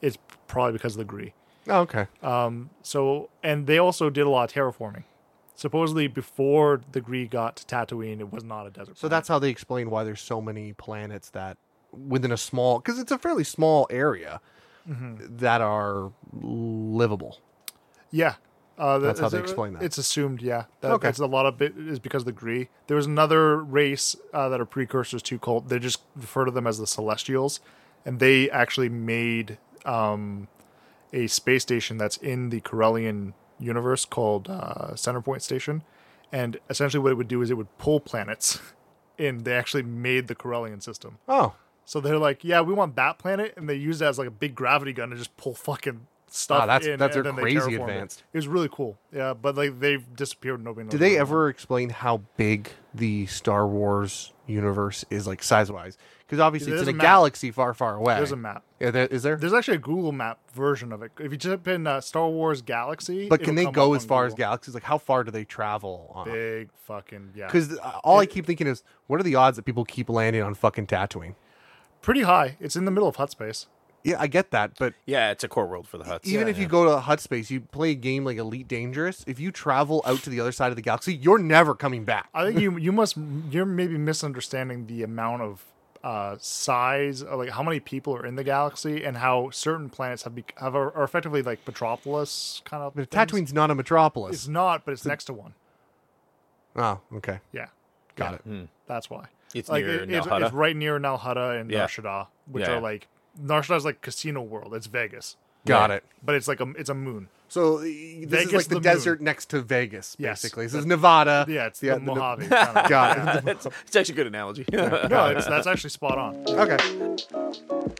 Speaker 3: it's probably because of the Gree.
Speaker 1: Oh, okay.
Speaker 3: Uh-huh. So and they also did a lot of terraforming. Supposedly before the Gree got to Tatooine, it was not a desert.
Speaker 1: so
Speaker 3: planet.
Speaker 1: that's how they explain why there's so many planets that within a small, because it's a fairly small area
Speaker 3: Mm-hmm.
Speaker 1: that are livable.
Speaker 3: Yeah. Uh,
Speaker 1: That's how
Speaker 3: is
Speaker 1: they
Speaker 3: it-
Speaker 1: explain that.
Speaker 3: It's assumed, yeah. That,
Speaker 1: Okay.
Speaker 3: It's a lot of it is because of the Gree. There was another race uh, that are precursors to cult. They just refer to them as the Celestials, and they actually made um, a space station that's in the Corellian universe called uh, Centerpoint Station. And essentially, what it would do is it would pull planets in. They actually made the Corellian system.
Speaker 1: Oh,
Speaker 3: So they're like, yeah, we want that planet, and they use it as like a big gravity gun to just pull fucking stuff.
Speaker 1: Wow, Ah, that's-
Speaker 3: in,
Speaker 1: that's
Speaker 3: and
Speaker 1: their
Speaker 3: then they
Speaker 1: crazy
Speaker 3: terraform it.
Speaker 1: advanced.
Speaker 3: It. was really cool. Yeah, but like they've disappeared. Nobody knows.
Speaker 1: Did
Speaker 3: where
Speaker 1: they
Speaker 3: are.
Speaker 1: ever explain how big the Star Wars universe is, like size wise? Because obviously it's
Speaker 3: There's
Speaker 1: in a
Speaker 3: a map.
Speaker 1: galaxy far, far away.
Speaker 3: There's a map.
Speaker 1: Yeah, there, is there?
Speaker 3: There's actually a Google Map version of it. If you type in uh, Star Wars Galaxy,
Speaker 1: But can
Speaker 3: it'll
Speaker 1: they
Speaker 3: come
Speaker 1: go
Speaker 3: up
Speaker 1: as
Speaker 3: on
Speaker 1: far as
Speaker 3: Google.
Speaker 1: galaxies? Like, how far do they travel on?
Speaker 3: Big fucking yeah.
Speaker 1: uh, Because all I keep thinking is, what are the odds that people keep landing on fucking Tatooine?
Speaker 3: pretty high. It's in the middle of hut space.
Speaker 1: Yeah, I get that, but
Speaker 2: Yeah, it's a core world for the huts.
Speaker 1: even if you go to Hut Space, you play a game like Elite Dangerous. If you travel out to the other side of the galaxy, you're never coming back.
Speaker 3: I think you you must you're maybe misunderstanding the amount of uh, size, or like how many people are in the galaxy, and how certain planets have be, have are are effectively like metropolis kind of.
Speaker 1: But
Speaker 3: things.
Speaker 1: Tatooine's not a
Speaker 3: It's
Speaker 1: metropolis.
Speaker 3: not, but it's next to one.
Speaker 1: Oh, okay,
Speaker 3: Yeah,
Speaker 1: got it.
Speaker 3: that's why.
Speaker 2: Hmm. It's
Speaker 3: like
Speaker 2: near
Speaker 3: it- it's,
Speaker 2: Nalhada.
Speaker 3: it's right near Nal Hutta and
Speaker 2: Yeah.
Speaker 3: Nar Shaddaa, which
Speaker 2: Yeah, yeah.
Speaker 3: are like Nar Shaddaa is like casino world. It's Vegas,
Speaker 1: Got it.
Speaker 3: but it's like a it's a moon.
Speaker 1: So e- this
Speaker 3: Vegas
Speaker 1: is like the,
Speaker 3: the moon.
Speaker 1: desert next to Vegas,
Speaker 3: Yes.
Speaker 1: basically. This is Nevada.
Speaker 3: Yeah, it's
Speaker 1: Yeah,
Speaker 3: the
Speaker 1: the-
Speaker 3: Mojave. kind of.
Speaker 1: Got it.
Speaker 2: That's, it's actually a good analogy.
Speaker 3: No, it's, that's actually spot on.
Speaker 1: okay.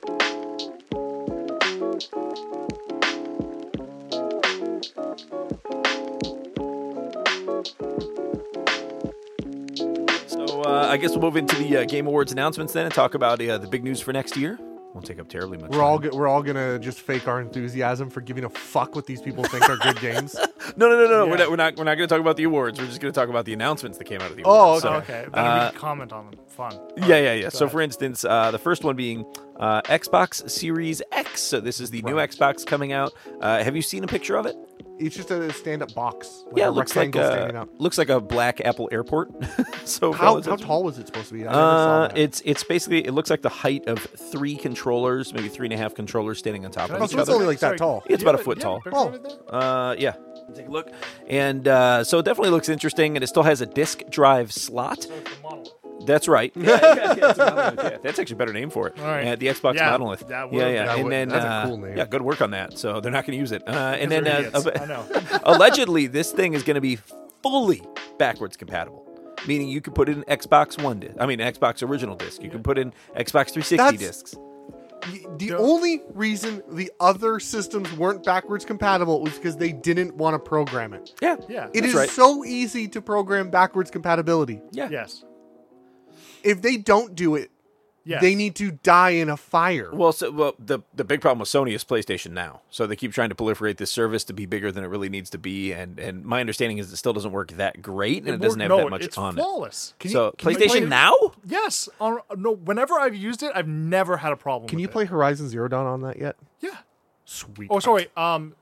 Speaker 2: so uh, I guess we'll move into the uh, Game Awards announcements then and talk about uh, the big news for next year. Won't take up terribly much.
Speaker 1: We're all
Speaker 2: time.
Speaker 1: go- we're all gonna just fake our enthusiasm for giving a fuck what these people think are good games.
Speaker 2: No, no, no, no. We're
Speaker 3: Yeah.
Speaker 2: not. We're not. We're not going to talk about the awards. We're just going to talk about the announcements that came out of the
Speaker 1: Oh,
Speaker 2: awards.
Speaker 1: okay.
Speaker 2: So,
Speaker 3: Oh, okay, then we
Speaker 2: uh,
Speaker 3: can comment on them. Fun.
Speaker 2: Yeah, yeah, yeah. So,
Speaker 3: ahead.
Speaker 2: for instance, uh, the first one being uh, Xbox Series X. So, this is the new Xbox coming out. Uh, have you seen a picture of it?
Speaker 1: It's just a stand up box. like
Speaker 2: yeah,
Speaker 1: a
Speaker 2: it looks like
Speaker 1: rectangle standing
Speaker 2: a,
Speaker 1: up.
Speaker 2: looks like a black Apple Airport. so,
Speaker 1: How,
Speaker 2: relative-
Speaker 1: how tall was it supposed to be? I never saw
Speaker 2: Uh,
Speaker 1: that.
Speaker 2: it's it's basically it looks like the height of three controllers, maybe three and a half controllers standing on top
Speaker 3: Can I
Speaker 2: of
Speaker 1: also-
Speaker 2: each
Speaker 1: Oh, it's
Speaker 2: other.
Speaker 1: only like that tall.
Speaker 2: It's
Speaker 3: do you
Speaker 2: about a
Speaker 3: have
Speaker 2: foot
Speaker 3: do you have
Speaker 2: tall.
Speaker 3: picture of
Speaker 1: Oh.
Speaker 3: it there?
Speaker 2: Uh, yeah, take a look, and uh, so it definitely looks interesting, and it still has a disk drive slot.
Speaker 3: It's a model.
Speaker 2: That's right. Yeah, yeah, yeah, it's a monolith, yeah. That's actually a better name for it.
Speaker 3: All right.
Speaker 2: Uh, the Xbox
Speaker 3: Yeah,
Speaker 2: monolith.
Speaker 3: that would-
Speaker 2: yeah, yeah.
Speaker 1: that
Speaker 2: and
Speaker 1: would-
Speaker 2: then
Speaker 1: that's a
Speaker 2: uh,
Speaker 1: cool name.
Speaker 2: yeah, good work on that. So they're not going to use it. Uh, and
Speaker 3: Because
Speaker 2: then
Speaker 3: they're
Speaker 2: uh,
Speaker 3: idiots. I know.
Speaker 2: allegedly this thing is going to be fully backwards compatible. Meaning you could put in Xbox One disc. I mean Xbox original disc. You can put in Xbox 360
Speaker 1: That's-
Speaker 2: discs.
Speaker 1: Y- the only reason the other systems weren't backwards compatible was because they didn't want to program it.
Speaker 2: Yeah.
Speaker 3: Yeah.
Speaker 1: It is
Speaker 2: That's right.
Speaker 1: so easy to program backwards compatibility.
Speaker 2: Yeah.
Speaker 3: Yes.
Speaker 1: If they don't do it,
Speaker 3: Yes.
Speaker 1: they need to die in a fire.
Speaker 2: Well, so well, the the big problem with Sony is PlayStation Now. So they keep trying to proliferate this service to be bigger than it really needs to be, and and my understanding is it still doesn't work that great, and it, doesn't have
Speaker 3: no,
Speaker 2: that much
Speaker 3: it's
Speaker 2: on it.
Speaker 3: flawless.
Speaker 1: Can you-
Speaker 2: So
Speaker 1: can you
Speaker 2: PlayStation
Speaker 1: play-
Speaker 2: Now?
Speaker 3: Yes. On, no. Whenever I've used it, I've never had a problem.
Speaker 1: Can
Speaker 3: with
Speaker 1: you
Speaker 3: it.
Speaker 1: play Horizon Zero Dawn on that yet?
Speaker 3: Yeah.
Speaker 1: Sweet.
Speaker 3: Oh, sorry. Um,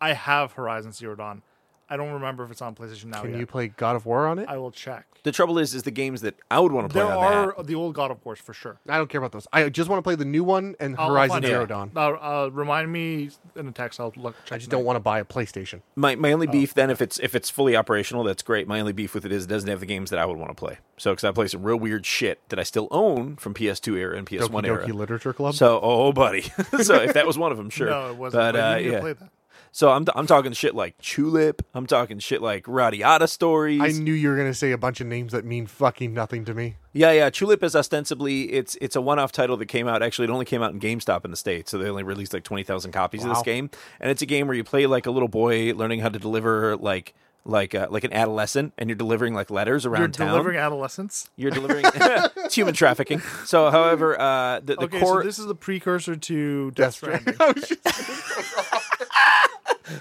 Speaker 3: I have Horizon Zero Dawn. I don't remember if it's on PlayStation now.
Speaker 1: Can
Speaker 3: yet.
Speaker 1: you play God of War on it?
Speaker 3: I will check.
Speaker 2: The trouble is, is the games that I would want to play
Speaker 3: There
Speaker 2: on
Speaker 3: are
Speaker 2: that.
Speaker 3: the old God of Wars for sure.
Speaker 1: I don't care about those. I just want to play the new one and
Speaker 3: I'll- I'll
Speaker 1: Horizon
Speaker 3: find it.
Speaker 1: Zero Dawn.
Speaker 3: Uh, uh, remind me in the text. I'll look. Check
Speaker 1: I just don't want to buy a PlayStation.
Speaker 2: My my
Speaker 3: Oh.
Speaker 2: only beef then, if it's if it's fully operational, that's great. My only beef with it is it doesn't have the games that I would want to play. So because I play some real weird shit that I still own from PS2 era and PS1
Speaker 1: Doki
Speaker 2: era.
Speaker 1: Doki Literature Club.
Speaker 2: So oh buddy, so if that was one of them, sure.
Speaker 3: No, it wasn't.
Speaker 2: But,
Speaker 3: But
Speaker 2: uh,
Speaker 3: you need to
Speaker 2: yeah.
Speaker 3: play that.
Speaker 2: So I'm I'm talking shit like Tulip. I'm talking shit like Radiata stories.
Speaker 1: I knew you were gonna say a bunch of names that mean fucking nothing to me.
Speaker 2: Yeah, yeah. Tulip is ostensibly it's it's a one-off title that came out. Actually, it only came out in GameStop in the states, so they only released like twenty thousand copies of this
Speaker 1: Wow.
Speaker 2: game. And it's a game where you play like a little boy learning how to deliver like like uh, like an adolescent, and you're delivering like letters around
Speaker 3: You're
Speaker 2: town.
Speaker 3: delivering adolescence.
Speaker 2: You're delivering. it's human trafficking. So, however, uh, the, the
Speaker 3: Okay,
Speaker 2: core.
Speaker 3: so this is the precursor to Death Stranding.
Speaker 1: I was just-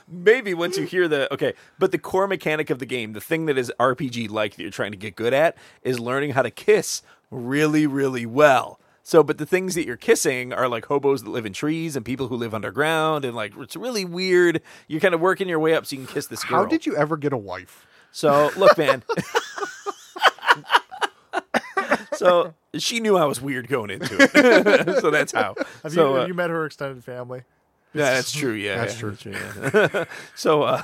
Speaker 2: maybe once you hear the okay but the core mechanic of the game the thing that is rpg like that you're trying to get good at is learning how to kiss really really well so but the things that you're kissing are like hobos that live in trees and people who live underground and like it's really weird you're kind of working your way up so you can kiss this girl
Speaker 1: How did you ever get a wife?
Speaker 2: so look man so she knew i was weird going into it so that's how
Speaker 3: Have,
Speaker 2: so
Speaker 3: you,
Speaker 2: uh,
Speaker 3: have you met her extended family?
Speaker 2: yeah that's true yeah
Speaker 1: That's
Speaker 2: yeah,
Speaker 1: true.
Speaker 2: yeah. so uh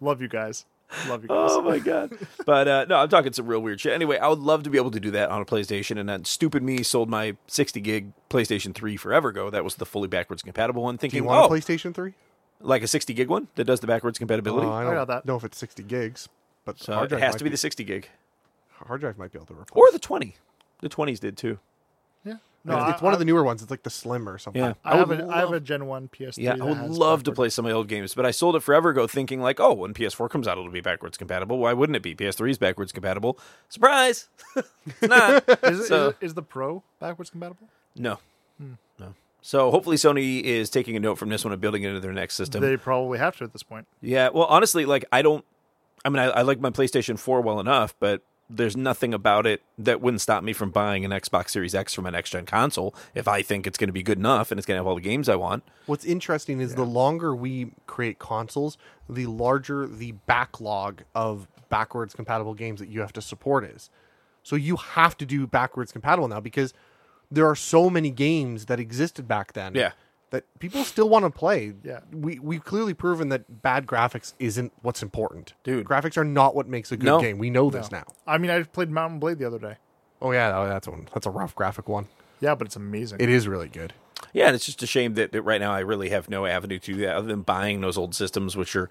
Speaker 3: Love you guys. Love you guys.
Speaker 2: Oh my god! But uh, no, I'm talking some real weird shit. Anyway, I would love to be able to do that on a PlayStation. And then stupid me sold my 60 gig PlayStation 3 forever ago. That was the fully backwards compatible one.
Speaker 1: Do
Speaker 2: Thinking,
Speaker 1: you want
Speaker 2: oh,
Speaker 1: a PlayStation Three?
Speaker 2: like a 60 gig one that does the backwards compatibility.
Speaker 1: Uh, I
Speaker 3: I
Speaker 1: don't
Speaker 3: got that.
Speaker 1: know if it's sixty gigs, but the
Speaker 2: Oh, so
Speaker 1: hard
Speaker 2: it
Speaker 1: drive
Speaker 2: has
Speaker 1: might
Speaker 2: to be the 60 gig
Speaker 1: hard drive might be able to replace.
Speaker 2: or the 20. The 20s did too.
Speaker 3: Yeah.
Speaker 1: No, it's,
Speaker 3: I-
Speaker 1: it's one of the newer ones. It's like the slim or something.
Speaker 2: Yeah,
Speaker 3: I, I have
Speaker 2: would
Speaker 3: a, I have
Speaker 2: love-
Speaker 3: a Gen One PS3.
Speaker 2: Yeah, I
Speaker 3: that
Speaker 2: would
Speaker 3: has
Speaker 2: love to
Speaker 3: backwards-
Speaker 2: play some of my old games, but I sold it forever ago thinking like, oh, when PS4 comes out, it'll be backwards compatible. Why wouldn't it be? PS3 is backwards compatible. Surprise! it's not.
Speaker 3: Is, it- is
Speaker 2: So-
Speaker 3: it- is the Pro backwards compatible?
Speaker 2: No.
Speaker 1: Hmm.
Speaker 2: No. So hopefully Sony is taking a note from this one and building it into their next system.
Speaker 3: They probably have to at this point.
Speaker 2: yeah. Well, honestly, like I don't. I mean, I, I like my PlayStation 4 well enough, but there's nothing about it that wouldn't stop me from buying an Xbox Series X from an next gen console if I think it's going to be good enough and it's going to have all the games I want.
Speaker 1: What's interesting is the longer we create consoles, the larger the backlog of backwards compatible games that you have to support is. So you have to do backwards compatible now because there are so many games that existed back then.
Speaker 2: Yeah.
Speaker 1: That people still want to play.
Speaker 3: Yeah.
Speaker 1: We we've clearly proven that bad graphics isn't what's important.
Speaker 2: Dude.
Speaker 1: Graphics are not what makes a good
Speaker 2: No.
Speaker 1: game. We know this now.
Speaker 3: I mean, I played Mountain Blade the other day.
Speaker 1: Oh yeah, that- that's one. That's a rough graphic one.
Speaker 3: Yeah, but it's amazing.
Speaker 1: It is really good.
Speaker 2: Yeah, and it's just a shame that, that right now I really have no avenue to do that other than buying those old systems, which are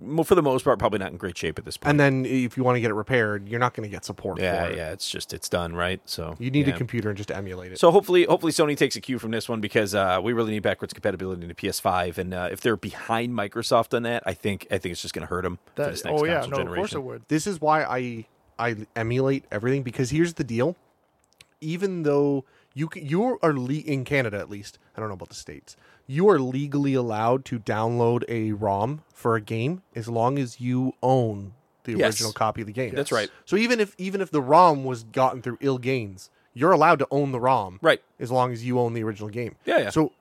Speaker 2: mo- for the most part probably not in great shape at this point.
Speaker 1: And then if you want to get it repaired, you're not going to get support
Speaker 2: yeah,
Speaker 1: for it.
Speaker 2: yeah, it's just it's done right. So
Speaker 1: You need
Speaker 2: yeah.
Speaker 1: a computer and just emulate it.
Speaker 2: So hopefully, hopefully Sony takes a cue from this one because uh, we really need backwards compatibility into PS5, and uh, if they're behind Microsoft on that, I think I think it's just going to hurt them for
Speaker 3: That-
Speaker 2: this next
Speaker 3: oh yeah, no,
Speaker 2: console
Speaker 3: of course it
Speaker 2: generation.
Speaker 3: would.
Speaker 1: this is why I I emulate everything because here's the deal. Even though you c- you are le- in Canada at least, I don't know about the states. You are legally allowed to download a ROM for a game as long as you own the
Speaker 2: Yes.
Speaker 1: original copy of the game.
Speaker 2: That's right.
Speaker 1: So even if even if the ROM was gotten through ill gains, you're allowed to own the ROM
Speaker 2: Right?
Speaker 1: as long as you own the original game.
Speaker 2: Yeah, yeah.
Speaker 1: So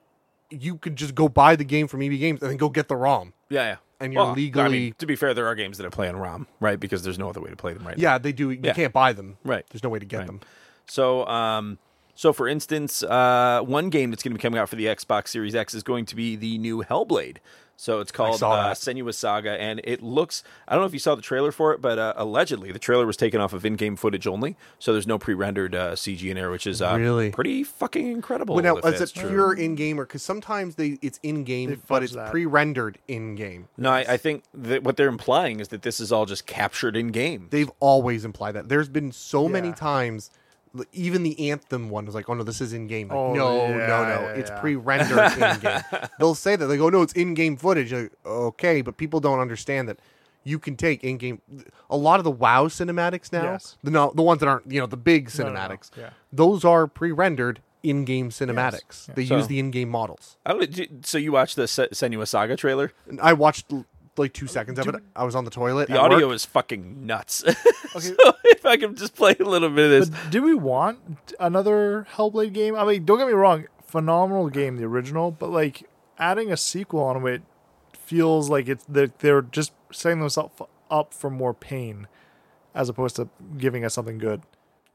Speaker 1: you could just go buy the game from EB Games and then go get the ROM.
Speaker 2: Yeah, yeah.
Speaker 1: And you're
Speaker 2: Well, I mean,
Speaker 1: legally-
Speaker 2: to be fair, there are games that I play on ROM, right? Because there's no other way to play them right now.
Speaker 1: Yeah, they do. You can't buy them.
Speaker 2: Right.
Speaker 1: There's no way to get them.
Speaker 2: So, um, so for instance, uh, one game that's going to be coming out for the Xbox Series X is going to be the new Hellblade. So it's called
Speaker 1: saw
Speaker 2: uh,
Speaker 1: that.
Speaker 2: Senua Saga, and it looks. I don't know if you saw the trailer for it, but uh, allegedly the trailer was taken off of in-game footage only, so there's no pre-rendered uh, CG in there, which is uh,
Speaker 1: Really?
Speaker 2: pretty fucking incredible.
Speaker 1: Well, now,
Speaker 2: if
Speaker 1: is
Speaker 2: that's
Speaker 1: it
Speaker 2: true.
Speaker 1: pure in game or because sometimes they it's in game, but
Speaker 3: fudge
Speaker 1: it's
Speaker 3: that.
Speaker 1: pre-rendered in game.
Speaker 2: No, I, I think that what they're implying is that this is all just captured in game.
Speaker 1: They've always implied that. There's been so many
Speaker 3: Yeah.
Speaker 1: times, l- even the Anthem one was like, "Oh no, this is in game." Like,
Speaker 3: Oh,
Speaker 1: no,
Speaker 3: yeah,
Speaker 1: no, no,
Speaker 3: yeah,
Speaker 1: it's
Speaker 3: yeah.
Speaker 1: pre-rendered in game. They'll say that they go, "No, it's in game footage." Like, okay, but people don't understand that you can take in game. A lot of the WoW cinematics now,
Speaker 3: Yes.
Speaker 1: the no, the ones that aren't you know the big
Speaker 3: No, no, no.
Speaker 1: cinematics,
Speaker 3: Yeah.
Speaker 1: those are pre-rendered in-game cinematics. They
Speaker 2: So-
Speaker 1: use the in-game models.
Speaker 2: I don't, do- so you watched the Se- Senua Saga trailer?
Speaker 1: And I watched l- like
Speaker 3: Uh,
Speaker 1: two seconds of it. I was on the toilet.
Speaker 2: The
Speaker 1: at
Speaker 2: audio
Speaker 1: work.
Speaker 2: is fucking nuts. so if I can just play a little bit of this.
Speaker 3: But do we want another Hellblade game? I mean, don't get me wrong, phenomenal game, the original, but like adding a sequel on it feels like it's they're, they're just setting themselves up for more pain as opposed to giving us something good.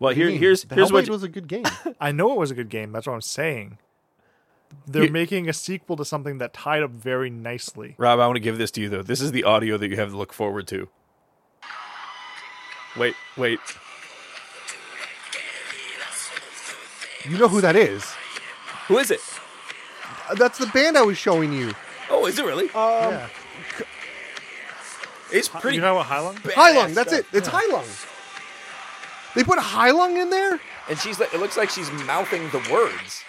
Speaker 2: Well, here,
Speaker 1: Hmm,
Speaker 2: here's
Speaker 1: the
Speaker 2: here's
Speaker 1: Hellblade
Speaker 2: what
Speaker 1: was a good game.
Speaker 3: I know it was a good game, that's what I'm saying. They're
Speaker 2: You-
Speaker 3: making a sequel to something that tied up very nicely.
Speaker 2: Rob. I want to give this to you though. This is the audio that you have to look forward to. Wait, wait.
Speaker 1: you know who that is?
Speaker 2: Who is it?
Speaker 1: Uh, That's the band I was showing you.
Speaker 2: Oh, is it really?
Speaker 1: Um,
Speaker 3: yeah.
Speaker 2: it's pretty.
Speaker 3: You know what, Hylung?
Speaker 2: badass
Speaker 1: Hylung. That's it.
Speaker 2: stuff.
Speaker 1: It's Hylung. They put Hylung in there.
Speaker 2: And she's like, it looks like she's mouthing the words.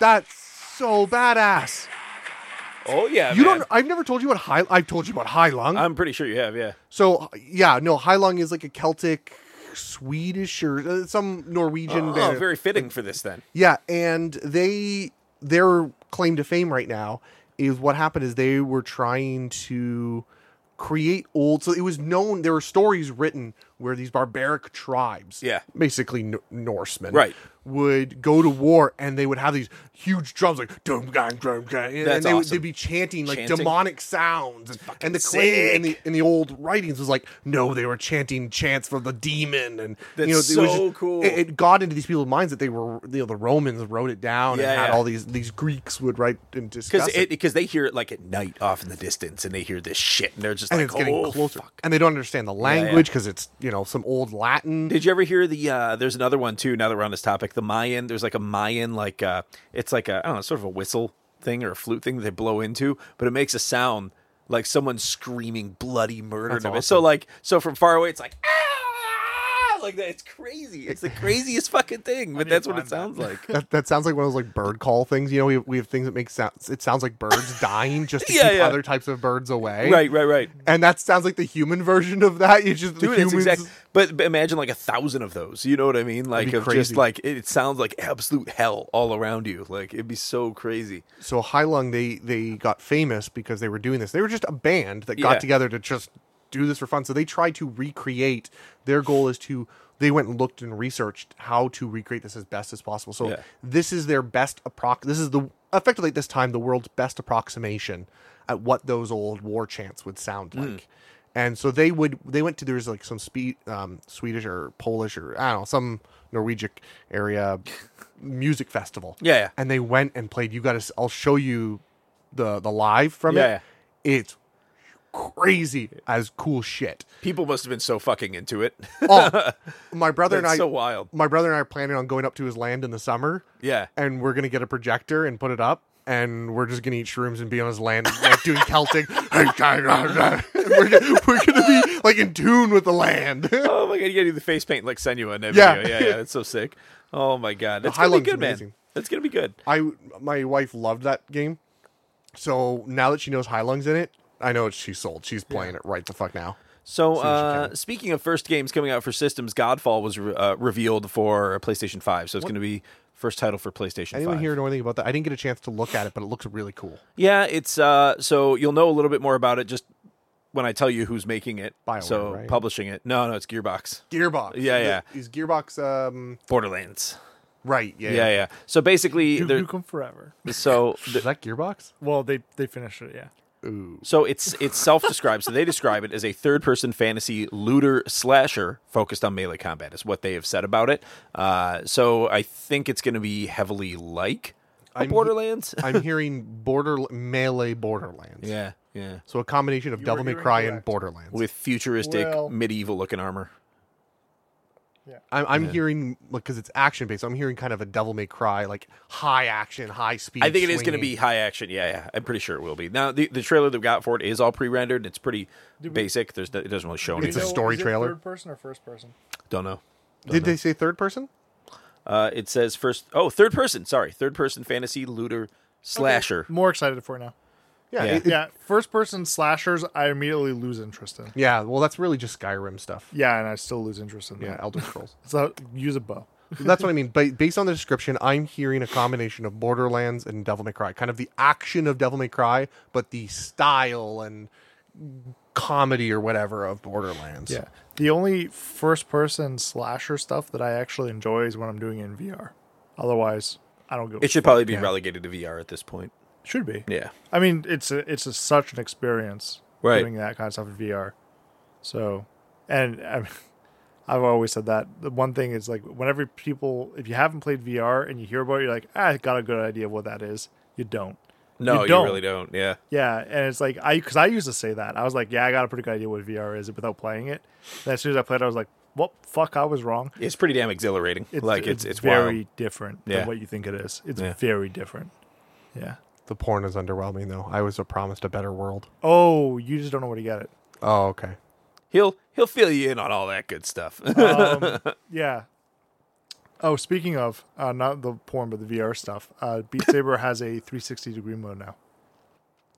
Speaker 1: That's so badass.
Speaker 2: Oh yeah,
Speaker 1: You
Speaker 2: man.
Speaker 1: don't. I've never told you what Hy. I've told you about Hylung.
Speaker 2: I'm pretty sure you have. Yeah.
Speaker 1: so yeah, no. Hylung is like a Celtic, Swedish or uh, some Norwegian
Speaker 2: Oh,
Speaker 1: band.
Speaker 2: very fitting for this then.
Speaker 1: Yeah, and they their claim to fame right now is what happened is they were trying to create old so it was known there were stories written where these barbaric tribes
Speaker 2: Yeah.
Speaker 1: basically N- norsemen
Speaker 2: Right.
Speaker 1: would go to war and they would have these huge drums like dum gang dum gang and,
Speaker 2: That's
Speaker 1: they would
Speaker 2: awesome.
Speaker 1: they'd be chanting like
Speaker 2: Chanting.
Speaker 1: demonic sounds and, and the claim in the in the old writings was like no they were chanting chants for the demon and
Speaker 2: That's
Speaker 1: you know it was
Speaker 2: so
Speaker 1: just-
Speaker 2: cool.
Speaker 1: it- it got into these people's minds that they were you know the Romans wrote it down
Speaker 2: Yeah,
Speaker 1: and had
Speaker 2: yeah.
Speaker 1: all these these Greeks would write and discuss
Speaker 2: Because
Speaker 1: it,
Speaker 2: it because they hear it like at night off in the distance, and they hear this shit, and they're just
Speaker 1: and
Speaker 2: like,
Speaker 1: it's getting
Speaker 2: oh,
Speaker 1: closer
Speaker 2: fuck.
Speaker 1: and they don't understand the language because it's you know some old Latin.
Speaker 2: Did you ever hear the? Uh, there's another one too. Now that we're on this topic, the Mayan. There's like a Mayan, like uh, it's like a I don't know, sort of a whistle thing or a flute thing that they blow into, but it makes a sound like someone screaming bloody murder.
Speaker 1: That's
Speaker 2: to me.
Speaker 1: awesome.
Speaker 2: So like, so from far away, it's like ah, like that. It's crazy. It's the craziest fucking thing, but
Speaker 3: need
Speaker 2: that's
Speaker 3: to
Speaker 2: what it
Speaker 3: find
Speaker 2: sounds
Speaker 3: that.
Speaker 2: like.
Speaker 1: that, that sounds like one of those like bird call things. You know, we have, we have things that make sounds. It sounds like birds dying just to
Speaker 2: Yeah,
Speaker 1: keep
Speaker 2: yeah.
Speaker 1: other types of birds away.
Speaker 2: Right, right, right.
Speaker 1: And that sounds like the human version of that. You just
Speaker 2: Dude,
Speaker 1: the
Speaker 2: it's
Speaker 1: humans.
Speaker 2: exact. But, but imagine like a thousand of those. You know what I mean? Like
Speaker 1: be
Speaker 2: of just
Speaker 1: crazy.
Speaker 2: like it, it sounds like absolute hell all around you. Like it'd be so crazy.
Speaker 1: So Hylung, they they got famous because they were doing this. They were just a band that
Speaker 2: Yeah.
Speaker 1: got together to just do this for fun. So they try to recreate. Their goal is to they went and looked and researched how to recreate this as best as possible. So
Speaker 2: Yeah.
Speaker 1: this is their best approx. This is the effectively at this time the world's best approximation at what those old war chants would sound
Speaker 2: Hmm.
Speaker 1: like. And so they would they went to there was like some spe- um, Swedish or Polish or I don't know some Norwegian area music festival.
Speaker 2: Yeah, yeah.
Speaker 1: And they went and played. You got to. I'll show you the the live from
Speaker 2: Yeah,
Speaker 1: it. It's crazy as cool shit.
Speaker 2: People must have been so fucking into it.
Speaker 1: Oh, my brother and
Speaker 2: That's
Speaker 1: I.
Speaker 2: so wild.
Speaker 1: My brother and I are planning on going up to his land in the summer,
Speaker 2: Yeah.
Speaker 1: and we're gonna get a projector and put it up, and we're just gonna eat shrooms and be on his land like doing Celtic. we're, gonna, we're gonna be like in tune with the land.
Speaker 2: Oh my god, you gotta do the face paint like Senua in that
Speaker 1: Yeah.
Speaker 2: video. Yeah, yeah, that's so sick. Oh my god. That's gonna be
Speaker 1: Highland's
Speaker 2: good, man.
Speaker 1: amazing.
Speaker 2: That's gonna be good.
Speaker 1: I my wife loved that game, so now that she knows High Lungs in it, I know she's sold. She's playing it right the fuck now.
Speaker 2: So,
Speaker 1: Soon as you
Speaker 2: uh, speaking of first games coming out for systems, Godfall was re- uh, revealed for PlayStation 5. So, it's going to be first title for PlayStation
Speaker 1: Anyone
Speaker 2: 5.
Speaker 1: here know anything about that? I didn't get a chance to look at it, but it looks really cool.
Speaker 2: Yeah, it's uh, so you'll know a little bit more about it just when I tell you who's making it.
Speaker 1: BioWare,
Speaker 2: so,
Speaker 1: right?
Speaker 2: publishing it. No, no, it's Gearbox.
Speaker 1: Gearbox.
Speaker 2: Yeah,
Speaker 1: Is-
Speaker 2: yeah.
Speaker 1: Is Gearbox um
Speaker 2: Borderlands.
Speaker 1: right? Yeah.
Speaker 2: Yeah, yeah. So, basically,
Speaker 3: Duke
Speaker 2: they're,
Speaker 3: Nukem Forever.
Speaker 2: so
Speaker 1: Is that Gearbox?
Speaker 3: Well, they they finished it. Yeah.
Speaker 1: Ooh.
Speaker 2: So it's it's self described. so they describe it as a third person fantasy looter slasher focused on melee combat is what they have said about it. Uh, so I think it's going to be heavily like a
Speaker 1: I'm-
Speaker 2: Borderlands.
Speaker 1: I'm hearing border melee Borderlands.
Speaker 2: yeah, yeah,
Speaker 1: So a combination of
Speaker 3: You
Speaker 1: Devil
Speaker 3: were
Speaker 1: May
Speaker 3: hearing
Speaker 1: Cry and
Speaker 3: correct.
Speaker 1: Borderlands.
Speaker 2: with futuristic
Speaker 3: Well-
Speaker 2: medieval looking armor.
Speaker 1: I'm, I'm hearing because it's action based. I'm hearing kind of a Devil May Cry like high action, high speed.
Speaker 2: I think it is going to
Speaker 1: swinging.
Speaker 2: be high action. Yeah, yeah. I'm pretty sure it will be. Now the, the trailer they've got for it is all pre rendered. It's pretty basic. There's no- it doesn't really show
Speaker 1: It's a
Speaker 2: anything.
Speaker 1: story
Speaker 3: is it
Speaker 1: trailer.
Speaker 3: Third person or first person?
Speaker 2: Don't know.
Speaker 1: Did they say third person?
Speaker 2: Uh, it says first. Oh, third person. Sorry, third person fantasy looter slasher.
Speaker 3: More excited for it now.
Speaker 1: Yeah.
Speaker 2: Yeah.
Speaker 1: it- it- yeah.
Speaker 3: Yeah, first person slashers. I immediately lose interest in.
Speaker 1: Well, that's really just Skyrim stuff.
Speaker 3: Yeah, and I still lose interest in.
Speaker 1: Yeah.
Speaker 3: That.
Speaker 1: Elder Scrolls.
Speaker 3: So use a bow.
Speaker 1: That's what I mean. But based on the description, I'm hearing a combination of Borderlands and Devil May Cry. Kind of the action of Devil May Cry, but the style and comedy or whatever of Borderlands.
Speaker 3: Yeah. The only first person slasher stuff that I actually enjoy is when I'm doing it in VR. Otherwise, I don't go.
Speaker 2: It
Speaker 3: It
Speaker 2: should probably be relegated to VR at this point.
Speaker 3: should be.
Speaker 2: Yeah.
Speaker 3: I mean, it's a, it's a, such an experience
Speaker 2: Right.
Speaker 3: doing that kind of stuff in VR. So, and I mean, I've always said that the one thing is like whenever people, if you haven't played VR and you hear about it, you're like, ah, I got a good idea of what that is. You don't.
Speaker 2: No, you,
Speaker 3: You don't.
Speaker 2: really don't. Yeah.
Speaker 3: Yeah, and it's like I because I used to say that I was like, yeah, I got a pretty good idea what VR is without playing it. And as soon as I played, it, I was like, well, fuck, I was wrong.
Speaker 2: It's pretty damn exhilarating.
Speaker 3: It's,
Speaker 2: like it's it's,
Speaker 3: very
Speaker 2: wild.
Speaker 3: different
Speaker 2: Yeah.
Speaker 3: than what you think it is. It's
Speaker 2: Yeah.
Speaker 3: very different. Yeah.
Speaker 1: The porn is underwhelming though. I was promised a better world.
Speaker 3: Oh, you just don't know where to get it.
Speaker 1: Oh, okay.
Speaker 2: He'll he'll fill you in on all that good stuff.
Speaker 3: Um, yeah. Oh, speaking of uh, not the porn but the VR stuff, uh, Beat Saber has a 360 degree mode now.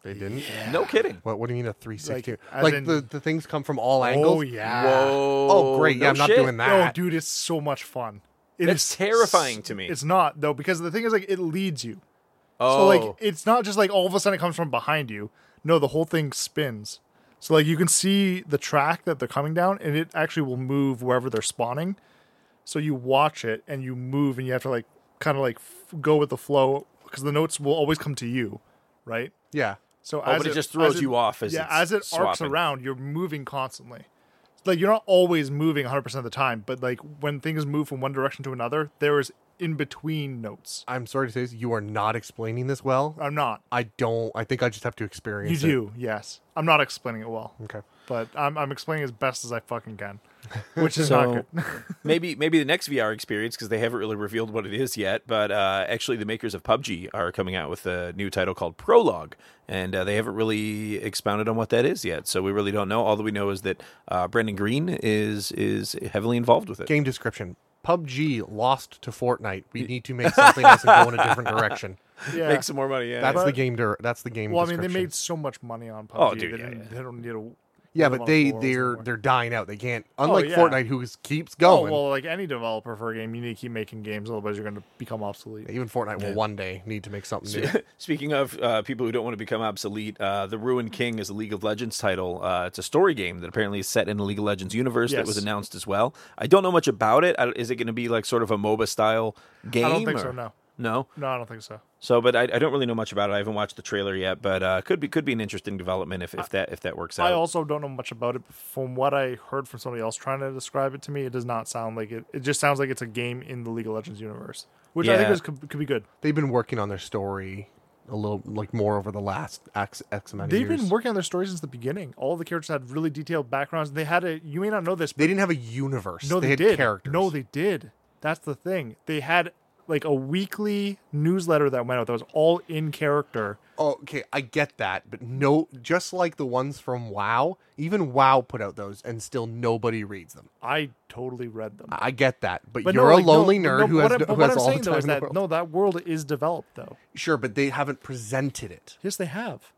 Speaker 1: They didn't.
Speaker 2: no kidding.
Speaker 1: What What do you mean a 360?
Speaker 3: as
Speaker 1: Like,
Speaker 3: in-
Speaker 1: the, the things come from all angles.
Speaker 3: Oh yeah.
Speaker 2: Whoa.
Speaker 1: Oh great.
Speaker 2: no
Speaker 1: yeah, I'm not
Speaker 2: shit.
Speaker 1: doing
Speaker 3: Oh,
Speaker 1: that.
Speaker 3: dude, it's so much fun. It
Speaker 2: That's
Speaker 3: is
Speaker 2: terrifying to me.
Speaker 3: It's not though because the thing is like it leads you.
Speaker 2: Oh,
Speaker 3: So like it's not just like all of a sudden it comes from behind you. No, the whole thing spins. So like you can see the track that they're coming down and it actually will move wherever they're spawning. So you watch it and you move and you have to like kind of like f- go with the flow because the notes will always come to you, right?
Speaker 1: yeah.
Speaker 3: So
Speaker 2: Oh,
Speaker 3: as
Speaker 2: but it just throws you off as
Speaker 3: yeah,
Speaker 2: it's
Speaker 3: as it arcs
Speaker 2: swapping.
Speaker 3: around, you're moving constantly. Like you're not always moving 100 percent of the time, but like when things move from one direction to another, there is in between notes.
Speaker 1: I'm sorry to say this. You are not explaining this well.
Speaker 3: I'm not.
Speaker 1: I don't. I think I just have to experience.
Speaker 3: Uh, you
Speaker 1: it.
Speaker 3: do, yes. I'm not explaining it well,
Speaker 1: Okay.
Speaker 3: but I'm I'm explaining as best as I fucking can, which is
Speaker 2: So-
Speaker 3: not good.
Speaker 2: maybe maybe the next VR experience because they haven't really revealed what it is yet. But uh, actually, the makers of PUBG are coming out with a new title called Prologue, and uh, they haven't really expounded on what that is yet. So we really don't know. All that we know is that uh, Brendan Green is is heavily involved with it.
Speaker 1: Game description. PUBG lost to Fortnite. We need to make something else and go in a different direction.
Speaker 3: yeah.
Speaker 2: Make some more money. Yeah,
Speaker 1: That's
Speaker 2: yeah.
Speaker 1: the game. dir- that's the game.
Speaker 3: well, I mean, they
Speaker 1: description.
Speaker 3: made so much money on PUBG.
Speaker 2: Oh, dude,
Speaker 3: they,
Speaker 2: yeah,
Speaker 3: didn't-
Speaker 2: yeah.
Speaker 3: they don't need to
Speaker 1: Yeah,
Speaker 3: Pokemon
Speaker 1: but they
Speaker 3: Four was
Speaker 1: they're
Speaker 3: more.
Speaker 1: they're dying out. They can't. Unlike
Speaker 3: Oh, yeah.
Speaker 1: Fortnite, who is- keeps
Speaker 3: Oh
Speaker 1: going.
Speaker 3: well, like any developer for a game, you need to keep making games, otherwise you're going to become obsolete.
Speaker 1: even Fortnite will one day need to make something new.
Speaker 2: Speaking of uh, people who don't want to become obsolete, uh, The Ruined King is a League of Legends title. Uh, it's a story game that apparently is set in the League of Legends universe that
Speaker 3: Yes.
Speaker 2: was announced as well. I don't know much about it. I, is it going to be like sort of a MOBA style game?
Speaker 3: I don't think
Speaker 2: or-
Speaker 3: so. No,
Speaker 2: No.
Speaker 3: no, I don't think so.
Speaker 2: So, but I, I don't really know much about it. I haven't watched the trailer yet, but uh, could be could be an interesting development if, if that if that works
Speaker 3: I
Speaker 2: out.
Speaker 3: also don't know much about it. but From what I heard from somebody else trying to describe it to me, it does not sound like it. It just sounds like it's a game in the League of Legends universe, which I think
Speaker 2: Yeah.
Speaker 3: is, could, could be good.
Speaker 1: They've been working on their story a little like more over the last X, X amount of
Speaker 3: They've
Speaker 1: years.
Speaker 3: been working on their story since the beginning. All the characters had really detailed backgrounds. They had a. You may not know this. But
Speaker 1: they didn't have a universe.
Speaker 3: no,
Speaker 1: they,
Speaker 3: they,
Speaker 1: had
Speaker 3: did.
Speaker 1: characters.
Speaker 3: No, they did. That's the thing. They had like a weekly newsletter that went out that was all in character.
Speaker 1: Oh, okay, I get that, but no, just like the ones from WoW, even WoW put out those, and still nobody reads them.
Speaker 3: I totally read them.
Speaker 1: I I get that, but,
Speaker 3: But
Speaker 1: Uh, you're
Speaker 3: no,
Speaker 1: a
Speaker 3: like, no,
Speaker 1: lonely
Speaker 3: no,
Speaker 1: nerd who
Speaker 3: but
Speaker 1: has,
Speaker 3: what,
Speaker 1: no-
Speaker 3: I- but
Speaker 1: who
Speaker 3: what
Speaker 1: has
Speaker 3: I'm
Speaker 1: all
Speaker 3: saying
Speaker 1: the
Speaker 3: though
Speaker 1: time
Speaker 3: is
Speaker 1: in the
Speaker 3: that
Speaker 1: world.
Speaker 3: no, that world is developed though.
Speaker 1: Sure, but they haven't presented it.
Speaker 3: Yes, they have.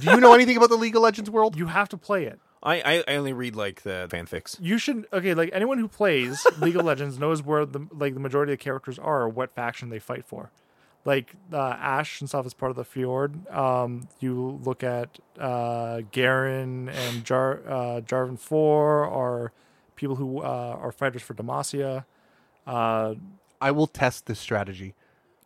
Speaker 1: Do you know anything about the League of Legends world?
Speaker 3: You have to play it.
Speaker 2: I, I I only read like the fanfics.
Speaker 3: You should okay. Like anyone who plays League of Legends knows where the like the majority of the characters are or what faction they fight for. Like uh, Ash and stuff is part of the Fjord. Um, you look at uh, Garen and Jar uh, Jarvan Four are people who uh, are fighters for Demacia. Uh,
Speaker 1: I will test this strategy.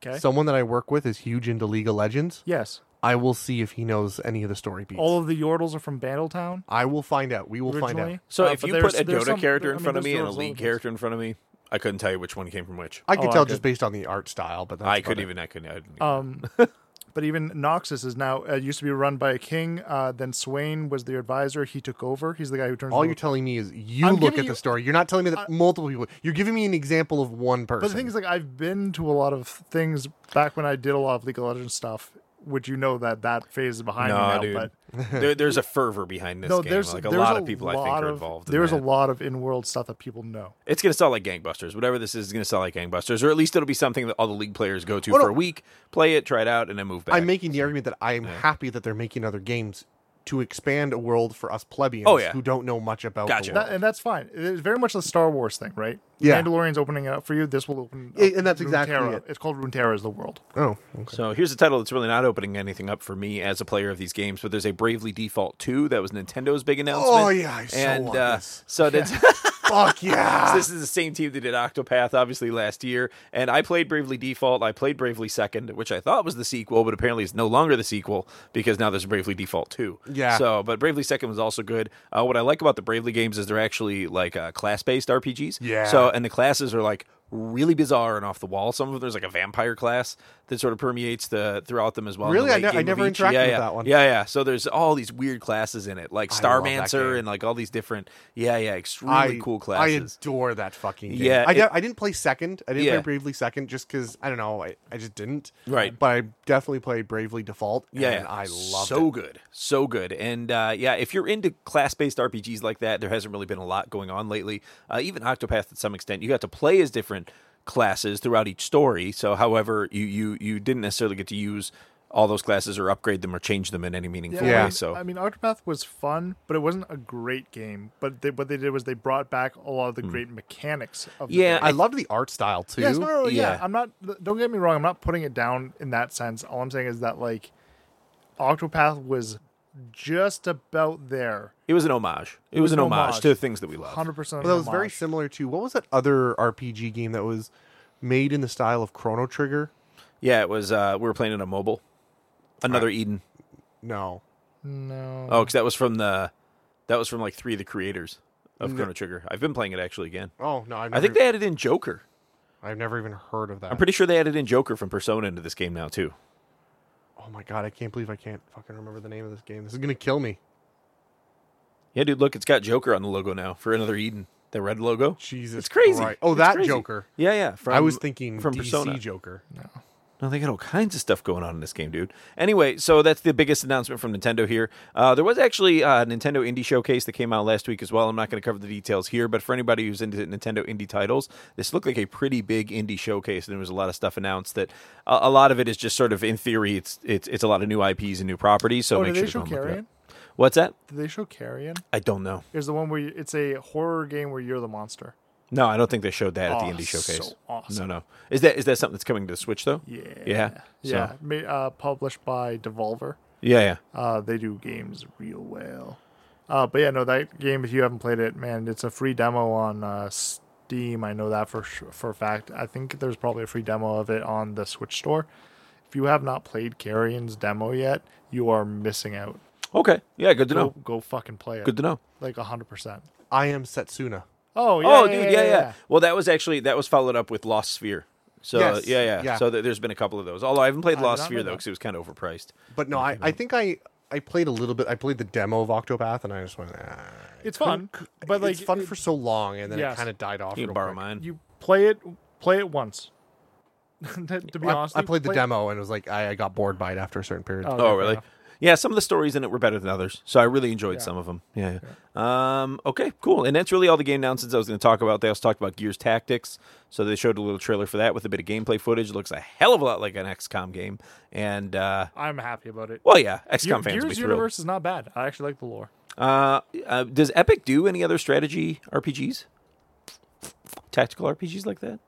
Speaker 3: okay.
Speaker 1: Someone that I work with is huge into League of Legends.
Speaker 3: yes,
Speaker 1: I will see if he knows any of the story beats.
Speaker 3: all of the Yordles are from Bandletown.
Speaker 1: I will find out. We will find out.
Speaker 3: originally.
Speaker 2: So
Speaker 3: Uh,
Speaker 2: if
Speaker 3: but
Speaker 2: you
Speaker 3: there's-
Speaker 2: put a
Speaker 3: there's
Speaker 2: Dota
Speaker 3: some-
Speaker 2: character
Speaker 3: I
Speaker 2: in
Speaker 3: mean,
Speaker 2: front of
Speaker 3: there's
Speaker 2: me and a
Speaker 3: Yordles all over
Speaker 2: League
Speaker 3: the place.
Speaker 2: character in front of me, I couldn't tell you which one came from which.
Speaker 1: I could
Speaker 3: Oh, I
Speaker 1: tell
Speaker 3: get
Speaker 1: just
Speaker 3: it.
Speaker 1: based on the art style, but that's
Speaker 2: I
Speaker 1: about
Speaker 2: could
Speaker 1: it.
Speaker 2: even I couldn't. I didn't
Speaker 3: Um, but even Noxus is now uh, used to be run by a king. Uh, then Swain was the advisor. He took over. He's the guy who turns.
Speaker 1: All
Speaker 3: the-
Speaker 1: you're telling me is you
Speaker 3: I'm
Speaker 1: look
Speaker 3: giving
Speaker 1: at the
Speaker 3: you-
Speaker 1: story. You're not telling me that multiple people. You're giving me an example of one person.
Speaker 3: but the thing is, like, I've been to a lot of things back when I did a lot of League of Legends stuff. Which you know that that phase is behind me
Speaker 2: Nah,
Speaker 3: now,
Speaker 2: dude.
Speaker 3: but
Speaker 2: there, there's a fervor behind this
Speaker 3: no,
Speaker 2: game.
Speaker 3: there's
Speaker 2: like a
Speaker 3: there's
Speaker 2: lot of people, I think,
Speaker 3: lot
Speaker 2: are
Speaker 3: of-
Speaker 2: involved. in
Speaker 3: There's
Speaker 2: that.
Speaker 3: a lot of in-world stuff that people know.
Speaker 2: It's gonna sell like gangbusters. Whatever this is, is gonna sell like gangbusters, or at least it'll be something that all the league players go to
Speaker 1: Well,
Speaker 2: for
Speaker 1: no.
Speaker 2: a week, play it, try it out, and then move back.
Speaker 1: I'm making the argument that I am happy that they're making other games to expand a world for us plebeians
Speaker 2: Oh, yeah.
Speaker 1: who don't know much about. the
Speaker 2: Gotcha.
Speaker 1: world.
Speaker 3: That, and that's fine. It's very much the Star Wars thing, right?
Speaker 1: Yeah.
Speaker 3: Mandalorian's opening it up for you. This will open.
Speaker 1: Yeah,
Speaker 3: up
Speaker 1: and that's exactly
Speaker 3: Runeterra.
Speaker 1: it.
Speaker 3: It's called Runeterra is the world.
Speaker 1: Oh, okay.
Speaker 2: so here's a title that's really not opening anything up for me as a player of these games, but there's a Bravely Default 2 that was Nintendo's big announcement.
Speaker 1: Oh, yeah, I so
Speaker 2: and
Speaker 1: want
Speaker 2: uh,
Speaker 1: this.
Speaker 2: so that's
Speaker 1: fuck yeah.
Speaker 2: So this is the same team that did Octopath, obviously, last year. And I played Bravely Default. I played Bravely Second, which I thought was the sequel, but apparently is no longer the sequel because now there's Bravely Default 2.
Speaker 1: Yeah.
Speaker 2: So, but Bravely Second was also good. Uh, what I like about the Bravely games is they're actually like uh, class based RPGs.
Speaker 1: Yeah.
Speaker 2: So, and the classes are like really bizarre and off the wall. Some of them there's like a vampire class that sort of permeates the throughout them as well. in the
Speaker 1: Really? I
Speaker 2: late
Speaker 1: ne- I
Speaker 2: game of
Speaker 1: never
Speaker 2: each.
Speaker 1: interacted
Speaker 2: yeah,
Speaker 1: with
Speaker 2: yeah.
Speaker 1: that one.
Speaker 2: Yeah, yeah. So there's all these weird classes in it, like
Speaker 1: I love that
Speaker 2: Starmancer
Speaker 1: game.
Speaker 2: and like all these different, yeah, yeah, extremely
Speaker 1: I,
Speaker 2: cool
Speaker 1: I
Speaker 2: classes.
Speaker 1: adore that fucking game.
Speaker 2: Yeah,
Speaker 1: I, de-
Speaker 2: it-
Speaker 1: I didn't play second. I didn't
Speaker 2: Yeah.
Speaker 1: play Bravely Second just because I don't know. I, I just didn't.
Speaker 2: Right.
Speaker 1: But I definitely played Bravely Default.
Speaker 2: Yeah,
Speaker 1: and I love
Speaker 2: so
Speaker 1: it.
Speaker 2: good, so good, and uh, yeah, if you're into class-based RPGs like that, there hasn't really been a lot going on lately. Uh, even Octopath, to some extent, you got to play as different classes throughout each story. So, however, you you you didn't necessarily get to use all those classes or upgrade them or change them in any meaningful
Speaker 1: Yeah.
Speaker 2: way. So,
Speaker 3: I mean, Octopath was fun, but it wasn't a great game. But they, what they did was they brought back a lot of
Speaker 2: Hmm.
Speaker 3: the great mechanics of the
Speaker 2: Yeah,
Speaker 3: game.
Speaker 1: I loved the art style too.
Speaker 3: Yes, no, no, no, yeah.
Speaker 2: Yeah.
Speaker 3: I'm not. Don't get me wrong. I'm not putting it down in that sense. All I'm saying is that like, Octopath was just about there,
Speaker 2: it was an homage. It, was,
Speaker 3: was
Speaker 2: an
Speaker 3: an
Speaker 2: homage,
Speaker 3: homage.
Speaker 2: to things that we love.
Speaker 3: hundred percent.
Speaker 1: Well, that was very similar to what was that other RPG game that was made in the style of Chrono Trigger?
Speaker 2: Yeah, it was. Uh, we were playing it on mobile. Another Eden.
Speaker 1: No,
Speaker 3: No.
Speaker 2: Oh, because that was from the that was from like three of the creators of Chrono Trigger. I've been playing it actually again.
Speaker 1: Oh no, I've never,
Speaker 2: I think they added in Joker.
Speaker 1: I've never even heard of that.
Speaker 2: I'm pretty sure they added in Joker from Persona into this game now too.
Speaker 1: oh my god, I can't believe I can't fucking remember the name of this game. This is gonna kill me.
Speaker 2: Yeah, dude, look, it's got Joker on the logo now for another Eden. The red logo.
Speaker 1: Jesus,
Speaker 2: it's crazy.
Speaker 1: Christ. Oh,
Speaker 2: It's
Speaker 1: that
Speaker 2: crazy.
Speaker 1: Joker.
Speaker 2: Yeah, yeah. From,
Speaker 1: I was thinking
Speaker 2: from
Speaker 1: DC
Speaker 2: Persona.
Speaker 1: Joker.
Speaker 2: No, they got all kinds of stuff going on in this game, dude. Anyway, so that's the biggest announcement from Nintendo here. Uh, there was actually uh, a Nintendo Indie Showcase that came out last week as well. I'm not going to cover the details here, but for anybody who's into Nintendo Indie titles, this looked like a pretty big indie showcase, and there was a lot of stuff announced. That uh, a lot of it is just sort of in theory, it's it's it's a lot of new IPs and new properties. So
Speaker 3: Oh,
Speaker 2: make
Speaker 3: did
Speaker 2: sure
Speaker 3: they
Speaker 2: to go and look it
Speaker 3: show
Speaker 2: up.
Speaker 3: Carrion?
Speaker 2: What's that?
Speaker 3: Did they show Carrion?
Speaker 2: I don't know.
Speaker 3: There's the one where you, it's a horror game where you're the monster.
Speaker 2: No, I don't think they showed that at
Speaker 3: Oh,
Speaker 2: the indie showcase.
Speaker 3: so awesome.
Speaker 2: No, no. Is that is that something that's coming to the Switch though?
Speaker 3: Yeah.
Speaker 2: Yeah.
Speaker 3: Yeah.
Speaker 2: So-
Speaker 3: Ma- uh, published by Devolver.
Speaker 2: Yeah, yeah.
Speaker 3: Uh, they do games real well. Uh, but yeah, no, that game. If you haven't played it, man, it's a free demo on uh, Steam. I know that for su- for a fact. I think there's probably a free demo of it on the Switch store. If you have not played Carrion's demo yet, you are missing out.
Speaker 2: Okay. Yeah, good to
Speaker 3: Go
Speaker 2: know.
Speaker 3: go fucking play it.
Speaker 2: Good to know.
Speaker 3: Like hundred percent.
Speaker 1: I am Setsuna.
Speaker 3: Oh yeah.
Speaker 2: oh, dude, yeah, yeah, Well, that was actually that was followed up with Lost Sphere. So
Speaker 1: Yes,
Speaker 2: yeah, yeah,
Speaker 1: yeah.
Speaker 2: So th- there's been a couple of those. Although I haven't played
Speaker 3: I did
Speaker 2: Lost
Speaker 3: not
Speaker 2: Sphere
Speaker 3: know
Speaker 2: though,
Speaker 3: that.
Speaker 2: because it was kind of overpriced.
Speaker 1: But no, I, I think I I played a little bit. I played the demo of Octopath, and I just went. "Ah."
Speaker 3: It's fun, but like
Speaker 1: it's fun for so long, and then it
Speaker 3: Yes.
Speaker 1: kind of died off.
Speaker 2: You
Speaker 1: real
Speaker 2: can borrow
Speaker 1: quick.
Speaker 2: mine.
Speaker 3: you play it play it once. to to be
Speaker 1: I,
Speaker 3: honest,
Speaker 1: I
Speaker 3: you
Speaker 1: played the
Speaker 3: play-
Speaker 1: demo and it was like I, I got bored by it after a certain period.
Speaker 3: Oh, okay,
Speaker 2: oh,
Speaker 3: fair
Speaker 2: really?
Speaker 3: enough.
Speaker 2: Yeah, some of the stories in it were better than others, so I really enjoyed some of them. Yeah. yeah. Um, okay, cool. And that's really all the game announcements I was going to talk about. They also talked about Gears Tactics, so they showed a little trailer for that with a bit of gameplay footage. looks a hell of a lot like an XCOM game, and uh,
Speaker 3: I'm happy about it.
Speaker 2: well, yeah, XCOM
Speaker 3: Gears
Speaker 2: fans will be thrilled.
Speaker 3: Universe is not bad. I actually like the lore.
Speaker 2: Uh, uh, does Epic do any other strategy RPGs? Tactical RPGs like that?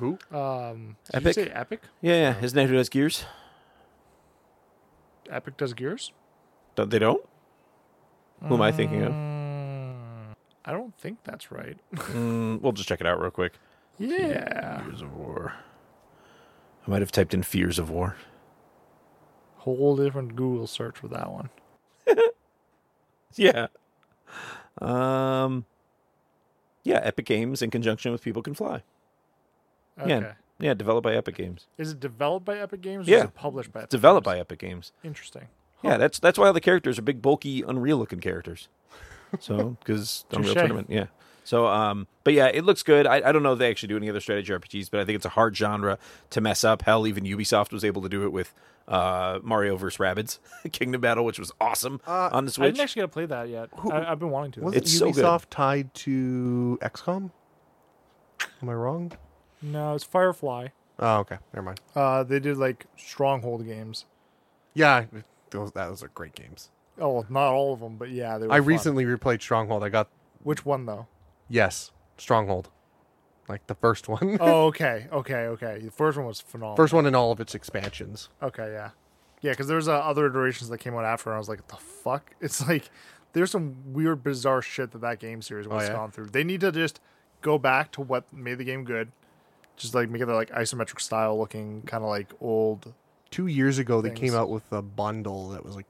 Speaker 1: Who?
Speaker 3: Um, did
Speaker 2: Epic?
Speaker 3: You say Epic.
Speaker 2: Yeah, yeah. Isn't that who does Gears?
Speaker 3: Epic does Gears.
Speaker 2: Don't, they don't? Who am I thinking of?
Speaker 3: I don't think that's right.
Speaker 2: Mm, we'll just check it out real quick.
Speaker 3: yeah.
Speaker 2: Fears of War. I might have typed in Fears of War.
Speaker 3: Whole different Google search for that one.
Speaker 2: Yeah. Um. Yeah, Epic Games in conjunction with People Can Fly.
Speaker 3: Okay.
Speaker 2: Yeah. Yeah, developed by Epic Games.
Speaker 3: Is it developed by Epic Games? Or
Speaker 2: Yeah.
Speaker 3: Is it published by. Epic
Speaker 2: Developed by
Speaker 3: Games?
Speaker 2: Epic Games.
Speaker 3: Interesting.
Speaker 2: Yeah, that's that's why all the characters are big, bulky, unreal-looking characters. So, because Unreal
Speaker 3: Touche.
Speaker 2: Tournament, yeah. So, um, but yeah, it looks good. I, I don't know if they actually do any other strategy RPGs, but I think it's a hard genre to mess up. Hell, even Ubisoft was able to do it with uh, Mario vs. Rabbids Kingdom Battle, which was awesome
Speaker 1: Uh,
Speaker 2: on the
Speaker 3: I
Speaker 2: Switch.
Speaker 3: didn't actually get to play that yet. I, I've been wanting to.
Speaker 1: Wasn't
Speaker 2: It's so
Speaker 1: Ubisoft
Speaker 2: good.
Speaker 1: tied to XCOM? Am I wrong?
Speaker 3: No, it's Firefly.
Speaker 1: Oh, okay. Never mind.
Speaker 3: Uh, they did like Stronghold games.
Speaker 1: Yeah, those that those are great games.
Speaker 3: Oh, well, not all of them, but yeah, they were.
Speaker 1: I
Speaker 3: fun.
Speaker 1: recently replayed Stronghold. I got
Speaker 3: Which one though?
Speaker 1: yes, Stronghold, like the first one, first
Speaker 3: Oh, okay, okay, okay. The first one was phenomenal.
Speaker 1: one in all of its expansions.
Speaker 3: Okay, yeah, yeah, because there's uh, other iterations that came out after, and I was like, the fuck. It's like there's some weird, bizarre shit that that game series was
Speaker 1: yeah?
Speaker 3: gone through. They need to just go back to what made the game good, just like make it like isometric style looking, kind of like old.
Speaker 1: Two years ago, they
Speaker 3: Things.
Speaker 1: came out with a bundle that was like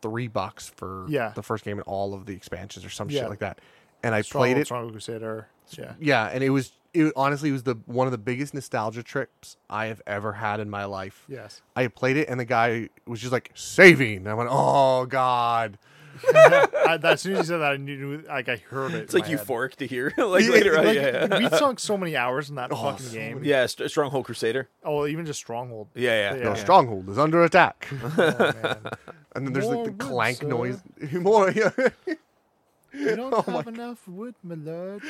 Speaker 1: three bucks for
Speaker 3: Yeah.
Speaker 1: the first game and all of the expansions or some
Speaker 3: Yeah.
Speaker 1: shit like that. And I
Speaker 3: Stronghold,
Speaker 1: played it
Speaker 3: Stronghold Crusader. Yeah,
Speaker 1: Yeah, and it was it honestly it was the one of the biggest nostalgia trips I have ever had in my life.
Speaker 3: yes.
Speaker 1: I played it and the guy was just like saving. And I went, "Oh god."
Speaker 3: I, that- as soon as you said that, I knew like I heard it.
Speaker 2: It's like euphoric to hear, like
Speaker 1: Yeah,
Speaker 2: later on.
Speaker 1: like,
Speaker 2: yeah, yeah.
Speaker 3: we sunk so many hours in that fucking
Speaker 1: so
Speaker 3: game.
Speaker 2: yeah, St- Stronghold Crusader.
Speaker 3: Oh, even just Stronghold.
Speaker 2: Yeah, yeah.
Speaker 1: The
Speaker 3: Yeah.
Speaker 1: stronghold is under attack.
Speaker 3: Oh, man.
Speaker 1: And then there's like
Speaker 3: More
Speaker 1: the
Speaker 3: wood,
Speaker 1: clank
Speaker 3: sir.
Speaker 1: noise. More. Yeah.
Speaker 3: You don't have enough wood, my lord.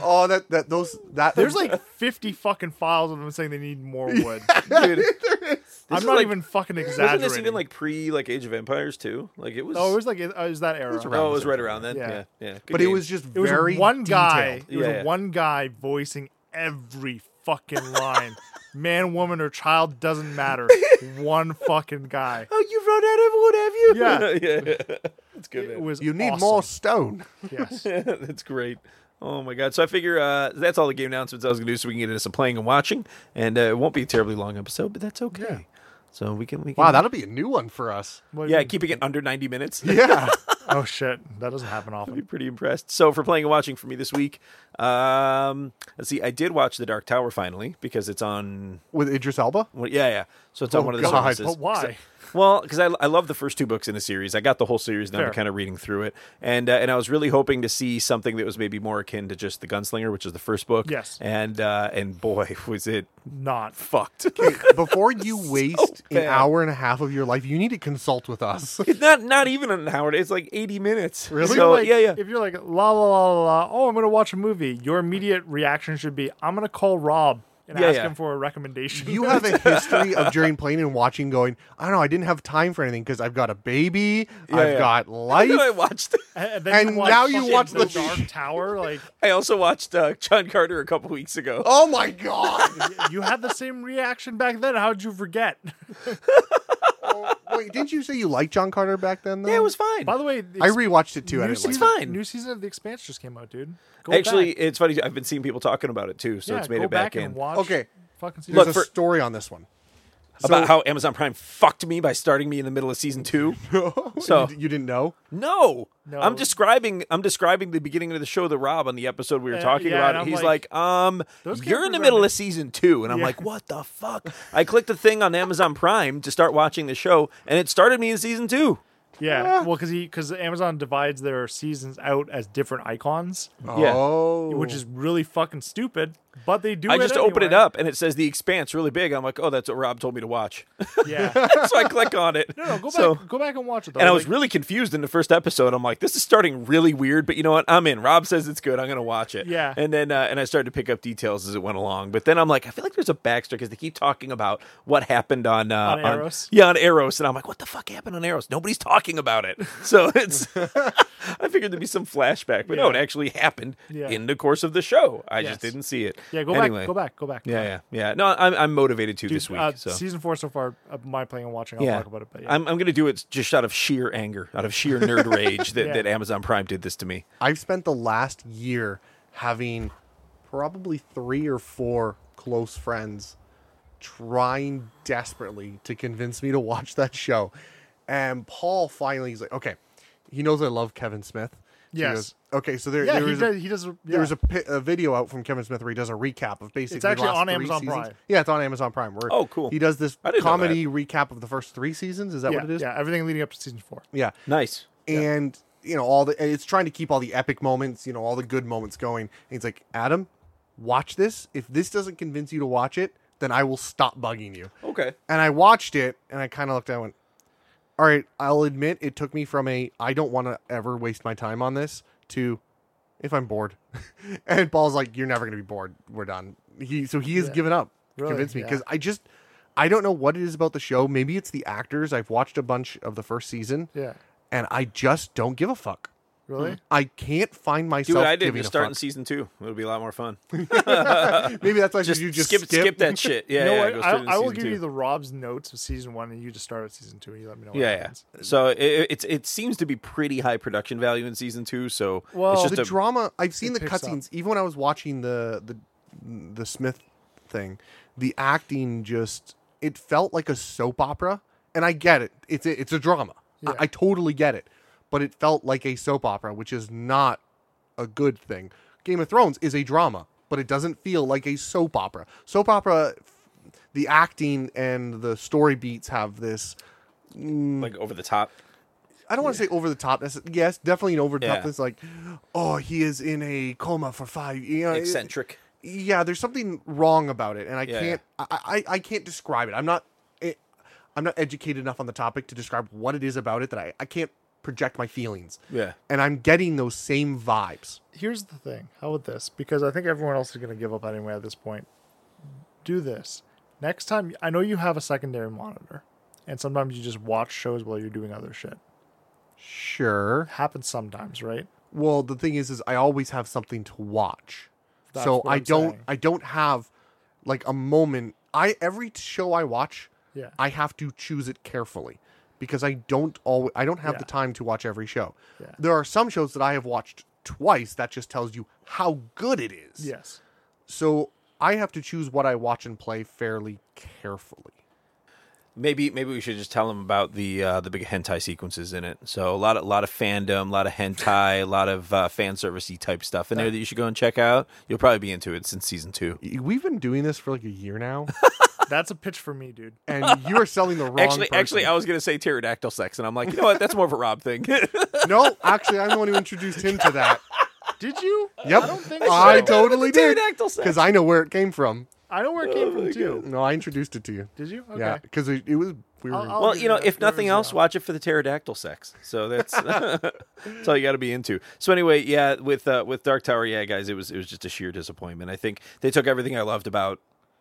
Speaker 1: Oh, that that those that
Speaker 3: There's like 50 fucking files of them saying they need more wood.
Speaker 2: Dude,
Speaker 3: I'm
Speaker 2: is
Speaker 3: not
Speaker 2: like-
Speaker 3: even fucking
Speaker 2: wasn't
Speaker 3: exaggerating.
Speaker 2: this even like pre like Age of Empires too? Like it was.
Speaker 3: oh, it was like, it, was that era?
Speaker 1: around
Speaker 2: oh, it was right around then. Yeah,
Speaker 3: Yeah.
Speaker 2: yeah. Good
Speaker 1: but it
Speaker 2: game.
Speaker 1: was just
Speaker 3: It was
Speaker 1: very
Speaker 3: one guy.
Speaker 1: detailed.
Speaker 3: It was
Speaker 2: Yeah, yeah.
Speaker 3: one guy voicing every fucking line. Man, woman, or child doesn't matter. one fucking guy.
Speaker 2: Oh, you've run out of wood, have you?
Speaker 3: Yeah.
Speaker 2: yeah, yeah. That's good.
Speaker 3: It
Speaker 2: man.
Speaker 3: was
Speaker 1: You need
Speaker 3: awesome.
Speaker 1: more stone.
Speaker 3: Yes.
Speaker 2: That's great. Oh my god! So I figure uh, that's all the game announcements I was gonna do, so we can get into some playing and watching, and uh, it won't be a terribly long episode, but that's okay. So we can we can
Speaker 1: Wow, that'll be a new one for us.
Speaker 3: What do you
Speaker 2: yeah
Speaker 3: mean?
Speaker 2: keeping it under ninety minutes.
Speaker 1: Yeah.
Speaker 3: Oh shit, that doesn't happen
Speaker 2: I'd be
Speaker 3: often.
Speaker 2: pretty impressed. So for playing and watching for me this week, um, let's see. I did watch The Dark Tower finally because it's on.
Speaker 1: With Idris Elba?
Speaker 2: Well, yeah, yeah. So it's on
Speaker 1: Oh,
Speaker 2: one of the
Speaker 1: God,
Speaker 2: services.
Speaker 3: But why?
Speaker 2: Well, because I, I love the first two books in the series. I got the whole series, and I've been
Speaker 3: Fair.
Speaker 2: kind of reading through it, and uh, and I was really hoping to see something that was maybe more akin to just the Gunslinger, which is the first book.
Speaker 3: Yes.
Speaker 2: and uh, and boy, was it
Speaker 3: Not.
Speaker 2: fucked.
Speaker 1: Before you waste an
Speaker 2: bad.
Speaker 1: hour and a half of your life, you need to consult with us.
Speaker 2: it's not not even an hour. It's like eighty minutes.
Speaker 3: If
Speaker 2: Really?
Speaker 3: you're
Speaker 2: So
Speaker 3: like-
Speaker 2: yeah, yeah.
Speaker 3: If you're like la la la la, la, oh, I'm gonna watch a movie. Your immediate reaction should be, I'm gonna call Rob. and
Speaker 2: Yeah,
Speaker 3: ask
Speaker 2: yeah.
Speaker 3: him for a recommendation.
Speaker 1: You have a history of during playing and watching going, I don't know, I didn't have time for anything because I've got a baby, I've
Speaker 2: yeah.
Speaker 1: got life.
Speaker 2: I watched.
Speaker 3: and, then
Speaker 1: and
Speaker 3: you watch
Speaker 1: now you
Speaker 3: fucking
Speaker 1: watch
Speaker 3: the
Speaker 1: the-
Speaker 3: Dark Tower. Like
Speaker 2: I also watched uh, John Carter a couple weeks ago.
Speaker 1: oh my god.
Speaker 3: you had the same reaction back then. How'd you forget?
Speaker 1: Wait, didn't you say you liked John Carter back then though?
Speaker 2: Yeah, it was fine.
Speaker 3: By the way,
Speaker 1: I rewatched it too. I
Speaker 3: new
Speaker 1: didn't like
Speaker 3: season,
Speaker 1: it.
Speaker 2: fine.
Speaker 3: New season of The Expanse just came out, dude. Go
Speaker 2: Actually,
Speaker 3: back.
Speaker 2: it's funny. I've been seeing people talking about it too, so
Speaker 3: yeah,
Speaker 2: it's made
Speaker 3: go
Speaker 2: it back, in.
Speaker 3: and watch.
Speaker 1: Okay.
Speaker 3: fucking season.
Speaker 1: There's
Speaker 2: Look,
Speaker 1: a
Speaker 2: for-
Speaker 1: story on this one.
Speaker 2: about how Amazon Prime fucked me by starting me in the middle of season two. So
Speaker 1: You didn't know?
Speaker 2: no,
Speaker 3: No.
Speaker 2: I'm describing I'm describing the beginning of the show. The Rob on the episode we were
Speaker 3: Yeah,
Speaker 2: talking
Speaker 3: Uh, yeah, and
Speaker 2: about.
Speaker 3: I'm
Speaker 2: it. He's
Speaker 3: like,
Speaker 2: like, um,
Speaker 3: "Those
Speaker 2: you're in
Speaker 3: characters
Speaker 2: the
Speaker 3: are
Speaker 2: middle
Speaker 3: ma-
Speaker 2: of season two, and I'm
Speaker 3: Yeah.
Speaker 2: like, what the fuck? I clicked the thing on Amazon Prime to start watching the show, and it started me in season two.
Speaker 3: yeah,
Speaker 1: Ah.
Speaker 3: well, because he because Amazon divides their seasons out as different icons,
Speaker 2: Yeah.
Speaker 1: Oh.
Speaker 3: which is really fucking stupid. But they do.
Speaker 2: I
Speaker 3: it
Speaker 2: just open it
Speaker 3: anyway.
Speaker 2: up, and it says The Expanse really big. I'm like, oh, that's what Rob told me to watch.
Speaker 3: Yeah,
Speaker 2: so I click on it.
Speaker 3: no, no, go back,
Speaker 2: So-
Speaker 3: go back and watch it. Though.
Speaker 2: And I was
Speaker 3: Like,
Speaker 2: really confused in the first episode. I'm like, this is starting really weird, but you know what? I'm in. Rob says it's good. I'm going to watch it.
Speaker 3: Yeah.
Speaker 2: And then, uh, and I started to pick up details as it went along. But then I'm like, I feel like there's a backstory because they keep talking about what happened on, uh,
Speaker 3: On Eros?
Speaker 2: yeah, on Eros. And I'm like, what the fuck happened on Eros? Nobody's talking about it. So it's, I figured there'd be some flashback, but no, it
Speaker 3: Yeah.
Speaker 2: actually happened
Speaker 3: Yeah.
Speaker 2: in the course of the show. I
Speaker 3: Yes.
Speaker 2: just didn't see it.
Speaker 3: yeah, go
Speaker 2: anyway.
Speaker 3: back, go back, go back.
Speaker 2: Yeah, yeah, yeah. No, I'm, I'm motivated to
Speaker 3: Dude,
Speaker 2: this week.
Speaker 3: uh,
Speaker 2: so.
Speaker 3: Season four so far, uh, my playing and watching. I'll
Speaker 2: Yeah.
Speaker 3: talk about it. But yeah.
Speaker 2: I'm, I'm going to do it just out of sheer anger, out of sheer nerd rage that,
Speaker 3: Yeah.
Speaker 2: that Amazon Prime did this to me.
Speaker 1: I've spent the last year having probably three or four close friends trying desperately to convince me to watch that show. And Paul finally is like, okay, he knows I love Kevin Smith. So he
Speaker 3: Yes.
Speaker 1: goes, okay, so there,
Speaker 3: yeah,
Speaker 1: there
Speaker 3: he
Speaker 1: was a-
Speaker 3: does. He does. Yeah.
Speaker 1: there was a, pi- a video out from Kevin Smith where he does a recap of basically the
Speaker 3: actually
Speaker 1: last
Speaker 3: on
Speaker 1: three
Speaker 3: Amazon
Speaker 1: seasons.
Speaker 3: Prime.
Speaker 1: Yeah, it's on Amazon Prime. Where
Speaker 2: Oh, cool.
Speaker 1: He does this
Speaker 2: I didn't know
Speaker 1: comedy recap of the first three seasons. Is that
Speaker 3: yeah,
Speaker 1: what it is?
Speaker 3: yeah, everything leading up to season four.
Speaker 1: yeah
Speaker 2: Nice.
Speaker 1: and you know all the and it's trying to keep all the epic moments you know all the good moments going and it's like adam watch this if this doesn't convince you to watch it then i will stop bugging you
Speaker 2: Okay.
Speaker 1: and i watched it and i kind of looked at it and went all right i'll admit it took me from a i don't want to ever waste my time on this to if i'm bored and paul's like you're never going to be bored we're done he so he has given up
Speaker 3: Really?
Speaker 1: convince me
Speaker 3: Yeah.
Speaker 1: because i just i don't know what it is about the show maybe it's the actors i've watched a bunch of the first season
Speaker 3: Yeah,
Speaker 1: and I just don't give a fuck.
Speaker 3: really.
Speaker 1: I can't find
Speaker 2: Do
Speaker 1: myself
Speaker 2: what I did.
Speaker 1: giving
Speaker 2: Just
Speaker 1: a
Speaker 2: start in
Speaker 1: fuck.
Speaker 2: season two. It'll be a lot more fun.
Speaker 1: Maybe that's why
Speaker 2: Just,
Speaker 1: you just
Speaker 2: skip, skip that shit. Yeah,
Speaker 3: You know
Speaker 2: yeah.
Speaker 3: what?
Speaker 2: go
Speaker 3: I,
Speaker 2: straight into
Speaker 3: I will
Speaker 2: season
Speaker 3: give
Speaker 2: two.
Speaker 3: you the Rob's notes of season one, and you just start at season two, and you let me know. What
Speaker 2: Yeah, yeah.
Speaker 3: happens.
Speaker 2: So it, it's it seems to be pretty high production value in season two. So
Speaker 3: Well,
Speaker 2: it's
Speaker 1: Oh, the
Speaker 2: just a
Speaker 1: drama. I've seen
Speaker 3: it
Speaker 1: the
Speaker 3: picks up.
Speaker 1: cutscenes. Even when I was watching the the the Smith thing, the acting just it felt like a soap opera. And I get it. It's a, it's a drama.
Speaker 3: Yeah.
Speaker 1: I, I totally get it. But it felt like a soap opera, which is not a good thing. Game of Thrones is a drama, but it doesn't feel like a soap opera. Soap opera, the acting and the story beats have this
Speaker 2: like over the top.
Speaker 1: I don't want to say over the top. That's, yes, definitely an over the
Speaker 2: Yeah.
Speaker 1: top. It's like, oh, he is in a coma for five. You know,
Speaker 3: Uh,
Speaker 1: it-
Speaker 2: Eccentric.
Speaker 1: yeah, there's something wrong about it, and I
Speaker 2: Yeah,
Speaker 1: can't. I, I I can't describe it. I'm not. It, I'm not educated enough on the topic to describe what it is about it that I I can't project my feelings.
Speaker 2: Yeah.
Speaker 1: and I'm getting those same vibes.
Speaker 3: Here's the thing. How about this? Because I think everyone else is going to give up anyway at this point. Do this next time. I know you have a secondary monitor, and sometimes you just watch shows while you're doing other shit.
Speaker 1: Sure.
Speaker 3: Happens sometimes, right?
Speaker 1: Well, the thing is, is I always have something to watch,
Speaker 3: That's
Speaker 1: so
Speaker 3: what
Speaker 1: I
Speaker 3: I'm
Speaker 1: don't.
Speaker 3: saying.
Speaker 1: I don't have like a moment. I every show I watch,
Speaker 3: Yeah.
Speaker 1: I have to choose it carefully because I don't always. I don't have
Speaker 3: Yeah.
Speaker 1: the time to watch every show.
Speaker 3: Yeah.
Speaker 1: There are some shows that I have watched twice. That just tells you how good it is.
Speaker 3: Yes.
Speaker 1: So I have to choose what I watch and play fairly carefully.
Speaker 2: Maybe maybe we should just tell them about the uh, the big hentai sequences in it. So a lot of lot of fandom, a lot of hentai, a lot of uh, fan servicey type stuff in there that you should go and check out. You'll probably be into it since season two.
Speaker 1: We've been doing this for like a year now,
Speaker 3: That's a pitch for me, dude.
Speaker 1: and you are selling the wrong.
Speaker 2: Actually,
Speaker 1: person.
Speaker 2: actually, I was gonna say pterodactyl sex, and I'm like, you know what? That's more of a Rob thing.
Speaker 1: no, actually, I'm the one who introduced him to that.
Speaker 3: Did you?
Speaker 1: Yep.
Speaker 3: I don't think
Speaker 1: I
Speaker 3: so.
Speaker 1: totally did.
Speaker 2: Pterodactyl sex.
Speaker 1: Because I know where it came from.
Speaker 3: I know where it came from
Speaker 2: Oh my
Speaker 3: too.
Speaker 1: No, I introduced it to you.
Speaker 3: Did you? Okay.
Speaker 1: Yeah. Because it, it was we were.
Speaker 3: I'll- I'll-
Speaker 2: Well, you know,
Speaker 3: Yeah,
Speaker 2: if
Speaker 3: there
Speaker 2: nothing
Speaker 3: is
Speaker 2: else,
Speaker 3: that.
Speaker 2: watch it for the pterodactyl sex. So that's that's all you got to be into. So anyway, yeah, with uh, with Dark Tower, yeah, guys, it was it was just a sheer disappointment. I think they took everything I loved about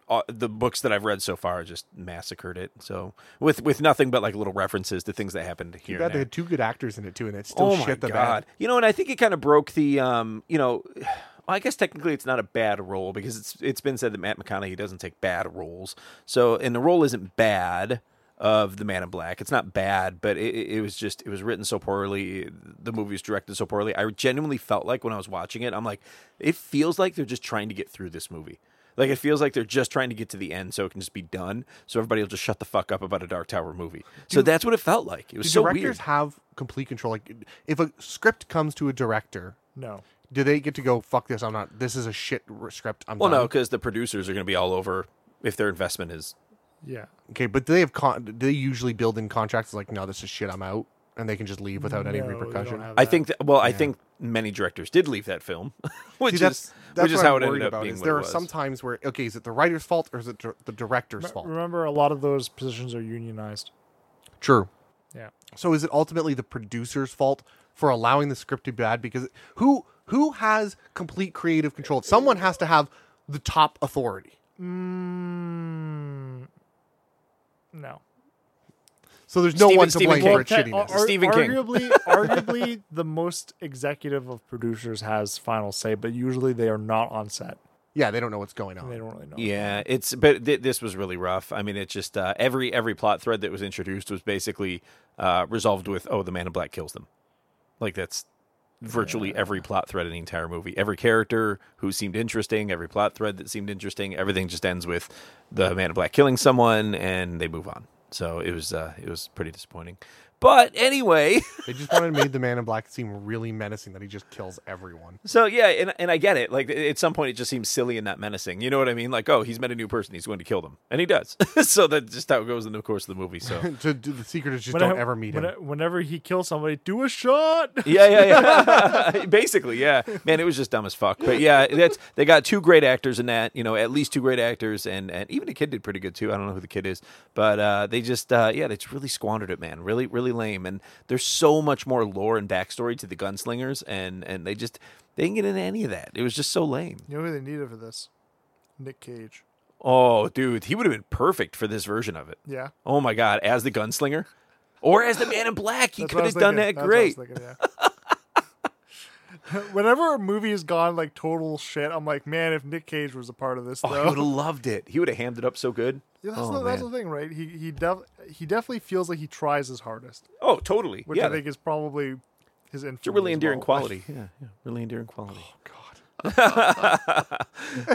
Speaker 2: uh, the books that I've read so far just massacred it. So with with nothing but like little references to things that happened here.
Speaker 1: God,
Speaker 2: and
Speaker 1: they
Speaker 2: there.
Speaker 1: had two good actors in it too, and it still shit the bad.
Speaker 2: Oh You know, and I think it kind of broke the um, you know, well, I guess technically it's not a bad role because it's it's been said that Matt McConaughey doesn't take bad roles. So and the role isn't bad of the Man in Black. It's not bad, but it, it it was just it was written so poorly. The movie was directed so poorly. I genuinely felt like when I was watching it, I'm like, it feels like they're just trying to get through this movie. Like it feels like they're just trying to get to the end so it can just be done. So everybody will just shut the fuck up about a Dark Tower movie. so that's what it felt like. It was
Speaker 1: Do
Speaker 2: so
Speaker 1: directors
Speaker 2: weird.
Speaker 1: have complete control? Like, if a script comes to a director,
Speaker 3: No.
Speaker 1: do they get to go fuck this? I'm not. This is a shit r- script. I'm
Speaker 2: Well, no,
Speaker 1: done.
Speaker 2: because the producers are going to be all over if their investment is.
Speaker 3: Yeah.
Speaker 1: Okay, but do they have con- do they usually build in contracts like no, this is shit. I'm out, and they can just leave without any
Speaker 3: No, they don't
Speaker 1: repercussion.
Speaker 3: have
Speaker 2: I
Speaker 3: that.
Speaker 2: think. That, well, I think many directors did leave that film, which
Speaker 1: See,
Speaker 2: is which is
Speaker 1: what
Speaker 2: how
Speaker 1: I'm
Speaker 2: it
Speaker 1: worried
Speaker 2: ended up
Speaker 1: about,
Speaker 2: being.
Speaker 1: is
Speaker 2: what
Speaker 1: there
Speaker 2: it
Speaker 1: are
Speaker 2: was.
Speaker 1: some times where okay, is it the writer's fault or is it dir- the director's fault?
Speaker 3: Remember, a lot of those positions are unionized.
Speaker 1: True.
Speaker 3: Yeah.
Speaker 1: So is it ultimately the producer's fault for allowing the script to be bad? Because who who has complete creative control? Someone has to have the top authority.
Speaker 3: Mm, no.
Speaker 1: So there's no
Speaker 2: Stephen-
Speaker 1: one to
Speaker 2: Stephen
Speaker 1: blame
Speaker 2: King.
Speaker 1: for its
Speaker 3: te-
Speaker 1: shittiness.
Speaker 3: ar- ar-
Speaker 2: Stephen King.
Speaker 3: arguably, arguably, the most executive of producers has final say, but usually they are not on set.
Speaker 1: yeah, they don't know what's going on.
Speaker 3: They don't really know.
Speaker 2: Yeah, it's but th- this was really rough. I mean, it just uh, every every plot thread that was introduced was basically uh, resolved with oh, the man in black kills them. Like that's virtually every plot thread in the entire movie. Every character who seemed interesting, every plot thread that seemed interesting, everything just ends with the man in black killing someone and they move on. So it was uh, it was pretty disappointing. But anyway,
Speaker 1: They just wanted to make the man in black seem really menacing that he just kills everyone.
Speaker 2: So yeah, and and I get it. Like at some point, it just seems silly and not menacing. You know what I mean? Like, oh, he's met a new person. He's going to kill them, and he does. so that's just how it goes in the course of the movie. So
Speaker 1: to, to- the secret is just
Speaker 3: Whenever-
Speaker 1: don't ever meet him.
Speaker 3: whene- Whenever he kills somebody, do a shot.
Speaker 2: yeah, yeah, yeah. Basically, yeah. Man, it was just dumb as fuck. But yeah, that's they got two great actors in that. You know, at least two great actors, and and even the kid did pretty good too. I don't know who the kid is, but uh, they just uh, yeah, they just really squandered it, man. Really, really lame. And there's so much more lore and backstory to the gunslingers, and and they just they didn't get into any of that. It was just so lame.
Speaker 3: You know who they needed for this? Nick Cage.
Speaker 2: Oh, dude, he would have been perfect for this version of it.
Speaker 3: Yeah.
Speaker 2: Oh my god, as the gunslinger, or as the man in black, he
Speaker 3: That's
Speaker 2: could
Speaker 3: what I
Speaker 2: have
Speaker 3: was
Speaker 2: done that
Speaker 3: thinking.
Speaker 2: great.
Speaker 3: That's what I was thinking, yeah. Whenever a movie has gone like total shit, I'm like, man, if Nick Cage was a part of this,
Speaker 2: Oh, he
Speaker 3: though.
Speaker 2: would have loved it. He would have hammed it up so good.
Speaker 3: Yeah, that's,
Speaker 2: oh,
Speaker 3: the, that's
Speaker 2: man.
Speaker 3: the thing, right? He he def- he definitely feels like he tries his hardest,
Speaker 2: oh totally.
Speaker 3: which
Speaker 2: yeah,
Speaker 3: I think is probably his influence.
Speaker 2: it's a really endearing
Speaker 3: well.
Speaker 2: quality. Yeah, yeah, really endearing quality.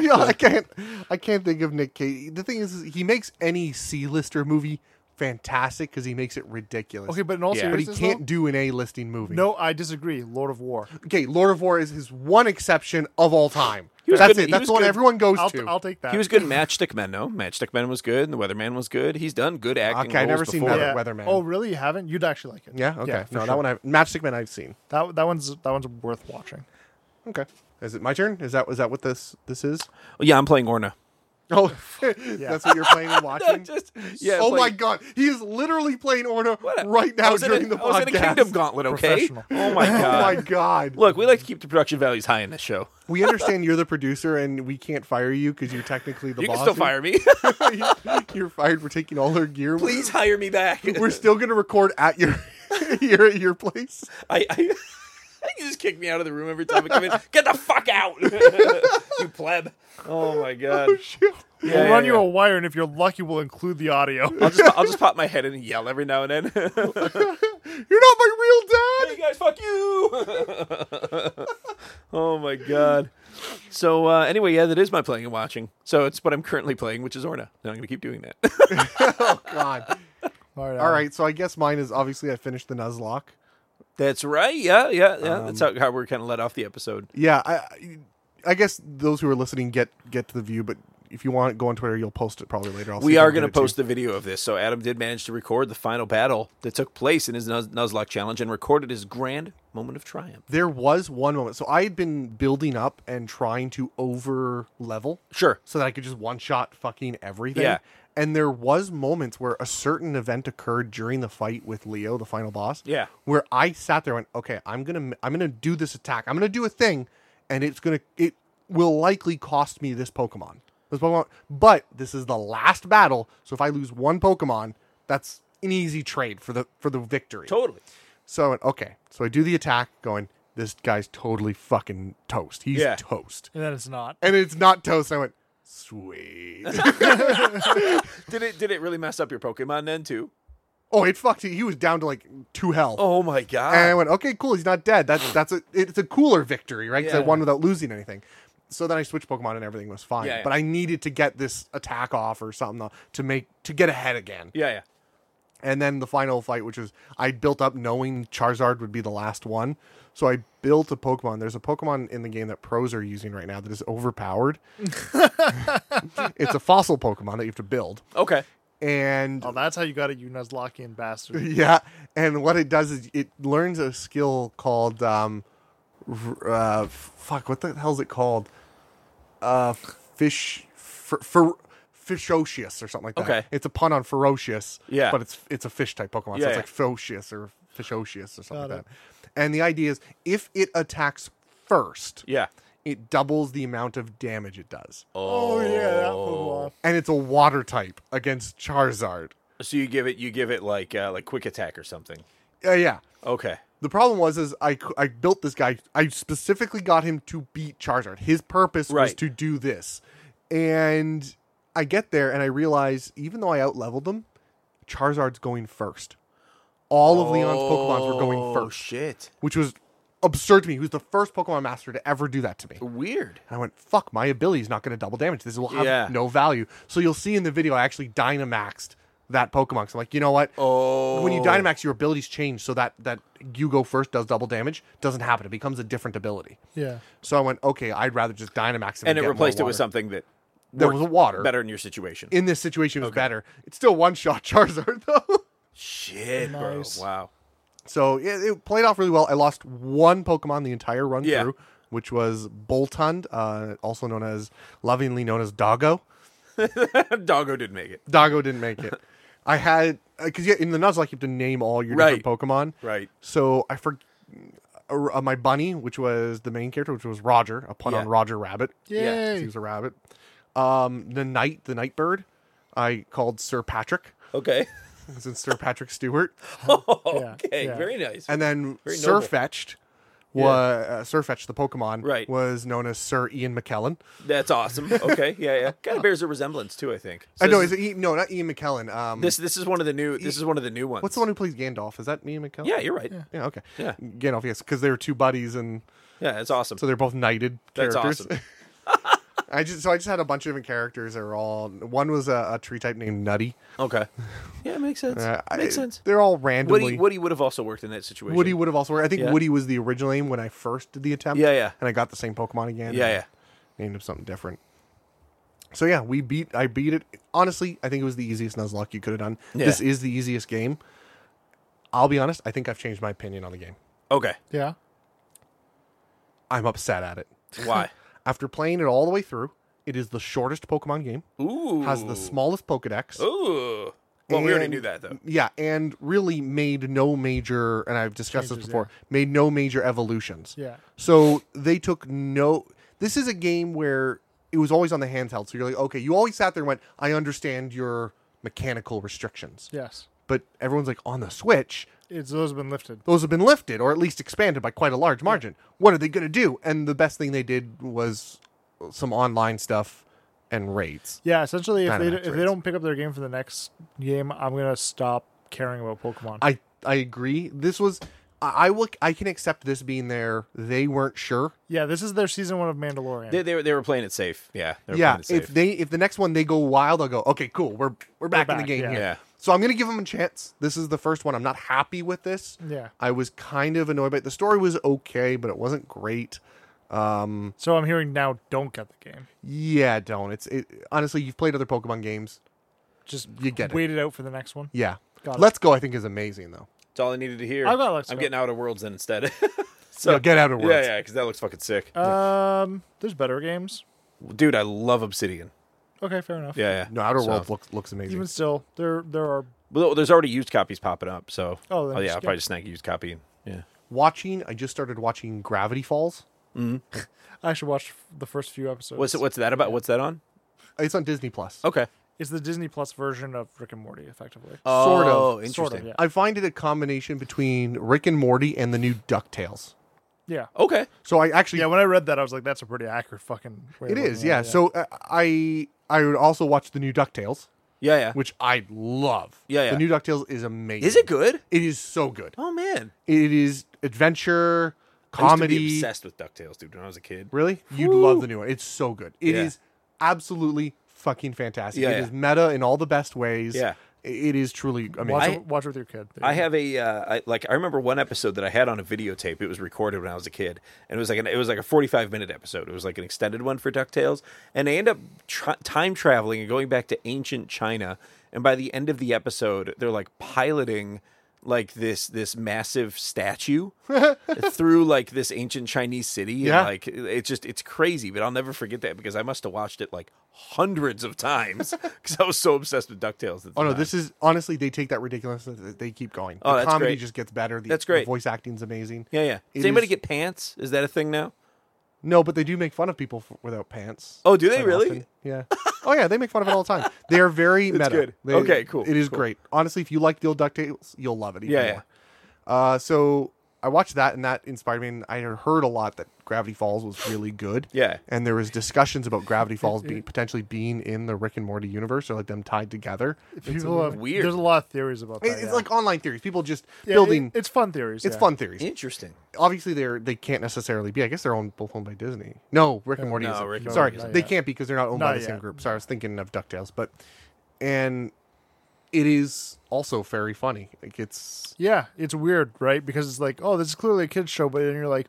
Speaker 1: Yeah, I can't. I can't think of Nick Cage. The thing is, is he makes any C-lister movie fantastic because he makes it ridiculous.
Speaker 3: Okay, but in all
Speaker 2: Yeah.
Speaker 1: but he
Speaker 3: seriousness,
Speaker 1: can't
Speaker 3: though-
Speaker 1: do an A-listing movie.
Speaker 3: No, I disagree. Lord of War.
Speaker 1: Okay, Lord of War is his one exception of all time.
Speaker 2: was
Speaker 1: That's
Speaker 2: good-
Speaker 1: it.
Speaker 2: he
Speaker 1: That's
Speaker 2: was
Speaker 1: the one
Speaker 2: good.
Speaker 1: everyone goes
Speaker 3: I'll,
Speaker 1: to.
Speaker 3: I'll take that.
Speaker 2: He was good in Matchstick Men, no? Matchstick Men was good, and The Weatherman was good. He's done good acting.
Speaker 1: Okay, I've
Speaker 2: roles
Speaker 1: never seen
Speaker 2: before.
Speaker 1: that. Weatherman.
Speaker 3: Oh, really? You haven't? You'd actually like it.
Speaker 1: yeah. Okay.
Speaker 3: for
Speaker 1: no,
Speaker 3: sure.
Speaker 1: that one. I Matchstick Man. I've seen.
Speaker 3: That that one's that one's worth watching.
Speaker 1: Okay. Is it my turn? Is that is that what this this is?
Speaker 2: Oh, yeah, I'm playing Orna.
Speaker 1: Oh, that's what you're playing and watching.
Speaker 2: Just- yeah, it's
Speaker 1: oh
Speaker 2: like-
Speaker 1: my god, he is literally playing Orna
Speaker 2: What a-
Speaker 1: right
Speaker 2: I
Speaker 1: now
Speaker 2: was in
Speaker 1: during
Speaker 2: a-
Speaker 1: the
Speaker 2: I was in a
Speaker 1: podcast.
Speaker 2: Kingdom Gauntlet, okay?
Speaker 3: Professional.
Speaker 2: Oh my
Speaker 1: Oh my
Speaker 2: god.
Speaker 1: god.
Speaker 2: Look, we like to keep the production values high in this show.
Speaker 1: We understand you're the producer and we can't fire you because you're technically the
Speaker 2: You can
Speaker 1: boss.
Speaker 2: still fire me.
Speaker 1: you're fired for taking all her gear.
Speaker 2: Please hire me back.
Speaker 1: We're still gonna record at your your your place.
Speaker 2: I, I you just kick me out of the room every time I come in. Get the fuck out, you pleb! Oh my god!
Speaker 1: Shit.
Speaker 2: Yeah,
Speaker 3: we'll
Speaker 2: yeah,
Speaker 3: run you
Speaker 2: yeah.
Speaker 3: a wire, and if you're lucky, we'll include the audio.
Speaker 2: I'll just I'll just pop my head in and yell every now and then. hey
Speaker 1: You're not my real dad.
Speaker 2: guys, fuck you! oh my god! So uh, anyway, yeah, that is my playing and watching. So it's what I'm currently playing, which is Orna. And I'm gonna keep doing that.
Speaker 1: Oh god. All right, so I guess mine is obviously I finished the Nuzlocke.
Speaker 2: that's right. Yeah, yeah, yeah. that's how, how we're kind of let off the episode.
Speaker 1: Yeah, I I- I guess those who are listening get get to the view, but if you want, go on Twitter. You'll post it probably later. I'll see
Speaker 2: We
Speaker 1: if I
Speaker 2: are
Speaker 1: can
Speaker 2: going to
Speaker 1: get it you.
Speaker 2: post the video of this. So Adam did manage to record the final battle that took place in his Nuz- Nuzlocke challenge and recorded his grand moment of triumph.
Speaker 1: There was one moment. So I had been building up and trying to over level
Speaker 2: Sure.
Speaker 1: so that I could just one shot fucking everything.
Speaker 2: Yeah.
Speaker 1: And there was moments where a certain event occurred during the fight with Leo, the final boss.
Speaker 2: Yeah.
Speaker 1: Where I sat there and went, okay, I'm gonna I'm gonna do this attack. I'm gonna do a thing, and it's gonna it will likely cost me this Pokemon. Those Pokemon. But this is the last battle, so if I lose one Pokemon, that's an easy trade for the for the victory.
Speaker 2: Totally.
Speaker 1: So okay, so I do the attack, going. This guy's totally fucking toast. He's
Speaker 2: Yeah.
Speaker 1: toast,
Speaker 3: And then it's not.
Speaker 1: and it's not toast. I went sweet.
Speaker 2: Did it did it really mess up your Pokemon then too?
Speaker 1: oh, it fucked. He was down to like two health.
Speaker 2: Oh my god.
Speaker 1: And I went, okay, cool. He's not dead. That's that's a it's a cooler victory, right? Because I
Speaker 2: Yeah.
Speaker 1: won without losing anything. So then I switched Pokemon and everything was fine.
Speaker 2: Yeah, yeah.
Speaker 1: But I needed to get this attack off or something though, to make to get ahead again.
Speaker 2: yeah, yeah.
Speaker 1: And then the final fight, which is I built up knowing Charizard would be the last one. So I built a Pokemon. There's a Pokemon in the game that pros are using right now that is overpowered. it's a fossil Pokemon that you have to build.
Speaker 2: Okay.
Speaker 1: And
Speaker 3: Oh, that's how you got a you Nuzlockean bastard.
Speaker 1: yeah, and what it does is it learns a skill called um, r- uh, fuck, what the hell's it called? Uh, fish, fer, fer, fishocious or something like that.
Speaker 2: Okay.
Speaker 1: it's a pun on ferocious.
Speaker 2: Yeah.
Speaker 1: but it's it's a fish type Pokemon,
Speaker 2: Yeah,
Speaker 1: so it's
Speaker 2: yeah.
Speaker 1: like ferocious or fishocious or something
Speaker 3: Got
Speaker 1: like that. And the idea is if it attacks first,
Speaker 2: Yeah.
Speaker 1: it doubles the amount of damage it does,
Speaker 3: Oh, yeah, that Pokemon.
Speaker 1: and it's a water type against Charizard.
Speaker 2: So you give it you give it like uh, like quick attack or something.
Speaker 1: Uh, yeah.
Speaker 2: Okay.
Speaker 1: The problem was is I cou- I built this guy. I specifically got him to beat Charizard. His purpose was
Speaker 2: Right.
Speaker 1: to do this, and I get there and I realize even though I outleveled him, Charizard's going first. All of Leon's Pokemon were going
Speaker 2: Oh,
Speaker 1: first,
Speaker 2: shit.
Speaker 1: which was absurd to me. He was the first Pokemon Master to ever do that to me.
Speaker 2: Weird.
Speaker 1: And I went, fuck, my ability is not going to double damage. This will have
Speaker 2: Yeah.
Speaker 1: no value. So you'll see in the video, I actually Dynamaxed that Pokemon. 'Cause I'm like, you know what?
Speaker 2: Oh.
Speaker 1: When you Dynamax, your abilities change so that, that you go first does double damage. Doesn't happen. It becomes a different ability.
Speaker 3: Yeah.
Speaker 1: So I went, okay, I'd rather just Dynamax him
Speaker 2: and it
Speaker 1: get more
Speaker 2: replaced it with
Speaker 1: water.
Speaker 2: something that
Speaker 1: There was a water.
Speaker 2: better in your situation.
Speaker 1: In this situation, it was better. It's still one shot Charizard, though.
Speaker 2: Shit,
Speaker 3: Nice.
Speaker 2: bro. Wow.
Speaker 1: So it, it played off really well. I lost one Pokemon the entire run
Speaker 2: Yeah.
Speaker 1: through, which was Boltund, uh, also known as lovingly known as Doggo.
Speaker 2: Doggo didn't make it.
Speaker 1: Doggo didn't make it. I had because yeah, in the Nuzlocke you have to name all your different Pokemon.
Speaker 2: Right.
Speaker 1: So I for uh, my bunny, which was the main character, which was Roger, a pun
Speaker 2: Yeah.
Speaker 1: on Roger Rabbit.
Speaker 2: Yeah,
Speaker 1: 'cause He
Speaker 3: Yay.
Speaker 1: was a rabbit. Um, the knight, the night bird, I called Sir Patrick.
Speaker 2: Okay.
Speaker 1: It's in Sir Patrick Stewart.
Speaker 2: okay.
Speaker 3: yeah.
Speaker 2: Very nice.
Speaker 1: And then
Speaker 2: Very
Speaker 1: Sir
Speaker 2: noble.
Speaker 1: Fetched, was, uh, Sir Fetched the Pokemon,
Speaker 2: Right.
Speaker 1: was known as Sir Ian McKellen.
Speaker 2: That's awesome. Okay. Yeah, yeah. kind of bears a resemblance too, I think. So
Speaker 1: I know,
Speaker 2: this,
Speaker 1: is it Ian, Uh, no, not Ian McKellen. Um,
Speaker 2: this this is one of the new this is one of the new ones.
Speaker 1: what's the one who plays Gandalf? Is that Ian McKellen?
Speaker 2: Yeah, you're right. Yeah,
Speaker 1: Yeah, okay.
Speaker 2: Yeah.
Speaker 1: Gandalf, yes, because they were two buddies and
Speaker 2: that's awesome.
Speaker 1: so they're both knighted
Speaker 2: That's
Speaker 1: characters.
Speaker 2: awesome.
Speaker 1: I just so I just had a bunch of different characters that were all one was a, a tree type named Nutty.
Speaker 2: Okay. Yeah, it makes sense.
Speaker 1: Uh, I-
Speaker 2: makes sense.
Speaker 1: They're all
Speaker 2: Woody
Speaker 1: randomly Woody,
Speaker 2: Woody would have also worked in that situation.
Speaker 1: would have also worked. I think
Speaker 2: Yeah.
Speaker 1: Woody was the original name when I first did the attempt.
Speaker 2: Yeah, yeah.
Speaker 1: And I got the same Pokemon again.
Speaker 2: Yeah,
Speaker 1: and
Speaker 2: yeah.
Speaker 1: Named him something different. So yeah, we beat I beat it. Honestly, I think it was the easiest Nuzlocke you could have done.
Speaker 2: Yeah.
Speaker 1: This is the easiest game. I'll be honest, I think I've changed my opinion on the game.
Speaker 2: Okay.
Speaker 3: Yeah.
Speaker 1: I'm upset at it.
Speaker 2: Why?
Speaker 1: After playing it all the way through, it is the shortest Pokemon game,
Speaker 2: Ooh.
Speaker 1: has the smallest Pokedex.
Speaker 2: Ooh. Well, we already
Speaker 1: And-
Speaker 2: knew that though.
Speaker 1: Yeah, and really made no major, and I've discussed this
Speaker 3: Changes,
Speaker 1: before, made no major evolutions.
Speaker 3: Yeah.
Speaker 1: So they took no. This is a game where it was always on the handheld. So you're like, okay, you always sat there and went, I understand your mechanical restrictions.
Speaker 3: Yes.
Speaker 1: But everyone's like, on the Switch,
Speaker 3: It's those have been lifted.
Speaker 1: those have been lifted or at least expanded by quite a large margin. What are they going to do? And the best thing they did was some online stuff and raids.
Speaker 3: Yeah, essentially, if they
Speaker 1: Dynamax
Speaker 3: if they
Speaker 1: raids.
Speaker 3: don't pick up their game for the next game, I'm gonna stop caring about Pokemon.
Speaker 1: I I agree. This was I I, will, I can accept this being there. They weren't sure.
Speaker 3: yeah, this is their season one of Mandalorian.
Speaker 2: They, they, were, they were playing it safe. Yeah. They were
Speaker 1: yeah,
Speaker 2: Playing it safe.
Speaker 1: if they if the next one they go wild, I'll go okay, cool. We're we're back, in
Speaker 3: back,
Speaker 1: the game.
Speaker 3: yeah.
Speaker 1: here."
Speaker 2: Yeah.
Speaker 1: So I'm gonna give them a chance. This is the first one. I'm not happy with this.
Speaker 3: Yeah.
Speaker 1: I was kind of annoyed by it. The story was okay, but it wasn't great.
Speaker 3: so I'm hearing now, don't get the game.
Speaker 1: Yeah, don't. It's it, honestly, you've played other Pokemon games.
Speaker 3: Just
Speaker 1: You get it.
Speaker 3: wait it out for the next one.
Speaker 1: Yeah.
Speaker 3: Got it.
Speaker 1: Let's go. I think is amazing though.
Speaker 2: That's all I needed to hear.
Speaker 3: I've got Let's
Speaker 2: I'm
Speaker 3: Go.
Speaker 2: getting out of Worlds then instead. so
Speaker 1: No, get out of
Speaker 2: Yeah,
Speaker 1: Worlds.
Speaker 2: yeah, because that looks fucking sick.
Speaker 3: Um, there's better games.
Speaker 2: Dude, I love Obsidian.
Speaker 3: Okay, fair enough.
Speaker 2: Yeah, yeah.
Speaker 1: No, Outer
Speaker 2: So-
Speaker 1: Worlds looks looks amazing.
Speaker 3: Even still, there there are
Speaker 2: Well, there's already used copies popping up, so
Speaker 3: Oh, then
Speaker 2: yeah,
Speaker 3: just
Speaker 2: I'll
Speaker 3: get-
Speaker 2: probably just snag a used copy. and- Yeah.
Speaker 1: watching, I just started watching Gravity Falls.
Speaker 3: I should watch the first few episodes.
Speaker 2: What's what's that about? What's that on?
Speaker 1: It's on Disney Plus.
Speaker 2: Okay.
Speaker 3: It's the Disney Plus version of Rick and Morty, effectively.
Speaker 1: Sort of.
Speaker 2: Oh,
Speaker 1: Sort of,
Speaker 2: Interesting.
Speaker 3: Sort of, yeah.
Speaker 1: I find it a combination between Rick and Morty and the new DuckTales.
Speaker 3: yeah.
Speaker 2: Okay.
Speaker 1: So I actually
Speaker 3: Yeah, when I read that, I was like, that's a pretty accurate fucking way
Speaker 1: it
Speaker 3: of
Speaker 1: is,
Speaker 3: looking
Speaker 1: yeah.
Speaker 3: at it,
Speaker 1: So uh, I I would also watch the new DuckTales,
Speaker 2: Yeah, yeah.
Speaker 1: which I love.
Speaker 2: Yeah, yeah.
Speaker 1: The new DuckTales is amazing.
Speaker 2: Is it good?
Speaker 1: It is so good.
Speaker 2: Oh man.
Speaker 1: It is
Speaker 2: I
Speaker 1: adventure,
Speaker 2: used to be
Speaker 1: comedy.
Speaker 2: obsessed with DuckTales, dude, when I was a kid.
Speaker 1: Really? You'd love the new one. It's so good. It is
Speaker 2: Yeah.
Speaker 1: absolutely fucking fantastic. It
Speaker 2: Yeah,
Speaker 1: is
Speaker 2: yeah.
Speaker 1: meta in all the best ways.
Speaker 2: Yeah.
Speaker 1: I- It is truly
Speaker 3: Watch,
Speaker 1: amazing.
Speaker 3: it, watch it with your kid. There
Speaker 2: I
Speaker 3: you
Speaker 2: have a uh, I, like I remember one episode that I had on a videotape. It was recorded when I was a kid, and it was like an, it was like a forty five minute episode. It was like an extended one for Ducktales, and I end up tra- time traveling and going back to ancient China. And by the end of the episode, they're like piloting like this this massive statue through like this ancient Chinese city.
Speaker 1: Yeah.
Speaker 2: and, like it- it's just it's crazy, but I'll never forget that because I must have watched it like hundreds of times because I was so obsessed with Ducktales. at the
Speaker 1: Oh no!
Speaker 2: time.
Speaker 1: This is honestly they take that ridiculousness. that They keep going.
Speaker 2: Oh,
Speaker 1: the
Speaker 2: that's
Speaker 1: comedy
Speaker 2: great.
Speaker 1: just gets better. The,
Speaker 2: That's great.
Speaker 1: The voice acting's amazing.
Speaker 2: yeah yeah.
Speaker 1: It
Speaker 2: Does anybody
Speaker 1: is-
Speaker 2: get pants? Is that a thing now?
Speaker 1: No, but they do make fun of people f without pants.
Speaker 2: Oh, do they
Speaker 1: quite
Speaker 2: really?
Speaker 1: often. Yeah. Oh yeah, they make fun of it all the time. They are very meta.
Speaker 2: good.
Speaker 1: They-
Speaker 2: Okay, cool,
Speaker 1: It is
Speaker 2: cool.
Speaker 1: great. Honestly, if you like the old Ducktales, you'll love it. Even
Speaker 2: Yeah, yeah.
Speaker 1: More. Uh, so I watched that, and that inspired me. And I had heard a lot that Gravity Falls was really good.
Speaker 2: Yeah.
Speaker 1: And there was discussions about Gravity Falls being potentially being in the Rick and Morty universe, or like them tied together.
Speaker 3: go. people have
Speaker 2: weird.
Speaker 3: There's a lot of theories about that.
Speaker 1: It's
Speaker 3: yeah.
Speaker 1: like online theories. People just
Speaker 3: Yeah,
Speaker 1: building.
Speaker 3: it- it's fun theories.
Speaker 1: it's
Speaker 3: yeah.
Speaker 1: fun theories.
Speaker 2: Interesting.
Speaker 1: obviously they're they can't necessarily be. I guess they're owned both owned by Disney. No, Rick and Morty.
Speaker 2: Uh, No,
Speaker 1: isn't.
Speaker 2: Rick and
Speaker 1: Sorry,
Speaker 2: Morty isn't.
Speaker 1: they can't be because they're not owned by
Speaker 3: Not
Speaker 1: the same
Speaker 3: yet.
Speaker 1: group. Sorry, I was thinking of Ducktales, but and it is also very funny. Like it's
Speaker 3: Yeah, it's weird, right? Because it's like, oh, this is clearly a kids show, but then you're like,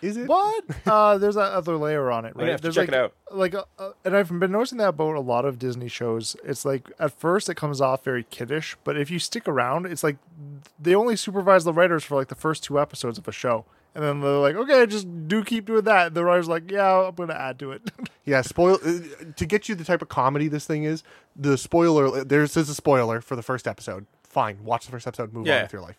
Speaker 1: is it
Speaker 3: what? uh, there's that other layer on it, right?
Speaker 2: gonna have to
Speaker 3: there's
Speaker 2: check
Speaker 3: like,
Speaker 2: it out.
Speaker 3: Like, uh, uh, and I've been noticing that about a lot of Disney shows. It's like at first it comes off very kiddish, but if you stick around, it's like they only supervise the writers for like the first two episodes of a show, and then they're like, okay, just do keep doing that. The writers like, yeah, I'm gonna add to it.
Speaker 1: Yeah, spoil uh, to get you the type of comedy this thing is. The spoiler uh, there's is a spoiler for the first episode. Fine, watch the first episode, move on
Speaker 2: Yeah.
Speaker 1: with your life.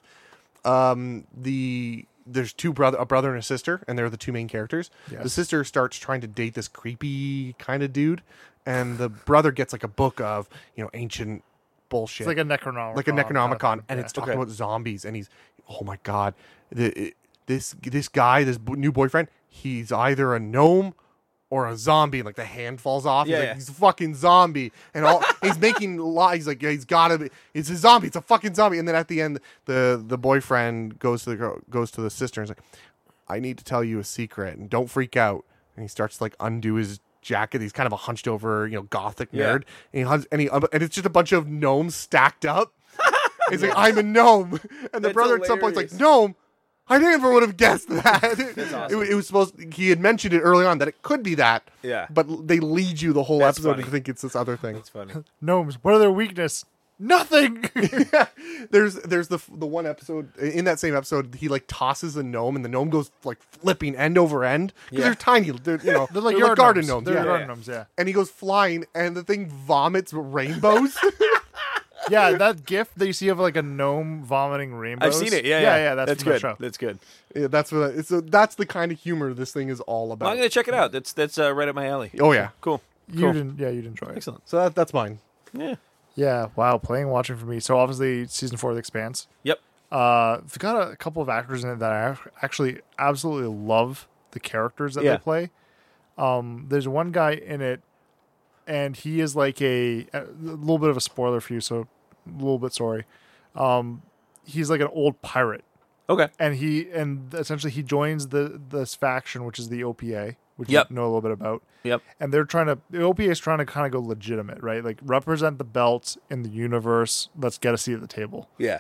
Speaker 1: Um, the there's two brother a brother and a sister, and they're the two main characters. The sister starts trying to date this creepy kind of dude, and the brother gets like a book of you know ancient bullshit
Speaker 3: it's like a Necronomicon,
Speaker 1: like a Necronomicon,
Speaker 3: kind of thing.
Speaker 1: and
Speaker 3: Yeah.
Speaker 1: it's talking
Speaker 2: Okay.
Speaker 1: about zombies, and he's, oh my god, the, it- this this guy, this b- new boyfriend, he's either a gnome or a zombie. Like the hand falls off,
Speaker 2: Yeah,
Speaker 1: he's, like,
Speaker 2: yeah.
Speaker 1: he's a fucking zombie, and all he's making lies. He's like, yeah, he's gotta be, it's a zombie, it's a fucking zombie. And then at the end, the the boyfriend goes to the girl, goes to the sister, and he's like, I need to tell you a secret, and don't freak out. And he starts to, like undo his jacket. He's kind of a hunched over, you know, gothic
Speaker 2: Yeah.
Speaker 1: nerd, and he hunts, and he and it's just a bunch of gnomes stacked up. He's like, I'm a gnome. And the
Speaker 2: That's
Speaker 1: brother at some point's like,
Speaker 2: hilarious.
Speaker 1: Gnome? I never would have guessed that. it,
Speaker 2: awesome.
Speaker 1: it was supposed he had mentioned it early on that it could be that.
Speaker 2: Yeah.
Speaker 1: But l- they lead you the whole
Speaker 2: That's
Speaker 1: episode to
Speaker 2: funny.
Speaker 1: think it's this other thing.
Speaker 2: It's funny.
Speaker 3: gnomes. What are their weakness? Nothing.
Speaker 1: there's there's the f- the one episode in that same episode he like tosses a gnome and the gnome goes like flipping end over end because
Speaker 2: Yeah.
Speaker 1: they're tiny they're you know
Speaker 3: They're like yard
Speaker 1: garden gnomes,
Speaker 3: gnomes. They're
Speaker 1: yeah.
Speaker 3: yard gnomes, yeah.
Speaker 1: and he goes flying and the thing vomits rainbows
Speaker 3: yeah, that gif that you see of like a gnome vomiting
Speaker 2: I've
Speaker 3: rainbows.
Speaker 2: seen it. Yeah,
Speaker 3: yeah, that's,
Speaker 2: that's
Speaker 3: from that
Speaker 2: good.
Speaker 3: show.
Speaker 2: That's good.
Speaker 1: yeah, that's what I, so that's the kind of humor this thing is all
Speaker 2: Well, I'm
Speaker 1: about
Speaker 2: gonna check it out. That's that's uh, right up my alley.
Speaker 1: oh yeah
Speaker 2: Cool.
Speaker 3: You
Speaker 2: Cool.
Speaker 3: didn't, yeah, you'd enjoy it.
Speaker 2: Excellent.
Speaker 1: so that, that's mine
Speaker 2: Yeah.
Speaker 3: Yeah, wow, playing, watching for me. So obviously, season four of The Expanse.
Speaker 2: Yep.
Speaker 3: Uh, it's got a couple of actors in it that I ac- actually absolutely love the characters that
Speaker 2: Yeah.
Speaker 3: they play. Um, there's one guy in it, and he is like a a little bit of a spoiler for you, so a little bit sorry. Um, he's like an old pirate.
Speaker 2: Okay.
Speaker 3: and he and essentially he joins the this faction which is the OPA, which
Speaker 2: Yep.
Speaker 3: you know a little bit about.
Speaker 2: Yep.
Speaker 3: And they're trying to the OPA is trying to kind of go legitimate, right? Like represent the belt in the universe. Let's get a seat at the table.
Speaker 2: Yeah.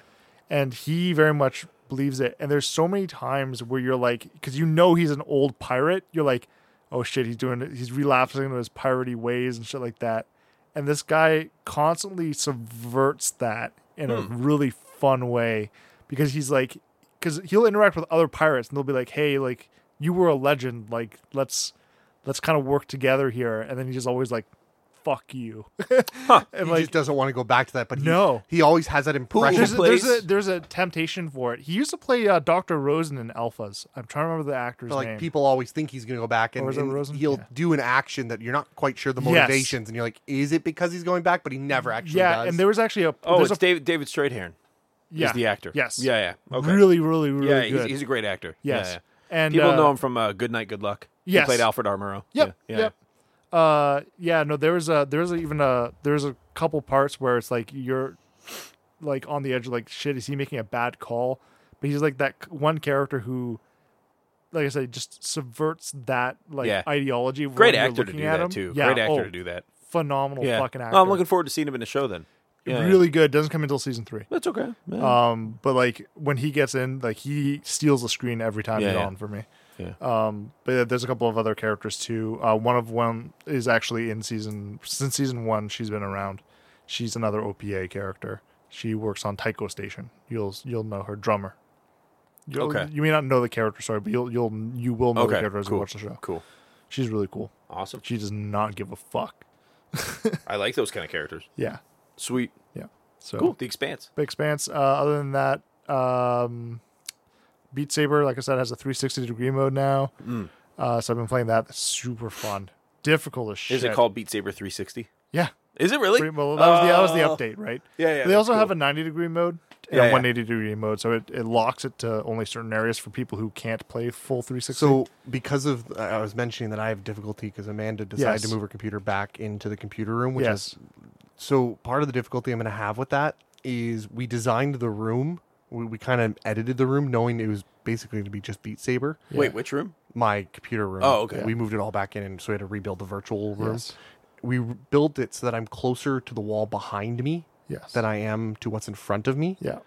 Speaker 3: And he very much believes it. And there's so many times where you're like, because you know he's an old pirate, you're like, oh shit, he's doing he's relapsing into his piratey ways and shit like that. And this guy constantly subverts that in a really fun way because he's like, because he'll interact with other pirates and they'll be like, hey, like you were a legend, like let's let's kind of work together here. And then he's just always like, fuck you. and
Speaker 1: he
Speaker 3: like
Speaker 1: just doesn't want to go back to that, but he,
Speaker 3: No.
Speaker 1: he always has that impression.
Speaker 3: there's a, there's
Speaker 2: place.
Speaker 3: a there's a temptation for it. He used to play uh, Doctor Rosen in Alphas. I'm trying to remember the actor's
Speaker 1: But, like
Speaker 3: name.
Speaker 1: people always think he's going to go back, and,
Speaker 3: Or is it
Speaker 1: and
Speaker 3: Rosen?
Speaker 1: he'll
Speaker 3: Yeah.
Speaker 1: do an action that you're not quite sure the
Speaker 3: Yes.
Speaker 1: motivations, and you're like, is it because he's going back? But he never actually
Speaker 3: yeah,
Speaker 1: does.
Speaker 3: and there was actually a
Speaker 2: Oh,
Speaker 3: there's
Speaker 2: it's
Speaker 3: a,
Speaker 2: David David Straithairn
Speaker 3: yeah,
Speaker 2: is the actor.
Speaker 3: Yes,
Speaker 2: Yeah, yeah. Okay.
Speaker 3: really, really, really
Speaker 2: yeah,
Speaker 3: good.
Speaker 2: he's, he's a great actor.
Speaker 3: yes,
Speaker 2: Yeah, yeah.
Speaker 3: and
Speaker 2: People
Speaker 3: uh,
Speaker 2: know him from uh, Good Night, Good Luck. He
Speaker 3: yes.
Speaker 2: played Alfred R. Murrow.
Speaker 3: Yep.
Speaker 2: Yeah.
Speaker 3: Yep. Uh, yeah. No, there was a there's a, even a there's a couple parts where it's like you're like on the edge of like shit. Is he making a bad call? But he's like that c- one character who, like I said, just subverts that like
Speaker 2: Yeah.
Speaker 3: ideology. of
Speaker 2: Great
Speaker 3: when you're
Speaker 2: actor to do
Speaker 3: looking at
Speaker 2: that
Speaker 3: him.
Speaker 2: too.
Speaker 3: Yeah,
Speaker 2: Great actor
Speaker 3: oh,
Speaker 2: to do that.
Speaker 3: Phenomenal
Speaker 2: Yeah.
Speaker 3: fucking actor.
Speaker 2: No, I'm looking forward to seeing him in the show then. Yeah.
Speaker 3: really good. Doesn't come until season three.
Speaker 2: That's okay. Yeah.
Speaker 3: Um, but like when he gets in, like he steals the screen every time
Speaker 2: Yeah,
Speaker 3: he's
Speaker 2: yeah.
Speaker 3: on for me.
Speaker 2: Yeah.
Speaker 3: Um, but there's a couple of other characters too. Uh, one of them is actually in season since season one. She's been around. She's another OPA character. She works on Tycho Station. You'll you'll know her drummer. You'll,
Speaker 2: Okay.
Speaker 3: You may not know the character, sorry, but you'll you'll you will know the
Speaker 2: Okay,
Speaker 3: character as
Speaker 2: cool.
Speaker 3: you watch the show.
Speaker 2: cool.
Speaker 3: She's really cool.
Speaker 2: Awesome.
Speaker 3: She does not give a fuck.
Speaker 2: I like those kind of characters.
Speaker 3: Yeah.
Speaker 2: Sweet.
Speaker 3: Yeah. So
Speaker 2: Cool. The Expanse.
Speaker 3: Big Expanse. Uh, other than that, um, Beat Saber, like I said, has a 360 degree mode now.
Speaker 2: Mm.
Speaker 3: Uh, so I've been playing that. It's super fun. Difficult as shit.
Speaker 2: Is it called Beat Saber 360?
Speaker 3: Yeah.
Speaker 2: Is it really?
Speaker 3: Pretty- well, that, was the, that was the
Speaker 2: Oh.
Speaker 3: update, right?
Speaker 2: Yeah, yeah,
Speaker 3: They also
Speaker 2: that's
Speaker 3: have a 90 degree mode and
Speaker 2: Yeah,
Speaker 3: a
Speaker 2: yeah.
Speaker 3: 180 degree mode. So it, it locks it to only certain areas for people who can't play full 360.
Speaker 1: So because of I was mentioning that I have difficulty because Amanda decided to
Speaker 3: Yes.
Speaker 1: move her computer back into the computer room, which
Speaker 3: yes.
Speaker 1: is so part of the difficulty I'm going to have with that is we designed the room, we, we kind of edited the room knowing it was basically going to be just Beat Saber.
Speaker 2: Wait, which room?
Speaker 1: My computer room.
Speaker 2: Oh, okay.
Speaker 1: We moved it all back in, and so we had to rebuild the virtual room. We re- built it so that I'm closer to the wall behind me
Speaker 3: Yes.
Speaker 1: than I am to what's in front of me
Speaker 3: yeah.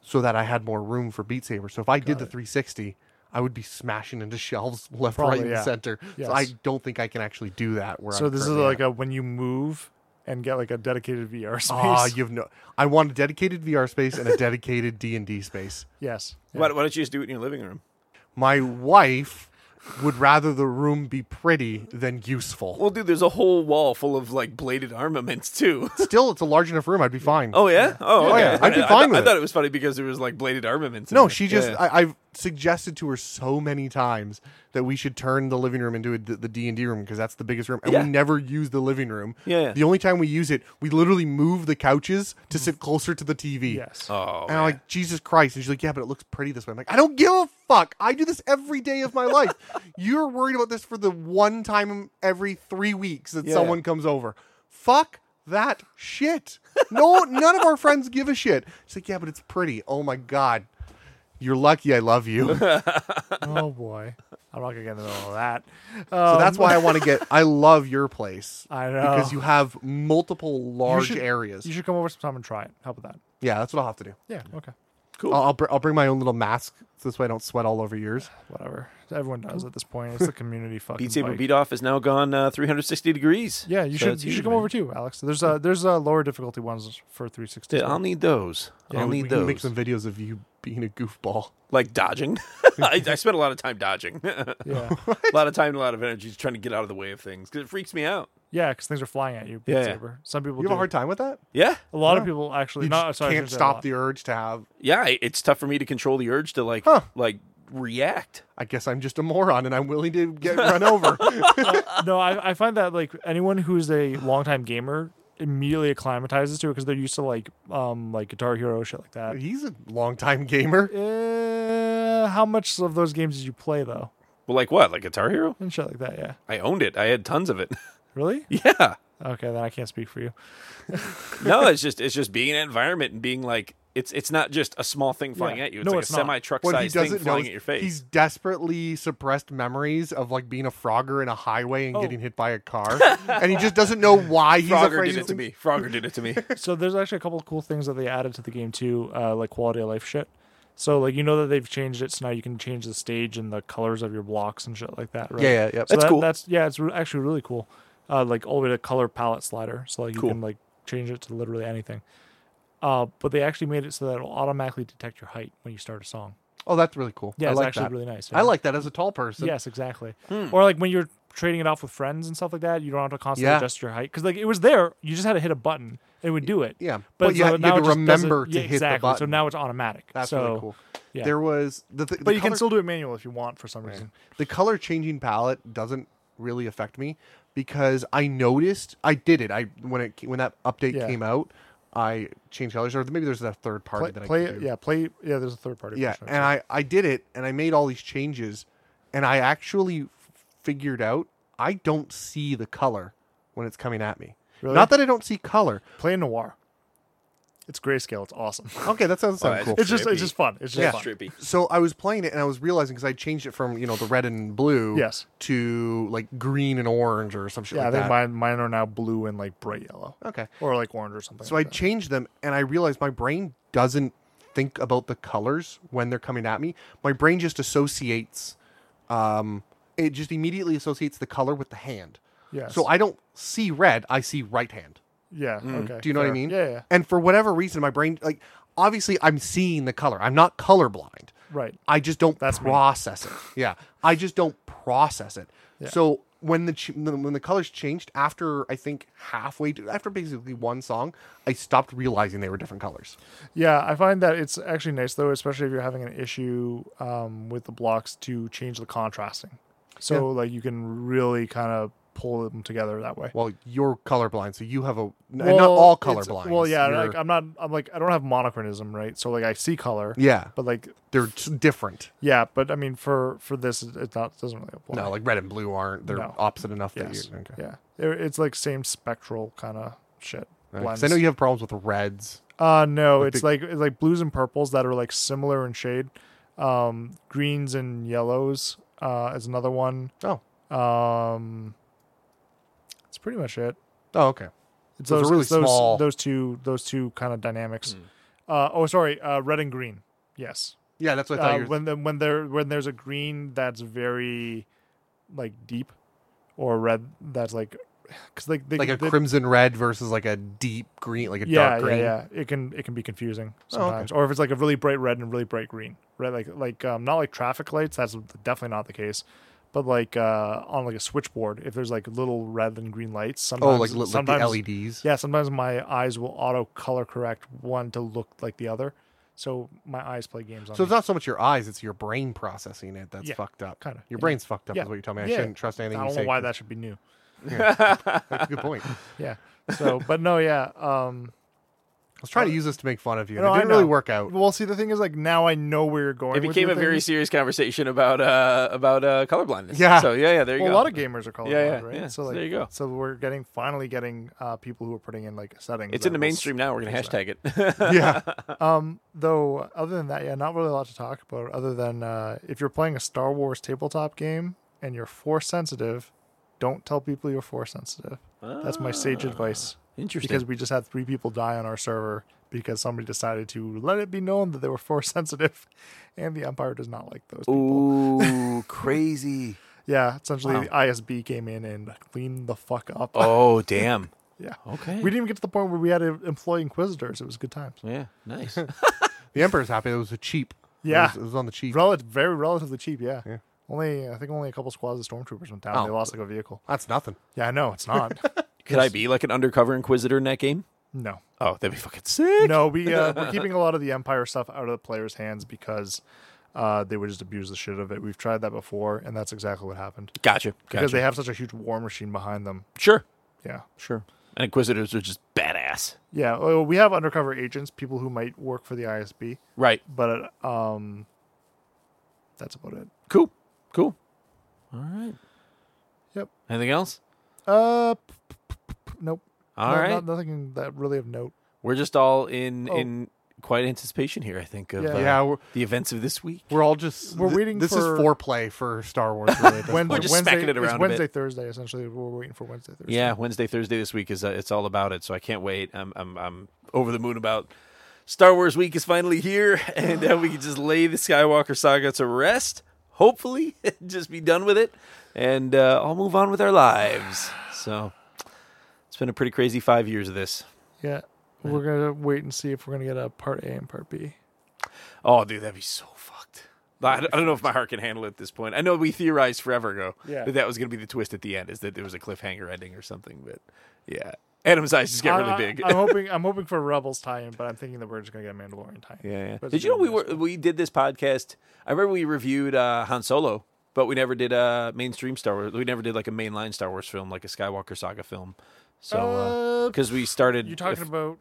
Speaker 1: so that I had more room for Beat Saber. So if I did the 360, I would be smashing into shelves left,
Speaker 3: Probably,
Speaker 1: right,
Speaker 3: yeah.
Speaker 1: and center.
Speaker 3: Yes.
Speaker 1: So I don't think I can actually do that. Where
Speaker 3: So
Speaker 1: I'm
Speaker 3: this is
Speaker 1: currently
Speaker 3: like
Speaker 1: at.
Speaker 3: a when you move and get like a dedicated VR space.
Speaker 1: ah, you've no. I want a dedicated VR space and a dedicated D and D space.
Speaker 3: yes. Yeah.
Speaker 2: Why, why don't you just do it in your living room?
Speaker 1: My wife would rather the room be pretty than useful.
Speaker 2: Well, dude, there's a whole wall full of like bladed armaments too.
Speaker 1: Still, it's a large enough room. I'd be fine.
Speaker 2: Oh yeah. Oh,
Speaker 1: yeah.
Speaker 2: okay.
Speaker 1: I'd be
Speaker 2: I- I
Speaker 1: fine
Speaker 2: thought-
Speaker 1: with
Speaker 2: I thought
Speaker 1: it.
Speaker 2: it was funny because there was like bladed armaments. in
Speaker 1: No,
Speaker 2: there.
Speaker 1: she just.
Speaker 2: Yeah.
Speaker 1: I, I've suggested to her so many times that we should turn the living room into a, the D and D room because that's the biggest room, and
Speaker 2: Yeah.
Speaker 1: we never use the living room.
Speaker 2: Yeah, yeah. Mm.
Speaker 1: The only time we use it, we literally move the couches to sit closer to the TV.
Speaker 3: Yes.
Speaker 2: Oh.
Speaker 1: And I'm like, Jesus Christ. And she's like, yeah, but it looks pretty this way. I'm like, I don't give a fuck. I do this every day of my life. You're worried about this for the one time every three weeks that
Speaker 2: Yeah.
Speaker 1: someone comes over. Fuck that shit. No, none of our friends give a shit. She's like, yeah, but it's pretty. Oh my God. You're lucky I love you. So
Speaker 3: oh boy. I'm not gonna get into all that.
Speaker 1: that's
Speaker 3: Um,
Speaker 1: why I want to get, I love your place.
Speaker 3: I know
Speaker 1: Because you have multiple large
Speaker 3: should-
Speaker 1: areas.
Speaker 3: You should come over sometime and try it. How about that?
Speaker 1: Yeah, that's what I'll have to do.
Speaker 3: Yeah. Okay.
Speaker 2: Cool.
Speaker 1: I'll, I'll, br- I'll bring my own little mask so this way I don't sweat all over yours.
Speaker 3: Whatever. Everyone does at this point. It's the community fucking.
Speaker 2: Beat Saber
Speaker 3: bike.
Speaker 2: Beat Off is now gone uh, 360 degrees.
Speaker 3: Yeah, you
Speaker 2: So
Speaker 3: should
Speaker 2: it's
Speaker 3: you
Speaker 2: huge,
Speaker 3: should come
Speaker 2: man.
Speaker 3: over too, Alex. There's a there's a lower difficulty ones for 360.
Speaker 2: Yeah, I'll need those.
Speaker 1: Yeah,
Speaker 2: I'll
Speaker 1: we-
Speaker 2: need
Speaker 1: we
Speaker 2: those.
Speaker 1: Can make some videos of you being a goofball.
Speaker 2: Like dodging. I, I spent a lot of time dodging. a
Speaker 3: Yeah,
Speaker 2: lot of time, and a lot of energy just trying to get out of the way of things because it freaks me out.
Speaker 3: yeah, because things are flying at you. Beat
Speaker 2: Yeah.
Speaker 3: Saber. Some people
Speaker 1: You have
Speaker 3: do.
Speaker 1: a hard time with that.
Speaker 2: Yeah,
Speaker 3: A lot of people actually
Speaker 1: You
Speaker 3: not.
Speaker 1: just
Speaker 3: sorry, uh, I
Speaker 1: can't
Speaker 3: shouldn't say a
Speaker 1: stop
Speaker 3: lot.
Speaker 1: the urge to have.
Speaker 2: yeah. I- It's tough for me to control the urge to like
Speaker 1: Huh.
Speaker 2: like react.
Speaker 1: I guess I'm just a moron and I'm willing to get run over.
Speaker 3: no, I, I find that like anyone who's a longtime gamer immediately acclimatizes to it because they're used to like um like Guitar Hero shit like that.
Speaker 1: He's a longtime gamer.
Speaker 3: Uh, how much of those games did you play though?
Speaker 2: Well, like what? Like Guitar Hero?
Speaker 3: And shit like that. Yeah.
Speaker 2: I owned it. I had tons of it.
Speaker 3: Really?
Speaker 2: yeah.
Speaker 3: Okay, then I can't speak for you.
Speaker 2: No, it's just it's just being in an environment and being like it's it's not just a small thing flying
Speaker 3: Yeah.
Speaker 2: at you. It's
Speaker 3: No,
Speaker 2: like
Speaker 3: it's
Speaker 2: a
Speaker 3: not.
Speaker 2: semi truck
Speaker 1: What he
Speaker 2: sized thing
Speaker 1: doesn't know
Speaker 2: flying
Speaker 1: is
Speaker 2: at your face.
Speaker 1: he's desperately suppressed memories of like being a frogger in a highway and
Speaker 3: Oh.
Speaker 1: getting hit by a car, and he just doesn't know why he's
Speaker 2: Frogger
Speaker 1: afraid.
Speaker 2: did it
Speaker 1: of
Speaker 2: to
Speaker 1: the-
Speaker 2: me. Frogger did it to me.
Speaker 3: So there's actually a couple of cool things that they added to the game too, uh, like quality of life shit. So like you know that they've changed it, so now you can change the stage and the colors of your blocks and shit like that, right?
Speaker 1: Yeah, yeah, yeah.
Speaker 3: So
Speaker 2: That's
Speaker 3: that-
Speaker 2: cool.
Speaker 3: That's yeah, it's re- actually really cool. Uh, like all the way to color palette slider, so like you
Speaker 2: Cool.
Speaker 3: can like change it to literally anything. Uh, but they actually made it so that it'll automatically detect your height when you start a song.
Speaker 1: Oh, that's really cool.
Speaker 4: Yeah,
Speaker 1: I
Speaker 4: it's
Speaker 1: like
Speaker 4: actually
Speaker 1: that.
Speaker 4: really nice.
Speaker 1: I
Speaker 4: yeah.
Speaker 1: like that as a tall person.
Speaker 4: Yes, exactly.
Speaker 1: Hmm.
Speaker 4: Or like when you're trading it off with friends and stuff like that, you don't have to constantly
Speaker 1: Yeah.
Speaker 4: adjust your height because like it was there. You just had to hit a button and it would do it.
Speaker 1: Yeah,
Speaker 4: but,
Speaker 1: but you
Speaker 4: so
Speaker 1: had- you
Speaker 4: now
Speaker 1: had
Speaker 4: it
Speaker 1: to
Speaker 4: just doesn't-
Speaker 1: remember to
Speaker 4: yeah,
Speaker 1: hit the
Speaker 4: exactly. So
Speaker 1: button.
Speaker 4: now it's automatic.
Speaker 1: That's
Speaker 4: so,
Speaker 1: really cool.
Speaker 4: yeah.
Speaker 1: There was the, th- the
Speaker 3: But you
Speaker 1: color,
Speaker 3: can still do it manual if you want for some reason.
Speaker 1: the color changing palette doesn't really affect me because I noticed I did it. I when it when that update
Speaker 3: Yeah.
Speaker 1: came out, I changed colors or maybe there's that third party
Speaker 3: Play,
Speaker 1: that I
Speaker 3: play
Speaker 1: could
Speaker 3: it.
Speaker 1: do.
Speaker 3: Yeah, play. Yeah, there's a third party.
Speaker 1: Yeah,
Speaker 3: version of
Speaker 1: and I I did it and I made all these changes and I actually f- figured out I don't see the color when it's coming at me.
Speaker 3: Really?
Speaker 1: Not that I don't see color.
Speaker 3: it. play noir. It's grayscale. It's awesome.
Speaker 1: Okay, that sounds, sounds
Speaker 2: it's
Speaker 1: cool.
Speaker 3: it's just
Speaker 2: trippy.
Speaker 3: it's just fun. It's just
Speaker 1: Yeah.
Speaker 3: fun.
Speaker 2: Trippy.
Speaker 1: so I was playing it and I was realizing because I changed it from you know the red and blue
Speaker 3: Yes.
Speaker 1: to like green and orange or some shit
Speaker 3: Yeah, I
Speaker 1: like
Speaker 3: think
Speaker 1: that.
Speaker 3: mine mine are now blue and like bright yellow
Speaker 1: okay,
Speaker 3: or like orange or something.
Speaker 1: so I
Speaker 3: like that.
Speaker 1: changed them and I realized my brain doesn't think about the colors when they're coming at me. My brain just associates, um, it just immediately associates the color with the hand.
Speaker 3: Yes.
Speaker 1: So I don't see red; I see right hand.
Speaker 3: yeah okay.
Speaker 1: Do you know what I
Speaker 3: fair.
Speaker 1: mean?
Speaker 3: Yeah, yeah.
Speaker 1: And for whatever reason, my brain like obviously I'm seeing the color. I'm not colorblind.
Speaker 3: Right.
Speaker 1: I just don't
Speaker 3: That's me.
Speaker 1: process it. Yeah, I just don't process it. So when the ch- when the colors changed after I think halfway to, after basically one song, I stopped realizing they were different colors.
Speaker 3: Yeah, I find that it's actually nice though, especially if you're having an issue um, with the blocks to change the contrasting. So like you can really kind of pull them together that way.
Speaker 1: Well, you're colorblind, so you have a n-
Speaker 3: Well,
Speaker 1: not all
Speaker 3: it's-
Speaker 1: colorblind.
Speaker 3: Well, yeah,
Speaker 1: You're-
Speaker 3: like uh, I'm not. I'm like I don't have monochronism, right? So like I see color.
Speaker 1: yeah,
Speaker 3: But like
Speaker 1: they're t- different.
Speaker 3: yeah, but I mean for for this, it- it's not doesn't really apply.
Speaker 1: No, like red and blue aren't. They're
Speaker 3: No.
Speaker 1: opposite enough
Speaker 3: yes,
Speaker 1: that you. Okay.
Speaker 3: yeah, It- it's like same spectral kind of shit.
Speaker 1: Right. 'Cause
Speaker 3: blends.
Speaker 1: I know you have problems with reds.
Speaker 3: Uh no,
Speaker 1: Like
Speaker 3: it's
Speaker 1: the-
Speaker 3: like it's like blues and purples that are like similar in shade. Um greens and yellows uh is another one.
Speaker 1: Oh,
Speaker 3: Um It's pretty much it.
Speaker 1: oh, okay.
Speaker 3: It's
Speaker 1: Those are
Speaker 3: those,
Speaker 1: really
Speaker 3: it's those,
Speaker 1: small. Hmm.
Speaker 3: those two those two kind of dynamics. Uh oh sorry, uh red and green. Yes.
Speaker 1: Yeah, that's what I thought.
Speaker 3: Uh,
Speaker 1: you were...
Speaker 3: when the, when there when there's a green that's very like deep or red that's like cuz like they,
Speaker 1: like a
Speaker 3: they-
Speaker 1: crimson red versus like a deep green, like a
Speaker 3: yeah,
Speaker 1: dark green.
Speaker 3: Yeah, yeah, it can it can be confusing
Speaker 1: Oh, okay.
Speaker 3: sometimes. Or if it's like a really bright red and really bright green, right? Like like um, not like traffic lights. That's definitely not the case. But like uh, on like a switchboard, if there's like little red and green lights,
Speaker 1: Oh,
Speaker 3: sometimes
Speaker 1: like, li- like
Speaker 3: sometimes
Speaker 1: the LEDs.
Speaker 3: yeah, sometimes my eyes will auto color correct one to look like the other. So my eyes play games on.
Speaker 1: So it's
Speaker 3: me.
Speaker 1: not so much your eyes; it's your brain processing it. That's
Speaker 3: Yeah,
Speaker 1: fucked up.
Speaker 3: kinda,
Speaker 1: Your
Speaker 3: yeah.
Speaker 1: brain's fucked up,
Speaker 3: Yeah,
Speaker 1: is what you're telling me. I
Speaker 3: yeah.
Speaker 1: shouldn't trust anything
Speaker 3: I
Speaker 1: you
Speaker 3: don't
Speaker 1: say.
Speaker 3: know why that should be new.
Speaker 1: That's a good point. I
Speaker 3: Yeah. So, but no, yeah. Um,
Speaker 1: was trying to use this to make fun of you. and
Speaker 3: No,
Speaker 1: it
Speaker 3: Uh, I
Speaker 1: didn't really
Speaker 3: know.
Speaker 1: work out.
Speaker 3: well, see, the thing is, like, now I know where you're going.
Speaker 2: It
Speaker 3: with
Speaker 2: became
Speaker 3: your
Speaker 2: a very
Speaker 3: things.
Speaker 2: serious conversation about uh about uh colorblindness.
Speaker 1: Yeah.
Speaker 2: So yeah, yeah. There you
Speaker 3: well,
Speaker 2: go.
Speaker 3: a lot of gamers are colorblind,
Speaker 2: Yeah, yeah,
Speaker 3: right?
Speaker 2: yeah.
Speaker 3: So
Speaker 2: So
Speaker 3: like,
Speaker 2: there you go.
Speaker 3: So we're getting finally getting uh, people who are putting in like settings.
Speaker 2: it's
Speaker 3: that
Speaker 2: in the
Speaker 3: will s-
Speaker 2: mainstream now. We're gonna
Speaker 3: fix that.
Speaker 2: hashtag it.
Speaker 1: yeah,
Speaker 3: Um, though, other than that, yeah, not really a lot to talk about. Other than uh, if you're playing a Star Wars tabletop game and you're force sensitive, don't tell people you're force sensitive. That's my sage advice
Speaker 2: Ah, Interesting.
Speaker 3: because we just had three people die on our server because somebody decided to let it be known that they were force sensitive, and the Empire does not like those people.
Speaker 2: Ooh, crazy.
Speaker 3: Yeah, essentially the ISB came in and cleaned the fuck up.
Speaker 2: Oh, damn.
Speaker 3: Yeah.
Speaker 2: Okay.
Speaker 3: We didn't even get to the point where we had to employ inquisitors. It was good times.
Speaker 2: yeah. Nice.
Speaker 1: the emperor's happy. It was a cheap.
Speaker 3: Yeah.
Speaker 1: it was, it was on the cheap.
Speaker 3: Rel- very relatively cheap, yeah.
Speaker 1: Yeah.
Speaker 3: Only I think only a couple squads of stormtroopers went down.
Speaker 1: Oh.
Speaker 3: They lost like a vehicle.
Speaker 1: That's nothing.
Speaker 3: Yeah, I know it's not.
Speaker 2: Could I be like an undercover inquisitor in that game?
Speaker 3: no,
Speaker 2: Oh, that'd be fucking sick.
Speaker 3: no, we uh, we're keeping a lot of the empire stuff out of the players' hands because uh, they would just abuse the shit of it. We've tried that before, and that's exactly what happened
Speaker 2: Gotcha.
Speaker 3: because
Speaker 2: Gotcha.
Speaker 3: they have such a huge war machine behind them.
Speaker 2: sure.
Speaker 3: Yeah,
Speaker 2: Sure. And inquisitors are just badass.
Speaker 3: yeah. Well, we have undercover agents, people who might work for the ISB,
Speaker 2: Right.
Speaker 3: but um, that's about it.
Speaker 2: Cool. Cool. All right.
Speaker 3: Yep.
Speaker 2: Anything else?
Speaker 3: Uh, p- p- p- p- nope.
Speaker 2: All
Speaker 3: No-
Speaker 2: right.
Speaker 3: no- nothing that really of note.
Speaker 2: We're just all in
Speaker 3: Oh.
Speaker 2: in quite anticipation here. I think of
Speaker 3: Yeah.
Speaker 2: uh,
Speaker 1: Yeah, we're,
Speaker 2: the events of this week.
Speaker 1: we're all just.
Speaker 3: We're
Speaker 1: thi-
Speaker 3: waiting
Speaker 1: This
Speaker 3: for-
Speaker 1: is foreplay for Star Wars. Really, at this
Speaker 3: Wednesday,
Speaker 1: point.
Speaker 2: just
Speaker 3: Wednesday,
Speaker 2: smacking it
Speaker 3: it's
Speaker 2: around a bit.
Speaker 3: Wednesday, Thursday, essentially. We're waiting for Wednesday, Thursday.
Speaker 2: Yeah, Wednesday, Thursday this week is uh, it's all about it. So I can't wait. I'm I'm I'm over the moon about Star Wars week is finally here, and uh, we can just lay the Skywalker saga to rest. Hopefully, just be done with it, and uh, all move on with our lives. So it's been a pretty crazy five years of this.
Speaker 3: yeah. We're gonna wait and see if we're gonna get a part A and part B.
Speaker 2: Oh, dude, that'd be so fucked. I I don't know if my heart can handle it at this point. I know we theorized forever ago
Speaker 3: Yeah.
Speaker 2: that that was going to be the twist at the end, is that there was a cliffhanger ending or something. But yeah, Adam's eyes just get really
Speaker 3: I-
Speaker 2: big.
Speaker 3: Uh, I, am hoping I'm hoping for a Rebels tie-in, but I'm thinking that we're just gonna get a Mandalorian tie-in.
Speaker 2: Yeah, yeah.
Speaker 3: But
Speaker 2: Did
Speaker 3: it's
Speaker 2: you know
Speaker 3: gonna
Speaker 2: we
Speaker 3: be
Speaker 2: were we did this podcast? I remember we reviewed uh, Han Solo, but we never did a mainstream Star Wars. We never did like a mainline Star Wars film, like a Skywalker Saga film. So because we started,
Speaker 3: You talking
Speaker 2: if-
Speaker 3: about?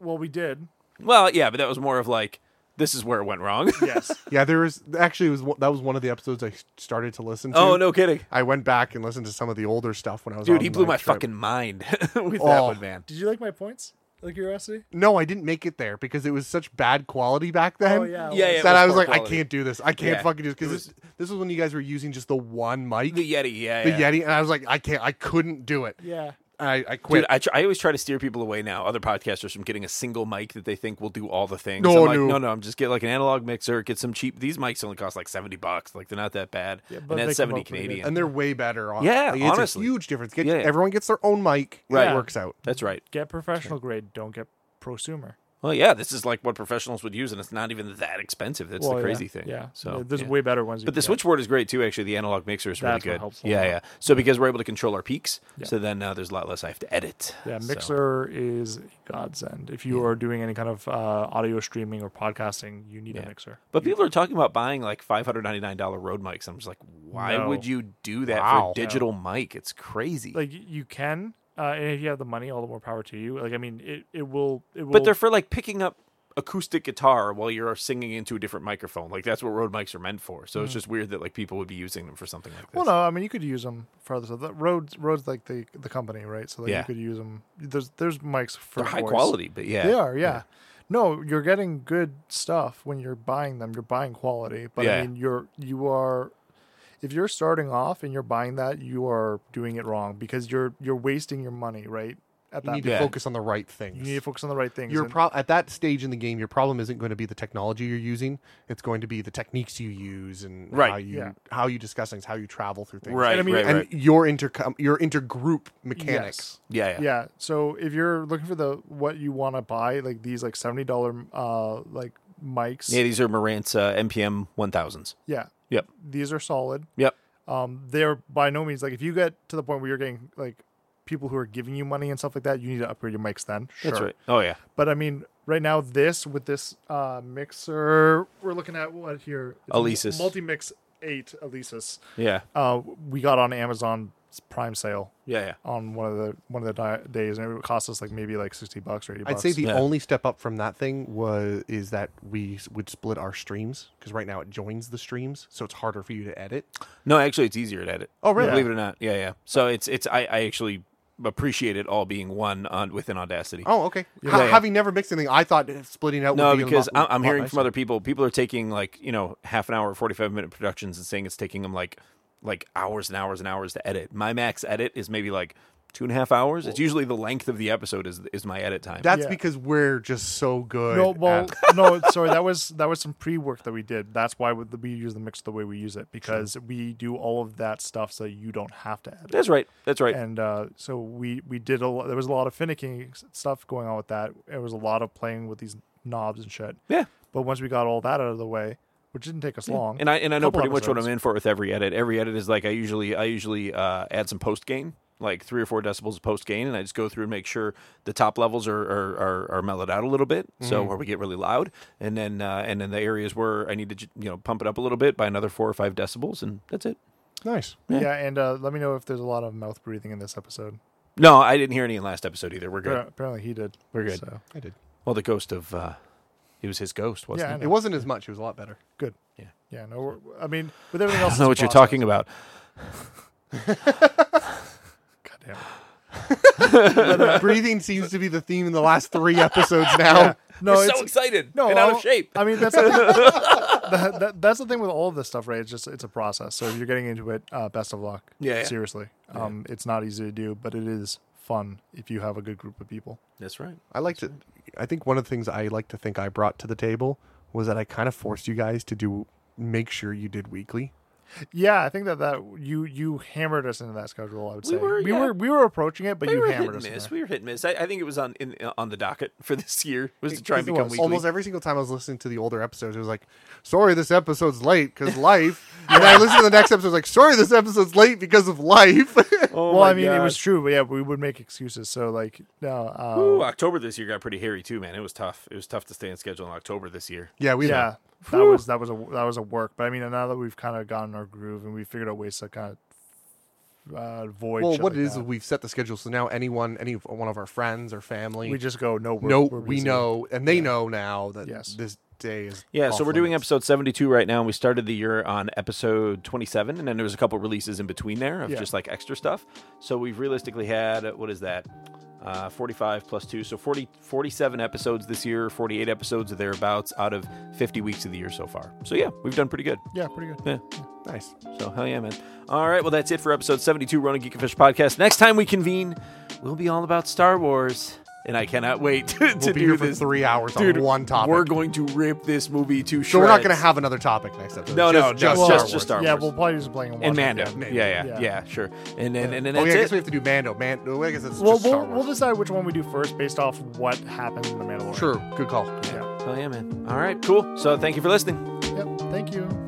Speaker 3: Well, we did.
Speaker 2: well, yeah, but that was more of like this is where it went wrong.
Speaker 3: Yes.
Speaker 1: Yeah, there was actually it was one- that was one of the episodes I started to listen to.
Speaker 2: oh no, kidding,
Speaker 1: I went back and listened to some of the older stuff when I was
Speaker 2: dude,
Speaker 1: on
Speaker 2: he blew my
Speaker 1: trip.
Speaker 2: fucking mind with that
Speaker 1: Oh.
Speaker 2: one, man.
Speaker 3: Did you like my points? Like curiosity?
Speaker 1: No, I didn't make it there because it was such bad quality back then.
Speaker 3: Oh yeah.
Speaker 2: Yeah, yeah.
Speaker 1: that
Speaker 2: was
Speaker 1: I was
Speaker 2: poor
Speaker 1: like, I
Speaker 2: quality.
Speaker 1: can't do this. I can't
Speaker 2: Yeah.
Speaker 1: fucking do this
Speaker 2: It
Speaker 1: because
Speaker 2: was-
Speaker 1: this, this was when you guys were using just the one mic, the,
Speaker 2: The Yeti, yeah, yeah.
Speaker 1: Yeti, and I was like, I can't, I couldn't do it.
Speaker 3: Yeah.
Speaker 1: I, I quit.
Speaker 2: Dude, I, tr- I always try to steer people away now, other podcasters, from getting a single mic that they think will do all the things.
Speaker 1: No,
Speaker 2: I'm like,
Speaker 1: no.
Speaker 2: no, no, I'm just get like an analog mixer, get some cheap. These mics only cost like seventy bucks, like they're not that bad,
Speaker 3: but
Speaker 2: and
Speaker 3: they come
Speaker 2: that's seventy
Speaker 3: out pretty good.
Speaker 2: Canadian.
Speaker 1: and they're way better. On,
Speaker 2: Yeah,
Speaker 1: like, it's
Speaker 2: honestly.
Speaker 1: a huge difference. Get,
Speaker 2: Yeah, yeah.
Speaker 1: Everyone gets their own mic.
Speaker 2: Right.
Speaker 1: it works out.
Speaker 2: That's right.
Speaker 3: Get professional grade. Don't get prosumer.
Speaker 2: Well, yeah, this is like what professionals would use, and it's not even that expensive. That's the
Speaker 3: Well, yeah,
Speaker 2: crazy thing.
Speaker 3: Yeah.
Speaker 2: So
Speaker 3: there's
Speaker 2: yeah.
Speaker 3: way better ones. you
Speaker 2: But the
Speaker 3: can get.
Speaker 2: switchboard is great too. Actually, the analog mixer is
Speaker 3: That's what
Speaker 2: really good.
Speaker 3: helps a
Speaker 2: yeah,
Speaker 3: lot.
Speaker 2: yeah. So because we're able to control our peaks,
Speaker 3: Yeah.
Speaker 2: so then uh, there's a lot less I have to edit.
Speaker 3: Yeah,
Speaker 2: So-
Speaker 3: Mixer is a godsend. If you are doing any kind of uh, audio streaming or podcasting, you need
Speaker 2: Yeah.
Speaker 3: a mixer.
Speaker 2: But people are talking about buying like five hundred ninety nine dollar Rode mics. I'm just like, why
Speaker 3: No.
Speaker 2: would you do that
Speaker 1: Wow.
Speaker 2: for a digital mic? It's crazy.
Speaker 3: Like you can, uh, and if you have the money, all the more power to you. Like I mean, it, it will it will.
Speaker 2: but they're for like picking up acoustic guitar while you're singing into a different microphone. Like that's what Rode mics are meant for. So it's just weird that like people would be using them for something like this.
Speaker 3: Mm. well, no, I mean you could use them for other stuff. The Rhodes Rhodes like the the company, right? So like,
Speaker 2: Yeah.
Speaker 3: you could use them. There's there's mics for
Speaker 2: They're high
Speaker 3: voice.
Speaker 2: quality, but yeah,
Speaker 3: They are, yeah. No, you're getting good stuff when you're buying them. You're buying quality, but
Speaker 2: Yeah.
Speaker 3: I mean, you're you are if you're starting off and you're buying that, you are doing it wrong because you're you're wasting your money, right? At
Speaker 1: You
Speaker 3: that,
Speaker 1: need
Speaker 2: Yeah.
Speaker 1: to focus on the right things.
Speaker 3: you need to focus on the right things.
Speaker 1: your
Speaker 3: and-
Speaker 1: pro- at that stage in the game, your problem isn't going to be the technology you're using. It's going to be the techniques you use and
Speaker 2: Right,
Speaker 1: how you
Speaker 3: yeah.
Speaker 1: how you discuss things, how you travel through things,
Speaker 2: Right,
Speaker 3: I mean-
Speaker 2: right,
Speaker 1: And
Speaker 2: right.
Speaker 1: your intercom your intergroup mechanics.
Speaker 2: yeah, yeah,
Speaker 3: yeah so if you're looking for the what you want to buy like these like $70 uh like mics
Speaker 2: Yeah, these are Marantz uh, MPM one thousands.
Speaker 3: yeah
Speaker 2: Yep,
Speaker 3: these are solid
Speaker 2: yep.
Speaker 3: um they're by no means like if you get to the point where you're getting like people who are giving you money and stuff like that you need to upgrade your mics then sure.
Speaker 2: That's right. Oh yeah,
Speaker 3: but i mean right now this with this uh mixer we're looking at what here It's a
Speaker 2: Alesis.
Speaker 3: multi-mix 8 Alesis.
Speaker 2: yeah,
Speaker 3: uh we got on amazon prime sale
Speaker 2: yeah, yeah.
Speaker 3: on one of the one of the di- days and it cost us like maybe like 60 bucks or 80
Speaker 1: I'd
Speaker 3: bucks
Speaker 1: say the
Speaker 2: Yeah.
Speaker 1: only step up from that thing was is that we s- would split our streams because right now it joins the streams, so it's harder for you to edit.
Speaker 2: No, actually, it's easier to edit.
Speaker 1: Oh, really?
Speaker 2: Believe it or not. Yeah, yeah. So it's it's I, I actually appreciate it all being one on within Audacity.
Speaker 1: Oh, okay. Ha-
Speaker 2: Yeah, yeah.
Speaker 1: Having never mixed anything, I thought splitting out.
Speaker 2: No,
Speaker 1: would be
Speaker 2: because
Speaker 1: a lot,
Speaker 2: I'm, I'm
Speaker 1: lot
Speaker 2: hearing
Speaker 1: nicer.
Speaker 2: from other people. People are taking like you know half an hour, forty five minute productions, and saying it's taking them like like hours and hours and hours to edit. My max edit is maybe like two and a half hours. It's usually the length of the episode is is my edit time.
Speaker 1: That's
Speaker 3: Yeah.
Speaker 1: because we're just so good.
Speaker 3: No,
Speaker 1: at-
Speaker 3: well, no. Sorry, that was that was some pre-work that we did. That's why we we use the mix the way we use it because we do all of that stuff so you don't have to edit.
Speaker 2: That's right. That's right.
Speaker 3: And uh, so we we did a lot. There was a lot of finicking s- stuff going on with that. It was a lot of playing with these knobs and shit.
Speaker 2: yeah.
Speaker 3: But once we got all that out of the way, which didn't take us long,
Speaker 2: And I and I know
Speaker 3: Couple
Speaker 2: pretty much what I'm
Speaker 3: episodes.
Speaker 2: in for with every edit. Every edit is like I usually I usually uh, add some post gain, like three or four decibels of post gain, and I just go through and make sure the top levels are are, are, are mellowed out a little bit, so
Speaker 3: Mm-hmm.
Speaker 2: where we get really loud, and then uh, and then the areas where I need to j- you know pump it up a little bit by another four or five decibels, and that's it.
Speaker 1: nice.
Speaker 3: yeah. and uh, let me know if there's a lot of mouth breathing in this episode.
Speaker 2: No, I didn't hear any in last episode either. We're good.
Speaker 3: Appar- Apparently, he did.
Speaker 2: We're good.
Speaker 3: So,
Speaker 1: I did.
Speaker 2: Well, the ghost of uh, it was his ghost, wasn't
Speaker 3: Yeah, I
Speaker 2: it?
Speaker 3: know.
Speaker 1: It wasn't as much. It was a lot better.
Speaker 3: good.
Speaker 2: Yeah.
Speaker 3: Yeah. No. We're, I mean, with everything
Speaker 2: I
Speaker 3: else,
Speaker 2: don't know what
Speaker 3: it's a
Speaker 2: you're
Speaker 3: process.
Speaker 2: talking about.
Speaker 3: God damn it.
Speaker 1: Breathing seems to be the theme in the last three episodes now.
Speaker 3: No,
Speaker 2: We're
Speaker 3: it's,
Speaker 2: so excited
Speaker 3: no,
Speaker 2: and out of
Speaker 3: I'll-
Speaker 2: shape.
Speaker 3: I mean, that's the thing- that, that, that's the thing with all of this stuff, right? It's just it's a process. So if you're getting into it, uh, best of luck.
Speaker 2: Yeah, yeah.
Speaker 3: seriously, um, it's not easy to do, but it is fun if you have a good group of people.
Speaker 2: That's right.
Speaker 1: I like to. I think one of the things I like to think I brought to the table was that I kind of forced you guys to do make sure you did weekly.
Speaker 3: Yeah, I think that that you you hammered us into that schedule. I would
Speaker 2: We
Speaker 3: say
Speaker 2: were,
Speaker 3: we
Speaker 2: yeah.
Speaker 3: were we were approaching it, but
Speaker 2: We
Speaker 3: you
Speaker 2: were hit and
Speaker 3: hammered us. in
Speaker 2: miss.
Speaker 3: there.
Speaker 2: We were hit and miss. I, I think it was on in, on the docket for this year was to try and
Speaker 3: It
Speaker 2: become
Speaker 3: was.
Speaker 2: weekly.
Speaker 1: Almost every single time I was listening to the older episodes, it was like, "Sorry, this episode's late because life." And I listened to the next episode, I was like, "Sorry, this episode's late because of life."
Speaker 2: Oh
Speaker 3: well,
Speaker 2: my
Speaker 3: I mean, it
Speaker 2: God.
Speaker 3: was true, but yeah, we would make excuses. So like, no, uh,
Speaker 2: Ooh, October this year got pretty hairy too, man. It was tough. It was tough to stay on schedule in October this year.
Speaker 1: yeah, we know.
Speaker 3: yeah, that was that was a that was a work. But I mean, now that we've kind of gotten our groove and we figured out ways to kind of uh, avoid.
Speaker 1: Well,
Speaker 3: shit
Speaker 1: what
Speaker 3: like
Speaker 1: it is, is
Speaker 3: that,
Speaker 1: we've set the schedule, so now anyone, any one of our friends or family,
Speaker 3: we just go no. We're,
Speaker 1: know
Speaker 3: we're
Speaker 1: we
Speaker 3: busy.
Speaker 1: know, and they know now that
Speaker 3: Yes.
Speaker 1: this day is.
Speaker 2: Yeah, so
Speaker 1: off
Speaker 2: we're doing
Speaker 1: limits.
Speaker 2: episode 72 right now, and we started the year on episode 27, and then there was a couple releases in between there of
Speaker 3: Yeah.
Speaker 2: just like extra stuff. So we've realistically had, uh, what is that, uh, 45 plus 2, so 40, 47 episodes this year, 48 episodes or thereabouts out of 50 weeks of the year so far. So yeah, we've done pretty good.
Speaker 3: Yeah, pretty good.
Speaker 2: Yeah.
Speaker 1: Nice.
Speaker 2: So hell yeah, man. All right, well that's it for episode 72 Ronan Geek and Fish podcast. Next time we convene, we'll be all about Star Wars, and I cannot wait to,
Speaker 1: We'll
Speaker 2: to
Speaker 1: be
Speaker 2: do
Speaker 1: here for
Speaker 2: this.
Speaker 1: three hours
Speaker 2: Dude,
Speaker 1: on one topic.
Speaker 2: We're going to rip this movie to shreds.
Speaker 1: so we're not going to have another topic next episode.
Speaker 2: No, no,
Speaker 1: just,
Speaker 2: no,
Speaker 1: just,
Speaker 2: well,
Speaker 1: Star
Speaker 2: just-
Speaker 1: Wars.
Speaker 2: just Star
Speaker 3: Yeah,
Speaker 2: Wars.
Speaker 3: we'll probably just playing
Speaker 2: and Mando. Yeah, yeah, yeah,
Speaker 3: Yeah.
Speaker 2: sure. And then and then
Speaker 1: Oh
Speaker 2: that's
Speaker 1: yeah, I guess
Speaker 2: it.
Speaker 1: we have to do Mando. Man, oh, I guess it's
Speaker 3: Well,
Speaker 1: just Star
Speaker 3: we'll,
Speaker 1: Wars.
Speaker 3: we'll decide which one we do first based off what happens in the Mandalorian.
Speaker 1: True. Good call.
Speaker 3: Yeah.
Speaker 2: Hell yeah, man. All right, cool. So thank you for listening.
Speaker 3: Yep. Thank you.